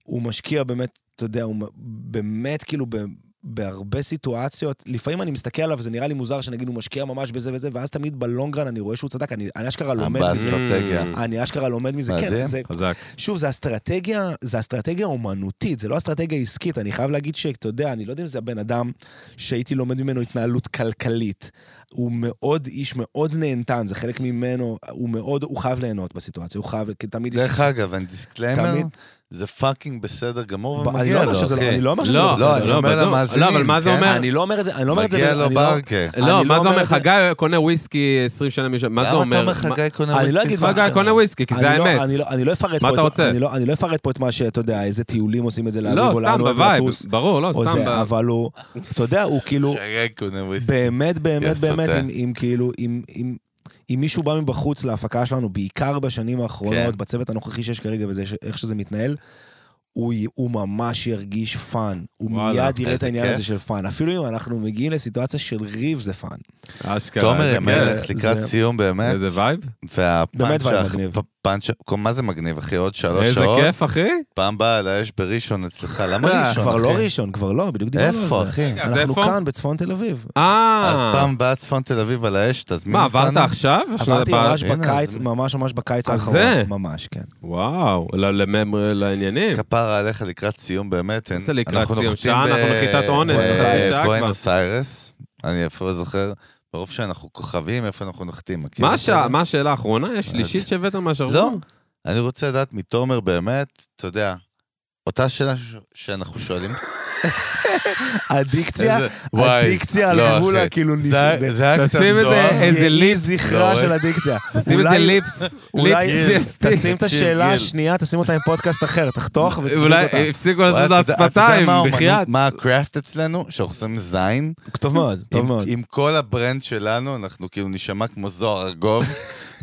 Speaker 3: הוא משקיע באמת, אתה יודע, הוא מ- באמת, כאילו, ב- בהרבה סיטואציות, לפעמים אני מסתכל עליו, זה נראה לי מוזר שנגיד הוא משקיע ממש בזה וזה, ואז תמיד בלונגרן אני רואה שהוא צדק, אני אני אשכרה לומד מזה.
Speaker 2: באסטרטגיה.
Speaker 1: Mm,
Speaker 3: אני אשכרה לומד מזה, כן,
Speaker 2: מדהים.
Speaker 3: זה
Speaker 1: חזק.
Speaker 3: שוב, זה אסטרטגיה, זה אסטרטגיה אומנותית, זה לא אסטרטגיה עסקית. אני חייב להגיד שאתה יודע, אני לא יודע אם זה הבן אדם שהייתי לומד ממנו התנהלות כלכלית. הוא מאוד איש, מאוד נהנתן, זה חלק ממנו, הוא מאוד, הוא חייב ליהנות בסיטואציה, הוא חייב, כי תמיד... יש-
Speaker 2: דרך אגב, אני דיסקליימר,
Speaker 3: תמיד-
Speaker 2: זה פאקינג בסדר גמור,
Speaker 3: ב- אני לא
Speaker 2: ומגיע
Speaker 3: אומר
Speaker 2: לו,
Speaker 3: שזה לא-
Speaker 2: אחי.
Speaker 3: אני לא אומר שזה
Speaker 1: לא,
Speaker 3: לא
Speaker 2: לא,
Speaker 3: בסדר.
Speaker 2: אני אומר
Speaker 1: בדוק.
Speaker 2: למאזינים,
Speaker 1: לא, אבל מה זה
Speaker 2: כן?
Speaker 1: אומר?
Speaker 3: אני לא אומר את זה, אני לא אומר את זה...
Speaker 2: מגיע
Speaker 3: אני
Speaker 2: לו
Speaker 3: לא-
Speaker 2: ברקה.
Speaker 3: אני
Speaker 1: לא, מה
Speaker 3: לא
Speaker 1: זה
Speaker 3: אומר
Speaker 1: אומר?
Speaker 3: את זה-
Speaker 1: חגי קונה וויסקי 20 שנה משם, מה זה אומר?
Speaker 2: למה אתה אומר
Speaker 1: מה-
Speaker 2: חגי קונה
Speaker 3: אני לא
Speaker 2: וויסקי?
Speaker 3: אגיד
Speaker 2: סבבה.
Speaker 1: חגי קונה וויסקי, כי זה
Speaker 3: אני לא-
Speaker 1: האמת.
Speaker 3: אני לא- אני לא אפרט
Speaker 1: מה
Speaker 3: פה
Speaker 1: אתה
Speaker 3: את-
Speaker 1: רוצה?
Speaker 3: אני לא- אני לא אפרט פה את מה שאתה יודע, איזה טיולים עושים את זה לאביב
Speaker 1: לא,
Speaker 3: או לאן
Speaker 1: סתם
Speaker 3: הוא אוהב
Speaker 1: בווייב,
Speaker 3: לטוס,
Speaker 1: ברור, לא,
Speaker 3: או
Speaker 1: סתם
Speaker 3: זה,
Speaker 1: ב...
Speaker 3: אבל הוא, אתה יודע, הוא כאילו,
Speaker 2: חגי קונה וויסקי.
Speaker 3: באמת, באמת,
Speaker 2: יא
Speaker 3: באמת,
Speaker 2: סוטה.
Speaker 3: אם, אם כאילו, אם, אם, אם מישהו בא מבחוץ להפקה שלנו, בעיקר בשנים האחרונות,
Speaker 2: כן.
Speaker 3: כן. בצוות הנוכחי שיש כרגע וזה, ש- איך שזה מתנהל, הוא, י- הוא ממש ירגיש פאן. הוא
Speaker 1: וואלה,
Speaker 3: מיד יראה את
Speaker 2: איזה
Speaker 3: העניין
Speaker 2: כיף.
Speaker 3: הזה של פאן. אפילו אם אנחנו מגיעים לסיטואציה של ריב, זה פאן.
Speaker 1: אשכרה. כן.
Speaker 2: תומר אה,
Speaker 1: איזה כיף.
Speaker 2: ימלך
Speaker 3: זה-
Speaker 2: לקראת
Speaker 3: זה-
Speaker 2: סיום באמת,
Speaker 1: איזה וייב?
Speaker 2: והפאנץ'
Speaker 3: באמת וייב
Speaker 2: האח-
Speaker 3: מגניב.
Speaker 2: פאנץ'- מה זה מגניב אחי, עוד שלוש
Speaker 1: איזה
Speaker 2: שעות,
Speaker 1: כיף, אחי.
Speaker 2: פעם באה על האש בראשון אצלך,
Speaker 1: (laughs)
Speaker 2: למה
Speaker 1: אה,
Speaker 2: ראשון
Speaker 3: כבר לא
Speaker 2: אחי?
Speaker 3: ראשון, כבר לא, בדיוק דיברנו על זה.
Speaker 2: איפה אחי?
Speaker 1: רגע, אז
Speaker 3: אנחנו
Speaker 1: איפה?
Speaker 3: כאן, בצפון תל אביב.
Speaker 1: אה.
Speaker 2: אז פעם באה צפון תל אביב על האש, תזמין
Speaker 1: מה,
Speaker 2: אותנו.
Speaker 1: עברת עכשיו? שנת
Speaker 3: עברתי
Speaker 1: הבאה?
Speaker 3: ממש
Speaker 2: הנה,
Speaker 3: בקיץ,
Speaker 2: אז-
Speaker 3: ממש ממש בקיץ
Speaker 1: אז
Speaker 3: האחרון.
Speaker 1: זה.
Speaker 3: ממש, כן.
Speaker 1: וואו, ל- לממ- לעניינים.
Speaker 2: כפרה עליך לקראת סיום באמת.
Speaker 1: מה זה
Speaker 2: אין-
Speaker 1: לקראת
Speaker 2: אנחנו
Speaker 1: סיום?
Speaker 2: נוחתים
Speaker 1: שעה, אנחנו נחיתת אונס,
Speaker 3: חצי
Speaker 2: ב-
Speaker 1: שעה
Speaker 2: בואנוס איירס, אני אפילו לא זוכר, מרוב שאנחנו כוכבים, איפה אנחנו נוחתים. מכיר
Speaker 1: מה
Speaker 2: את
Speaker 1: השעה-
Speaker 2: זה?
Speaker 1: מה השאלה האחרונה? יש שלישית שהבאת מהשרוול?
Speaker 2: כן. לא, אני רוצה לדעת מתומר באמת, אתה יודע, אותה שאלה ש- שאנחנו שואלים.
Speaker 3: אדיקציה,
Speaker 2: איזה- וואי,
Speaker 3: אדיקציה כאילו, על
Speaker 2: לא,
Speaker 3: גבול
Speaker 2: אחי.
Speaker 3: הכאילו...
Speaker 2: זה היה-
Speaker 3: נפ-
Speaker 2: זה היה קצת
Speaker 1: תשים איזה-
Speaker 2: זוהר.
Speaker 1: אה, איזה
Speaker 3: אה, יהי
Speaker 1: ליפס.
Speaker 3: זכרה
Speaker 2: לא,
Speaker 3: של אדיקציה.
Speaker 1: שים
Speaker 3: אולי-
Speaker 1: איזה ליפס,
Speaker 3: אולי
Speaker 2: כן.
Speaker 1: ליפס
Speaker 3: אה. תשים את
Speaker 2: תקשיב,
Speaker 3: השאלה
Speaker 2: גיל.
Speaker 3: השנייה, תשים אותה עם פודקאסט אחר, תחתוך ותקליט אותה.
Speaker 1: אולי אה, הפסיקו
Speaker 2: וואי,
Speaker 1: לעשות לה
Speaker 2: אתה יודע- אתה יודע
Speaker 1: שפתיים,
Speaker 2: מה האומנות-
Speaker 1: בחייאת.
Speaker 2: מה הקראפט אצלנו? שאנחנו עושים זין.
Speaker 3: טוב מאוד, טוב
Speaker 2: עם-
Speaker 3: מאוד.
Speaker 2: עם כל הברנד שלנו, אנחנו כאילו נשמע כמו זוהר
Speaker 3: (laughs)
Speaker 2: ארגוב.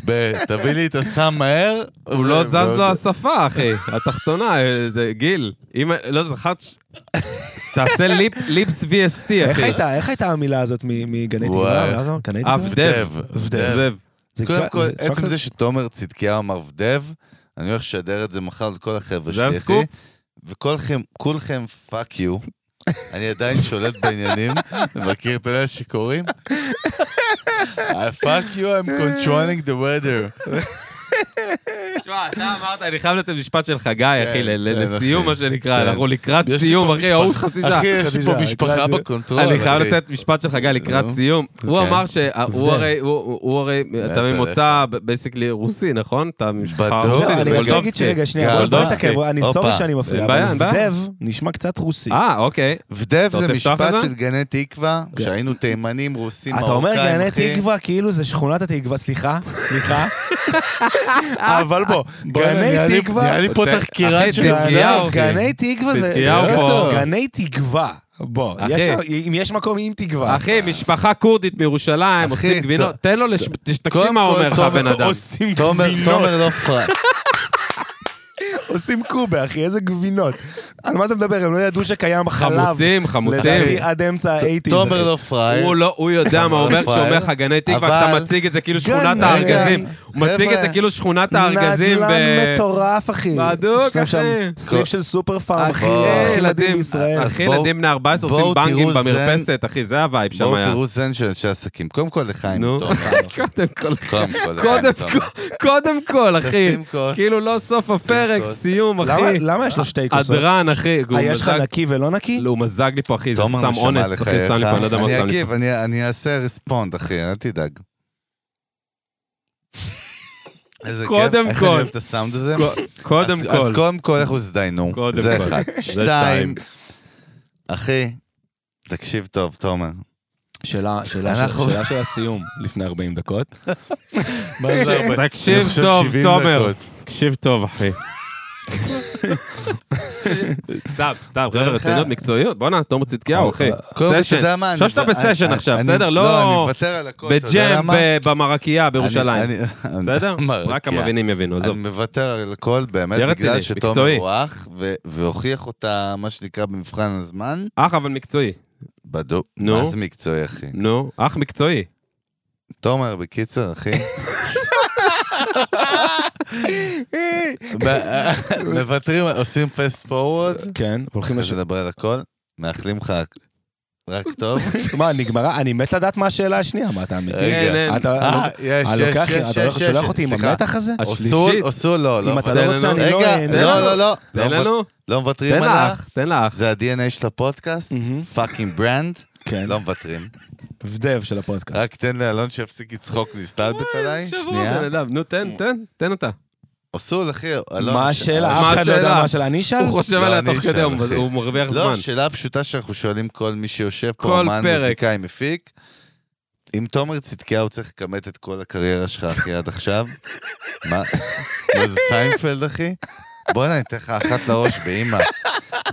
Speaker 2: ב- תביא לי את הסם מהר.
Speaker 1: הוא לא
Speaker 2: ו-
Speaker 1: זז לו
Speaker 2: ועוד-
Speaker 1: השפה, אחי. התחתונה, אה, זה גיל. אם... לא, זכרת...
Speaker 2: (laughs)
Speaker 1: ש- תעשה ליפ- ליפס VST,
Speaker 3: איך
Speaker 1: אחי.
Speaker 3: הייתה, איך הייתה המילה הזאת מ- מגני
Speaker 2: וואי.
Speaker 3: תקווה? מה זה? גני תקווה?
Speaker 1: אבדב.
Speaker 2: אבדב.
Speaker 1: זאב.
Speaker 3: זה
Speaker 2: קודם
Speaker 3: קצת-
Speaker 2: כל,
Speaker 3: זה נשמע
Speaker 2: עצם
Speaker 3: קצת-
Speaker 2: זה שתומר צדקיהו אמר ודב, אני הולך לשדר את זה מחר לכל החבר'ה
Speaker 1: זה
Speaker 2: שלי, אחי.
Speaker 1: הסקופ?
Speaker 2: וכולכם, כולכם פאק יו. אני עדיין שולט בעניינים,
Speaker 3: (laughs)
Speaker 2: מכיר את אלה שקוראים? פאק יו, I'm controlling the weather.
Speaker 1: תשמע, אתה אמרת, אני חייב לתת משפט של חגי, אחי, ל- ל-
Speaker 2: כן,
Speaker 1: לסיום,
Speaker 2: אחי.
Speaker 1: מה שנקרא,
Speaker 2: כן.
Speaker 1: אנחנו לקראת
Speaker 2: יש לי
Speaker 1: סיום,
Speaker 2: פה
Speaker 1: אחי,
Speaker 2: משפחה-
Speaker 1: ההוא חצי שעה.
Speaker 2: אחי, יש לי פה
Speaker 3: שנייה,
Speaker 2: משפחה
Speaker 3: הקלטתי.
Speaker 2: בקונטרול,
Speaker 1: אני חייב
Speaker 2: לא, אחי.
Speaker 1: לתת משפט של חגי לקראת
Speaker 2: נו.
Speaker 1: סיום. הוא
Speaker 2: כן.
Speaker 1: אמר שהוא
Speaker 3: עובדה.
Speaker 1: הרי, הוא- הוא הוא הרי, אתה
Speaker 2: בטח.
Speaker 1: ממוצא בייסיקלי רוסי, נכון? אתה משפחה
Speaker 2: בטוח.
Speaker 1: רוסית,
Speaker 3: זהו, לא, אני רק אגיד
Speaker 1: וולדובסקי.
Speaker 3: שרגע, שנייה, בוא- בוא
Speaker 2: וולדובסקי.
Speaker 3: נתעכב, בוא- אני
Speaker 2: הופה.
Speaker 3: סורי שאני מפריע,
Speaker 1: אין בעיה,
Speaker 3: אבל
Speaker 1: אין בעיה.
Speaker 3: דב נשמע קצת רוסי.
Speaker 1: אה, אוקיי.
Speaker 2: ודב
Speaker 1: רוצה
Speaker 2: זה
Speaker 1: לפתוח
Speaker 2: משפט
Speaker 1: את זה? כן.
Speaker 2: של גני תקווה, שהיינו תימנים, רוסים,
Speaker 3: אתה אומר
Speaker 2: מרוקאים,
Speaker 3: גני
Speaker 2: אחי.
Speaker 1: (laughs) אה,
Speaker 3: תקווה כאילו זה שכונת התקווה, סליחה, סליחה. אבל
Speaker 2: פה.
Speaker 3: גני תקווה.
Speaker 2: נראה לי פה
Speaker 1: אתה-
Speaker 2: תחקירן
Speaker 1: אחי,
Speaker 2: של
Speaker 1: צדקיהו.
Speaker 2: האדם.
Speaker 1: אחי.
Speaker 3: גני תקווה לא, זה...
Speaker 1: צדקיהו
Speaker 3: לא
Speaker 1: פה.
Speaker 3: טוב. גני תקווה. בוא,
Speaker 1: אחי.
Speaker 3: יש- אם יש מקום עם תקווה.
Speaker 1: אחי, משפחה כורדית מירושלים,
Speaker 2: אחי,
Speaker 1: עושים גבינות, תן לו, לש- תקשיב
Speaker 2: קודם
Speaker 1: מה
Speaker 2: כל,
Speaker 1: אומר לך
Speaker 2: תומר,
Speaker 1: הבן אדם.
Speaker 3: עושים
Speaker 2: תומר,
Speaker 3: גבינות.
Speaker 2: תומר לא פראייר.
Speaker 3: עושים קובה, אחי, איזה גבינות. על מה אתה מדבר? הם לא ידעו שקיים חלב.
Speaker 1: חמוצים,
Speaker 3: לדעתי
Speaker 1: חמוצים.
Speaker 3: עד אמצע ה-80's.
Speaker 2: תומר לא פראייר.
Speaker 1: הוא לא, הוא יודע מה אומר
Speaker 2: אבל-
Speaker 1: כשאומר לך גני תקווה,
Speaker 2: אבל-
Speaker 1: אתה מציג את זה כאילו שכונת
Speaker 3: גני-
Speaker 1: הארגזים. הוא מציג את זה
Speaker 2: חבר'ה,
Speaker 1: כאילו שכונת הארגזים ב...
Speaker 3: נדל"ן מטורף, אחי.
Speaker 1: בדוק,
Speaker 3: יש להם
Speaker 1: אחי.
Speaker 3: שם סניף
Speaker 2: כל-
Speaker 3: של סופר פארם,
Speaker 1: אה, אחי,
Speaker 3: הכי הכי מדהים
Speaker 1: ילדים- אה,
Speaker 3: בישראל.
Speaker 2: אז
Speaker 1: אחי,
Speaker 2: בואו-
Speaker 1: ילדים בני 14 עושים
Speaker 2: בואו
Speaker 1: בנגים
Speaker 2: תראו זן-
Speaker 1: במרפסת, אחי, זה הווייב שם
Speaker 2: בואו
Speaker 1: היה.
Speaker 2: תראו זן של אנשי עסקים. קודם כל לחיים.
Speaker 1: נו,
Speaker 2: תומר.
Speaker 1: (laughs) קודם כל, קודם
Speaker 2: קודם כל. לחיים, תומר.
Speaker 1: כל, קודם כל, אחי.
Speaker 2: תשים כוס.
Speaker 1: כאילו לא סוף הפרק,
Speaker 2: כוס. לא
Speaker 1: סיום,
Speaker 3: למה-
Speaker 1: אחי.
Speaker 3: למה יש לו שתי כוסות?
Speaker 1: הדרן, אחי. הוא
Speaker 3: אה, יש לך
Speaker 1: מזג-
Speaker 3: נקי ולא נקי?
Speaker 1: לא, הוא מזג לי פה, אחי, זה
Speaker 2: תומר,
Speaker 1: סם
Speaker 2: נשמה
Speaker 1: אונס. אחי,
Speaker 2: לחייך. אה?
Speaker 1: שם לי פה, אני לא יודע מה הוא שם
Speaker 2: אני
Speaker 1: לי פה.
Speaker 2: אגיב, אני- אני אעשה רספונד, אחי, אל
Speaker 1: (laughs)
Speaker 2: תדאג. איזה
Speaker 1: קודם
Speaker 2: כיף, איך
Speaker 1: כל.
Speaker 2: אני אוהב את הסאונד הזה.
Speaker 1: ק- קודם
Speaker 2: אז-
Speaker 1: כל.
Speaker 2: אז
Speaker 1: (laughs)
Speaker 2: קודם כל, איך הוזדיינו.
Speaker 1: קודם
Speaker 2: זה
Speaker 1: כל.
Speaker 2: אחד.
Speaker 1: זה
Speaker 2: שתיים, אחי, תקשיב טוב, תומר.
Speaker 3: שאלה שאלה של
Speaker 2: אנחנו-
Speaker 3: שאלה של הסיום, לפני 40 (laughs) דקות.
Speaker 2: אני
Speaker 1: תקשיב
Speaker 2: חושב
Speaker 1: טוב,
Speaker 2: 70
Speaker 1: תומר.
Speaker 2: דקות.
Speaker 1: תקשיב טוב,
Speaker 2: (laughs)
Speaker 1: אחי. סתם, סתם, חבר'ה,
Speaker 2: לך-
Speaker 1: רצינות, מקצועיות. בואנה, תומר צדקיהו, אחי.
Speaker 2: קודם כל, אתה
Speaker 1: סשן.
Speaker 2: יודע מה?
Speaker 1: עכשיו
Speaker 2: אני-
Speaker 1: שאתה בסשן
Speaker 2: אני-
Speaker 1: עכשיו,
Speaker 2: אני-
Speaker 1: בסדר?
Speaker 2: לא,
Speaker 1: לא
Speaker 2: אני מוותר על הכל, אתה יודע
Speaker 1: בג'ם
Speaker 2: למה?
Speaker 1: ב- במרקייה בירושלים.
Speaker 2: אני- אני- (laughs)
Speaker 1: בסדר?
Speaker 2: מרקיע.
Speaker 1: רק המבינים יבינו,
Speaker 2: אני
Speaker 1: עזוב.
Speaker 2: מוותר על הכל, באמת,
Speaker 1: תהיה
Speaker 2: בגלל
Speaker 1: רציני, מקצועי.
Speaker 2: שתומר הוא אח, ו- והוכיח אותה, מה שנקרא, במבחן הזמן.
Speaker 1: אח אבל מקצועי.
Speaker 2: בדוק.
Speaker 1: נו.
Speaker 2: מה זה מקצועי, אחי?
Speaker 1: נו, אח מקצועי.
Speaker 2: תומר,
Speaker 1: (laughs)
Speaker 2: בקיצר, אחי. ב- מוותרים, עושים פסט פורוורד,
Speaker 1: אה,
Speaker 3: כן, הולכים
Speaker 2: אחרי זה
Speaker 3: לשאלה.
Speaker 2: נדבר על הכל, מאחלים לך רק
Speaker 1: (laughs)
Speaker 2: טוב.
Speaker 3: מה, נגמרה? אני מת לדעת מה השאלה השנייה, מה אתה אמיתי?
Speaker 2: רגע.
Speaker 1: אין, אין.
Speaker 3: אתה
Speaker 2: אה, יש,
Speaker 3: אתה
Speaker 2: יש,
Speaker 3: לוקח,
Speaker 2: יש,
Speaker 3: אתה הולך
Speaker 2: יש,
Speaker 3: לשולח
Speaker 2: יש.
Speaker 3: אותי עם
Speaker 2: סליחה.
Speaker 3: המתח הזה?
Speaker 1: השלישית.
Speaker 2: אסור, אסור, לא, לא.
Speaker 3: אם אתה
Speaker 2: מוותר.
Speaker 3: לא
Speaker 1: אה, תן
Speaker 3: רוצה,
Speaker 1: לנו.
Speaker 3: אני לא...
Speaker 2: רגע,
Speaker 3: אהנה.
Speaker 2: לא, לא, לא. לא
Speaker 1: תן
Speaker 2: מוותר-
Speaker 1: לנו,
Speaker 2: לא מוותרים
Speaker 1: תן
Speaker 2: על ה...
Speaker 1: לאח, תן לאח.
Speaker 2: זה ה-DNA של הפודקאסט,
Speaker 3: מהמם.
Speaker 2: פאקינג ברנד.
Speaker 3: כן,
Speaker 2: לא מוותרים.
Speaker 3: דב של הפודקאסט.
Speaker 2: רק תן לאלון שיפסיק לצחוק
Speaker 3: אה,
Speaker 2: להסתלבט עליי. שנייה.
Speaker 1: בן אדם, נו, תן, תן, תן אותה.
Speaker 2: אסור, אחי. אלון, אה,
Speaker 3: מה
Speaker 1: מה
Speaker 3: השאלה? אף אחד לא יודע
Speaker 1: השאלה?
Speaker 3: מה השאלה. אני אשאל?
Speaker 1: הוא חושב
Speaker 2: לא,
Speaker 1: עליה
Speaker 2: אני
Speaker 1: תוך
Speaker 2: אשאל,
Speaker 1: כדי, הוא-
Speaker 2: אחי.
Speaker 1: הוא מרוויח
Speaker 2: לא,
Speaker 1: זמן.
Speaker 2: שאלה פשוטה שאנחנו שואלים כל מי שיושב
Speaker 1: כל
Speaker 2: פה, אמן,
Speaker 1: פרק.
Speaker 2: מוזיקאי, מפיק. אם תומר צדקיהו צריך לכמת את כל הקריירה שלך, אחי,
Speaker 1: (laughs)
Speaker 2: עד עכשיו, מה? מה זה סיינפלד, אחי? בוא'נה, אני אתן לך אחת לראש, באימא.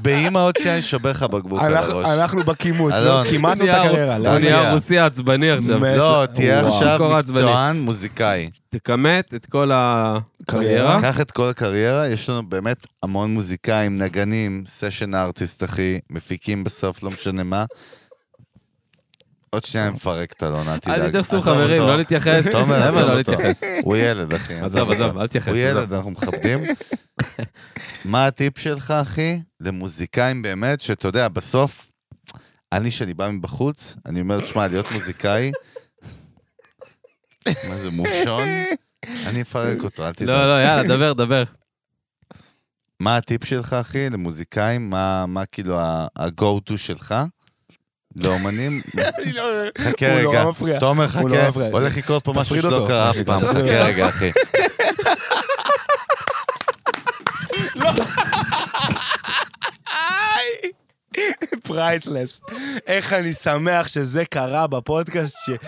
Speaker 2: באימא עוד שנייה אני אשבר לך בקבוק על
Speaker 3: אנחנו-
Speaker 2: הראש.
Speaker 3: אנחנו בקימות,
Speaker 2: אלון.
Speaker 3: כימתנו את
Speaker 1: הוא נהיה-
Speaker 3: הקריירה. לא-
Speaker 1: הוא
Speaker 2: לאן
Speaker 1: נהיה
Speaker 2: נהיה?
Speaker 1: רוסי עצבני עכשיו.
Speaker 3: מת.
Speaker 2: לא, תהיה
Speaker 3: וואו.
Speaker 2: עכשיו
Speaker 1: קור עצבני.
Speaker 2: מקצוען מוזיקאי.
Speaker 1: תכמת את כל הקריירה.
Speaker 3: קריירה.
Speaker 2: קח את כל הקריירה, יש לנו באמת המון מוזיקאים, נגנים, סשן ארטיסט, אחי, מפיקים בסוף, לא משנה מה. עוד שנייה אני מפרק את אלון, אל תדאג.
Speaker 1: אל תתייחסו
Speaker 2: עזוב
Speaker 1: חברים,
Speaker 2: אותו.
Speaker 1: לא להתייחס.
Speaker 2: תומר,
Speaker 1: למה
Speaker 2: עזוב
Speaker 1: לא
Speaker 2: אותו.
Speaker 1: להתייחס?
Speaker 2: הוא ילד, אחי.
Speaker 1: עזוב,
Speaker 2: אותו.
Speaker 1: עזוב, אל תתייחס.
Speaker 2: הוא
Speaker 1: עזוב.
Speaker 2: ילד, אנחנו
Speaker 1: (laughs)
Speaker 2: מכבדים. מה הטיפ שלך, אחי, למוזיקאים באמת, שאתה יודע, בסוף, אני, שאני בא מבחוץ, אני אומר, תשמע, להיות מוזיקאי, מה זה, מופשון? אני אפרק אותו, אל תדאג.
Speaker 1: לא, לא, יאללה, דבר, דבר.
Speaker 2: מה הטיפ שלך, אחי, למוזיקאים? מה, מה כאילו ה- ה-go-to שלך?
Speaker 1: (laughs)
Speaker 2: לאומנים? חכה
Speaker 3: הוא
Speaker 2: לא-
Speaker 1: לא
Speaker 2: רגע.
Speaker 3: נורא מפריע.
Speaker 2: תומר,
Speaker 3: הוא נורא
Speaker 2: חכה.
Speaker 3: מפריע.
Speaker 2: הולך
Speaker 1: כן.
Speaker 2: לקרות פה משהו
Speaker 3: תפריד
Speaker 2: שלא
Speaker 3: אותו.
Speaker 2: קרה אף פעם.
Speaker 3: תפריד
Speaker 2: חכה
Speaker 3: אותו.
Speaker 1: (laughs)
Speaker 2: רגע, אחי.
Speaker 3: פרייסלס. איך אני שמח שזה קרה בפודקאסט ש-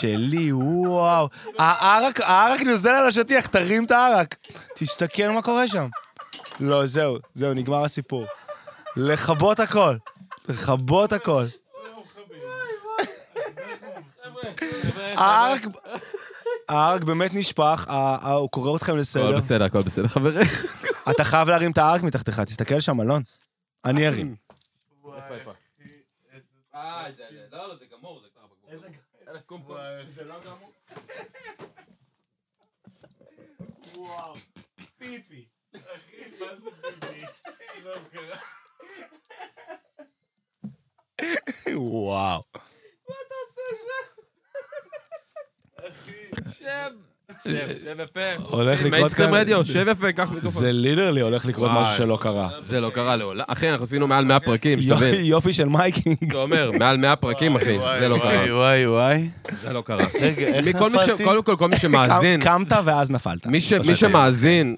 Speaker 3: שלי, וואו. הערק, הערק נוזל על השטיח, תרים את הערק. תסתכל מה קורה שם. לא, זהו, זהו, נגמר הסיפור. לכבות הכל. לכבות הכל. הערק... הערק באמת נשפך, ה- ה- הוא קורא אתכם
Speaker 1: הכל
Speaker 3: לסדר.
Speaker 1: בסדר, הכל בסדר, חברים.
Speaker 3: אתה חייב להרים את הערק מתחתיך, תסתכל שם, אלון. אני ארים. וואו.
Speaker 1: שב יפה.
Speaker 3: הולך לקרות
Speaker 1: מיינסטרים
Speaker 3: כאן-
Speaker 1: רדיו, שב יפה, קח מיקרופון.
Speaker 3: זה ליטרלי הולך לקרות
Speaker 1: וואי.
Speaker 3: משהו שלא קרה.
Speaker 1: זה לא קרה לעולם. אחי, אנחנו עשינו מעל 100 פרקים,
Speaker 3: יופי-
Speaker 1: שתבין.
Speaker 3: יופי של מייקינג.
Speaker 1: אתה אומר, מעל 100 פרקים, אחי, זה לא קרה.
Speaker 2: וואי, וואי.
Speaker 1: זה לא קרה.
Speaker 2: רגע, איך
Speaker 1: מכל מי ש-
Speaker 2: נפלתי?
Speaker 1: קודם כל, כל מי שמאזין,
Speaker 3: קם- קמת ואז נפלת.
Speaker 1: מי ש- מי שמאזין,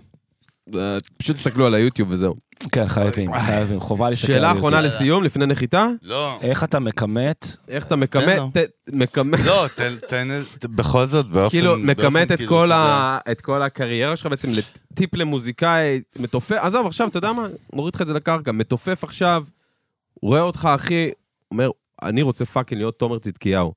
Speaker 1: אה, פשוט תסתכלו על היוטיוב וזהו.
Speaker 3: כן, חייבים, חייבים, חובה להסתכל.
Speaker 1: שאלה
Speaker 3: על
Speaker 1: אחרונה
Speaker 3: יוטיוב.
Speaker 1: לסיום, לפני נחיתה,
Speaker 2: לא.
Speaker 3: איך אתה מכמת?
Speaker 1: איך אתה
Speaker 2: תן
Speaker 1: מכמת,
Speaker 2: לו.
Speaker 1: ת- מכמת,
Speaker 2: לא, תן- תן איזה... בכל זאת, באופן...
Speaker 1: כאילו,
Speaker 2: באופן,
Speaker 1: מכמת את
Speaker 2: כאילו,
Speaker 1: כל
Speaker 2: אתה יודע.
Speaker 1: ה- את כל הקריירה שלך בעצם, לת- טיפ למוזיקאי מתופף, עזוב, עכשיו, אתה יודע מה? מוריד לך את זה לקרקע, מתופף עכשיו, רואה אותך, אחי, אומר, אני רוצה פאקינג להיות תומר צדקיהו.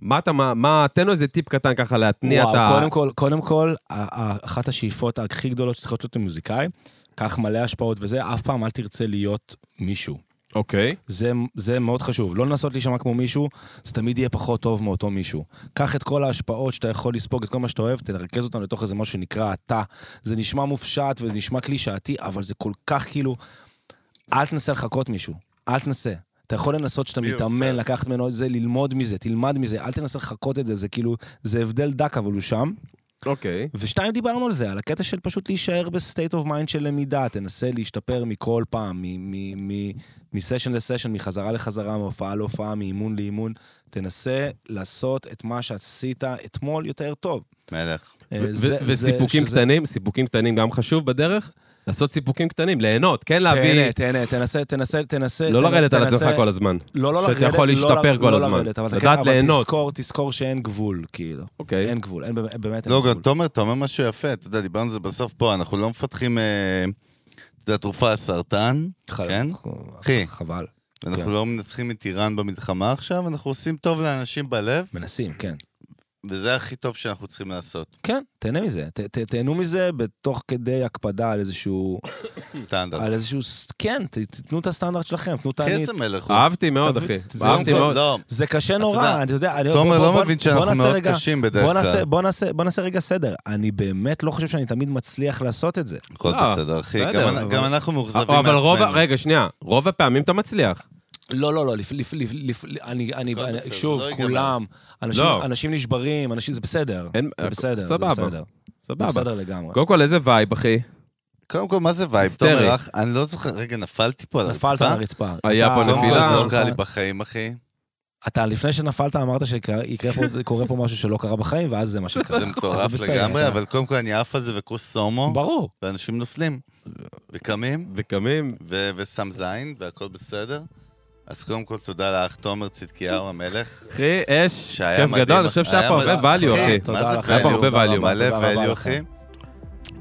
Speaker 1: מה אתה, מה, מה, תן לו איזה טיפ קטן ככה להתניע את
Speaker 3: וואו,
Speaker 1: ה...
Speaker 3: קודם כל, קודם כל, ה- ה- אחת השאיפות הכי גדולות שצריכות להיות למוזיקאי, קח מלא השפעות וזה, אף פעם אל תרצה להיות מישהו.
Speaker 1: אוקיי.
Speaker 3: זה, זה מאוד חשוב. לא לנסות להישמע כמו מישהו, זה תמיד יהיה פחות טוב מאותו מישהו. קח את כל ההשפעות שאתה יכול לספוג, את כל מה שאתה אוהב, תרכז אותם לתוך איזה משהו שנקרא אתה. זה נשמע מופשט וזה נשמע קלישאתי, אבל זה כל כך כאילו... אל תנסה לחקות מישהו, אל תנסה. אתה יכול לנסות שאתה
Speaker 2: מי עושה?
Speaker 3: מתאמן, לקחת ממנו את זה, ללמוד מזה, תלמד מזה, אל תנסה לחקות את זה, זה כאילו, זה הבדל דק, אבל הוא שם.
Speaker 1: אוקיי.
Speaker 3: ושתיים, דיברנו על זה, על הקטע של פשוט להישאר בסטייט אוף מיינד של למידה, תנסה להשתפר מכל פעם, מ- מ- מ- מסשן לסשן, מחזרה לחזרה, מהופעה להופעה, מאימון לאימון, תנסה לעשות את מה שעשית אתמול יותר טוב.
Speaker 2: מלך.
Speaker 3: אה,
Speaker 1: ו-
Speaker 3: זה-
Speaker 1: ו-
Speaker 3: זה-
Speaker 1: וסיפוקים
Speaker 3: שזה-
Speaker 1: קטנים, סיפוקים קטנים גם חשוב בדרך? לעשות סיפוקים קטנים, ליהנות, כן להביא...
Speaker 3: תהנה, תהנה, תנסה, תנסה, תנסה.
Speaker 1: לא
Speaker 3: תנסה-
Speaker 1: לרדת על עצמך
Speaker 3: תנסה-
Speaker 1: כל הזמן.
Speaker 3: לא, לא
Speaker 1: שאתה
Speaker 3: לרדת.
Speaker 1: יכול
Speaker 3: לא
Speaker 1: להשתפר
Speaker 3: ל-
Speaker 1: כל
Speaker 3: לא
Speaker 1: הזמן.
Speaker 3: לרדת, אבל אתה
Speaker 1: לדעת
Speaker 3: כן- אבל
Speaker 1: ליהנות.
Speaker 3: תזכור, תזכור שאין גבול, כאילו.
Speaker 1: אוקיי.
Speaker 3: אין גבול, אין באמת- באמת אין
Speaker 2: לא,
Speaker 3: גבול.
Speaker 2: גם תומר, אתה אומר משהו יפה, אתה יודע, דיברנו על זה בסוף פה, אנחנו לא מפתחים, אה, אתה יודע, תרופה לסרטן,
Speaker 3: חבל.
Speaker 2: כן? אחי.
Speaker 3: חבל.
Speaker 2: אנחנו
Speaker 3: כן.
Speaker 2: לא מנצחים את איראן במלחמה עכשיו, אנחנו עושים טוב לאנשים בלב,
Speaker 3: מנסים, כן.
Speaker 2: וזה הכי טוב שאנחנו צריכים לעשות,
Speaker 3: כן, תהנה מזה. ת, ת, תהנו מזה בתוך כדי הקפדה על איזשהו...
Speaker 2: סטנדרט.
Speaker 3: על איזשהו... ס- כן, ת, תתנו את הסטנדרט שלכם, תנו את
Speaker 2: אחי,
Speaker 3: הענית.
Speaker 2: איזה מלך הוא.
Speaker 1: אהבתי מאוד,
Speaker 3: לא, תביא-
Speaker 1: אחי.
Speaker 3: זה קודם
Speaker 1: אה, אהבתי
Speaker 3: כל-
Speaker 1: מאוד.
Speaker 2: לא,
Speaker 3: זה קשה נורא,
Speaker 2: יודע,
Speaker 3: אני יודע... אני- אה, בוא-
Speaker 2: תומר
Speaker 3: בוא-
Speaker 2: לא
Speaker 3: בוא-
Speaker 2: מבין
Speaker 3: בוא
Speaker 2: שאנחנו
Speaker 3: נעשה
Speaker 2: מאוד
Speaker 3: רגע-
Speaker 2: קשים בדרך
Speaker 3: בוא
Speaker 2: כלל.
Speaker 3: נעשה, בוא, נעשה, בוא נעשה רגע סדר. אני באמת לא חושב שאני תמיד מצליח לעשות את זה.
Speaker 2: הכל
Speaker 1: לא,
Speaker 2: בסדר, אחי,
Speaker 1: בסדר,
Speaker 2: גם-
Speaker 1: אבל-
Speaker 2: גם אנחנו מאוכזבים
Speaker 1: אבל
Speaker 2: מעצמנו.
Speaker 1: רוב, ה- רגע, שנייה, רוב הפעמים אתה מצליח.
Speaker 3: לא, לא, לא, לפ, לפ, לפ, לפ, אני, אני,
Speaker 2: הכל
Speaker 3: אני
Speaker 2: בסדר,
Speaker 3: שוב,
Speaker 2: לא ייגמר.
Speaker 3: כולם, אנשים,
Speaker 1: לא.
Speaker 3: אנשים נשברים, אנשים, זה בסדר.
Speaker 1: אין-
Speaker 3: זה בסדר,
Speaker 1: סבבה.
Speaker 3: זה בסדר. זה
Speaker 1: סבבה.
Speaker 3: בסדר לגמרי.
Speaker 1: קודם כל, איזה וייב, אחי.
Speaker 2: קודם כל, מה זה וייב?
Speaker 1: היסטרי.
Speaker 2: תומר, אח- אני לא זוכר, רגע, נפלתי פה על הרצפה?
Speaker 3: נפלת על הרצפה.
Speaker 1: אה? היה
Speaker 3: אתה-
Speaker 1: פה
Speaker 2: קודם כל,
Speaker 1: נפילה.
Speaker 2: זה לא קרה לי בחיים,
Speaker 3: (laughs)
Speaker 2: אחי.
Speaker 3: אתה לפני שנפלת אמרת
Speaker 1: (laughs)
Speaker 3: שקורה פה משהו שלא קרה בחיים, ואז זה מה שקרה.
Speaker 1: לא-
Speaker 2: זה מטורף
Speaker 3: אז בסדר, כן.
Speaker 2: לגמרי,
Speaker 3: אתה-
Speaker 2: אבל קודם כל אני עף על זה וכוס סומו,
Speaker 3: ברור.
Speaker 2: ואנשים נופלים, וקמים,
Speaker 1: וקמים,
Speaker 2: ו- ושם זין, והכל בסדר. אז קודם כל תודה לאח תומר צדקיהו המלך.
Speaker 1: אחי, אש,
Speaker 2: שהיה
Speaker 1: כיף
Speaker 2: מדהים,
Speaker 1: גדול, אני חושב שהיה
Speaker 2: היה
Speaker 1: פה הרבה
Speaker 2: מדהים.
Speaker 1: value, אחי.
Speaker 2: מה
Speaker 3: תודה
Speaker 2: זה
Speaker 3: לכם.
Speaker 1: היה פה
Speaker 2: value?
Speaker 1: הרבה
Speaker 3: תודה
Speaker 1: value.
Speaker 3: רבה,
Speaker 2: מלא
Speaker 3: תודה רבה
Speaker 2: value,
Speaker 3: לכם.
Speaker 2: אחי.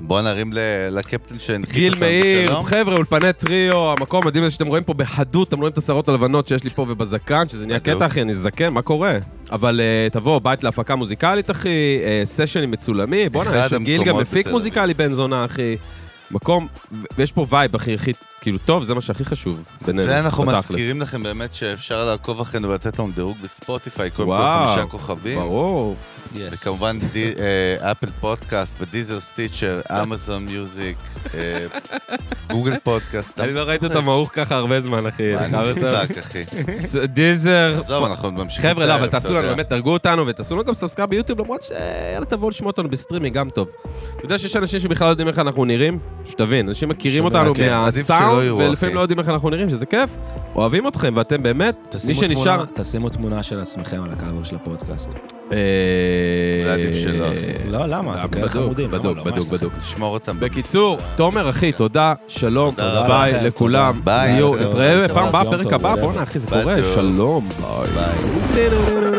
Speaker 2: בואו נרים ל- לקפטן שהנחיל
Speaker 1: גיל
Speaker 2: אותנו
Speaker 1: מאיר,
Speaker 2: בשלום.
Speaker 1: חבר'ה, אולפני טריו, המקום המדהים הזה שאתם רואים פה בחדות, אתם רואים את השערות הלבנות שיש לי פה ובזקן, שזה נהיה
Speaker 2: בדיוק.
Speaker 1: קטע, אחי, אני זקן, מה קורה? אבל אה, תבוא, בית להפקה מוזיקלית, אחי, אה, סשנים מצולמים, בואנה,
Speaker 2: אחד
Speaker 1: יש גיל גם
Speaker 2: המקומות
Speaker 1: מפיק
Speaker 2: בתל
Speaker 1: מוזיקלי בן זונה, אחי. מקום, ו- ויש פה וייב, אחי, הכי, כאילו, טוב, זה מה שהכי חשוב בינינו,
Speaker 2: ואנחנו
Speaker 1: בתכלס.
Speaker 2: מזכירים לכם באמת שאפשר לעקוב אחרינו ולתת לנו דירוג בספוטיפיי, קודם כל
Speaker 1: וואו,
Speaker 2: חמישה כוכבים.
Speaker 1: ברור.
Speaker 2: וכמובן די- אה, אפל פודקאסט ודיזר סטיצ'ר, אמזון מיוזיק, אה, גוגל פודקאסט.
Speaker 1: אני לא ראיתי אותו מעוך ככה הרבה זמן, אחי.
Speaker 2: מה, אני מוזק, אחי.
Speaker 1: ס- דיזר.
Speaker 2: עזוב, אנחנו ממשיכים.
Speaker 1: חבר'ה,
Speaker 2: את
Speaker 1: לא,
Speaker 2: הערב,
Speaker 1: אבל
Speaker 2: אתה
Speaker 1: תעשו לנו,
Speaker 2: יודע.
Speaker 1: באמת, תרגו אותנו ותעשו לנו גם סאבסקייב ביוטיוב, למרות ש- יאללה, תבואו לשמוע אותנו בסטרימינג, גם טוב. אתה יודע שיש אנשים שבכלל לא יודעים איך אנחנו נראים? שתבין, אנשים מכירים
Speaker 2: שומע,
Speaker 1: אותנו
Speaker 2: כן, עדיף שלא
Speaker 1: מהסאונד,
Speaker 2: יראו,
Speaker 1: ולפעמים
Speaker 2: אחי.
Speaker 1: לא יודעים איך אנחנו נראים, שזה כיף. אוהבים אתכם, ואתם באמת, מי
Speaker 3: תשימו
Speaker 1: שנשאר...
Speaker 3: תמונה- תשימו תמונה של עצמכם על הקאבר של הפודקאסט.
Speaker 1: אה,
Speaker 2: עדיף שלא, אחי.
Speaker 1: אה,
Speaker 3: לא, למה? אתם כאלה
Speaker 1: בדוק,
Speaker 3: חמודים. למה
Speaker 1: בדוק,
Speaker 3: לא? מה
Speaker 1: בדוק,
Speaker 3: יש לכם?
Speaker 1: בדוק.
Speaker 2: תשמור אותם.
Speaker 1: בקיצור,
Speaker 2: במשרד.
Speaker 1: תומר, אחי, תודה, שלום,
Speaker 2: תודה
Speaker 1: ביי
Speaker 3: לכם,
Speaker 1: לכולם.
Speaker 2: תודה. ביי,
Speaker 1: תהיו-
Speaker 2: תודה,
Speaker 1: נתראה
Speaker 2: תודה,
Speaker 1: פעם
Speaker 3: תודה,
Speaker 1: הבאה,
Speaker 3: יום
Speaker 1: פרק
Speaker 3: טוב,
Speaker 1: הבא,
Speaker 3: whatever.
Speaker 1: בואנה, אחי, זה קורה,
Speaker 2: בדיוק.
Speaker 1: שלום,
Speaker 2: ביי.
Speaker 1: ביי.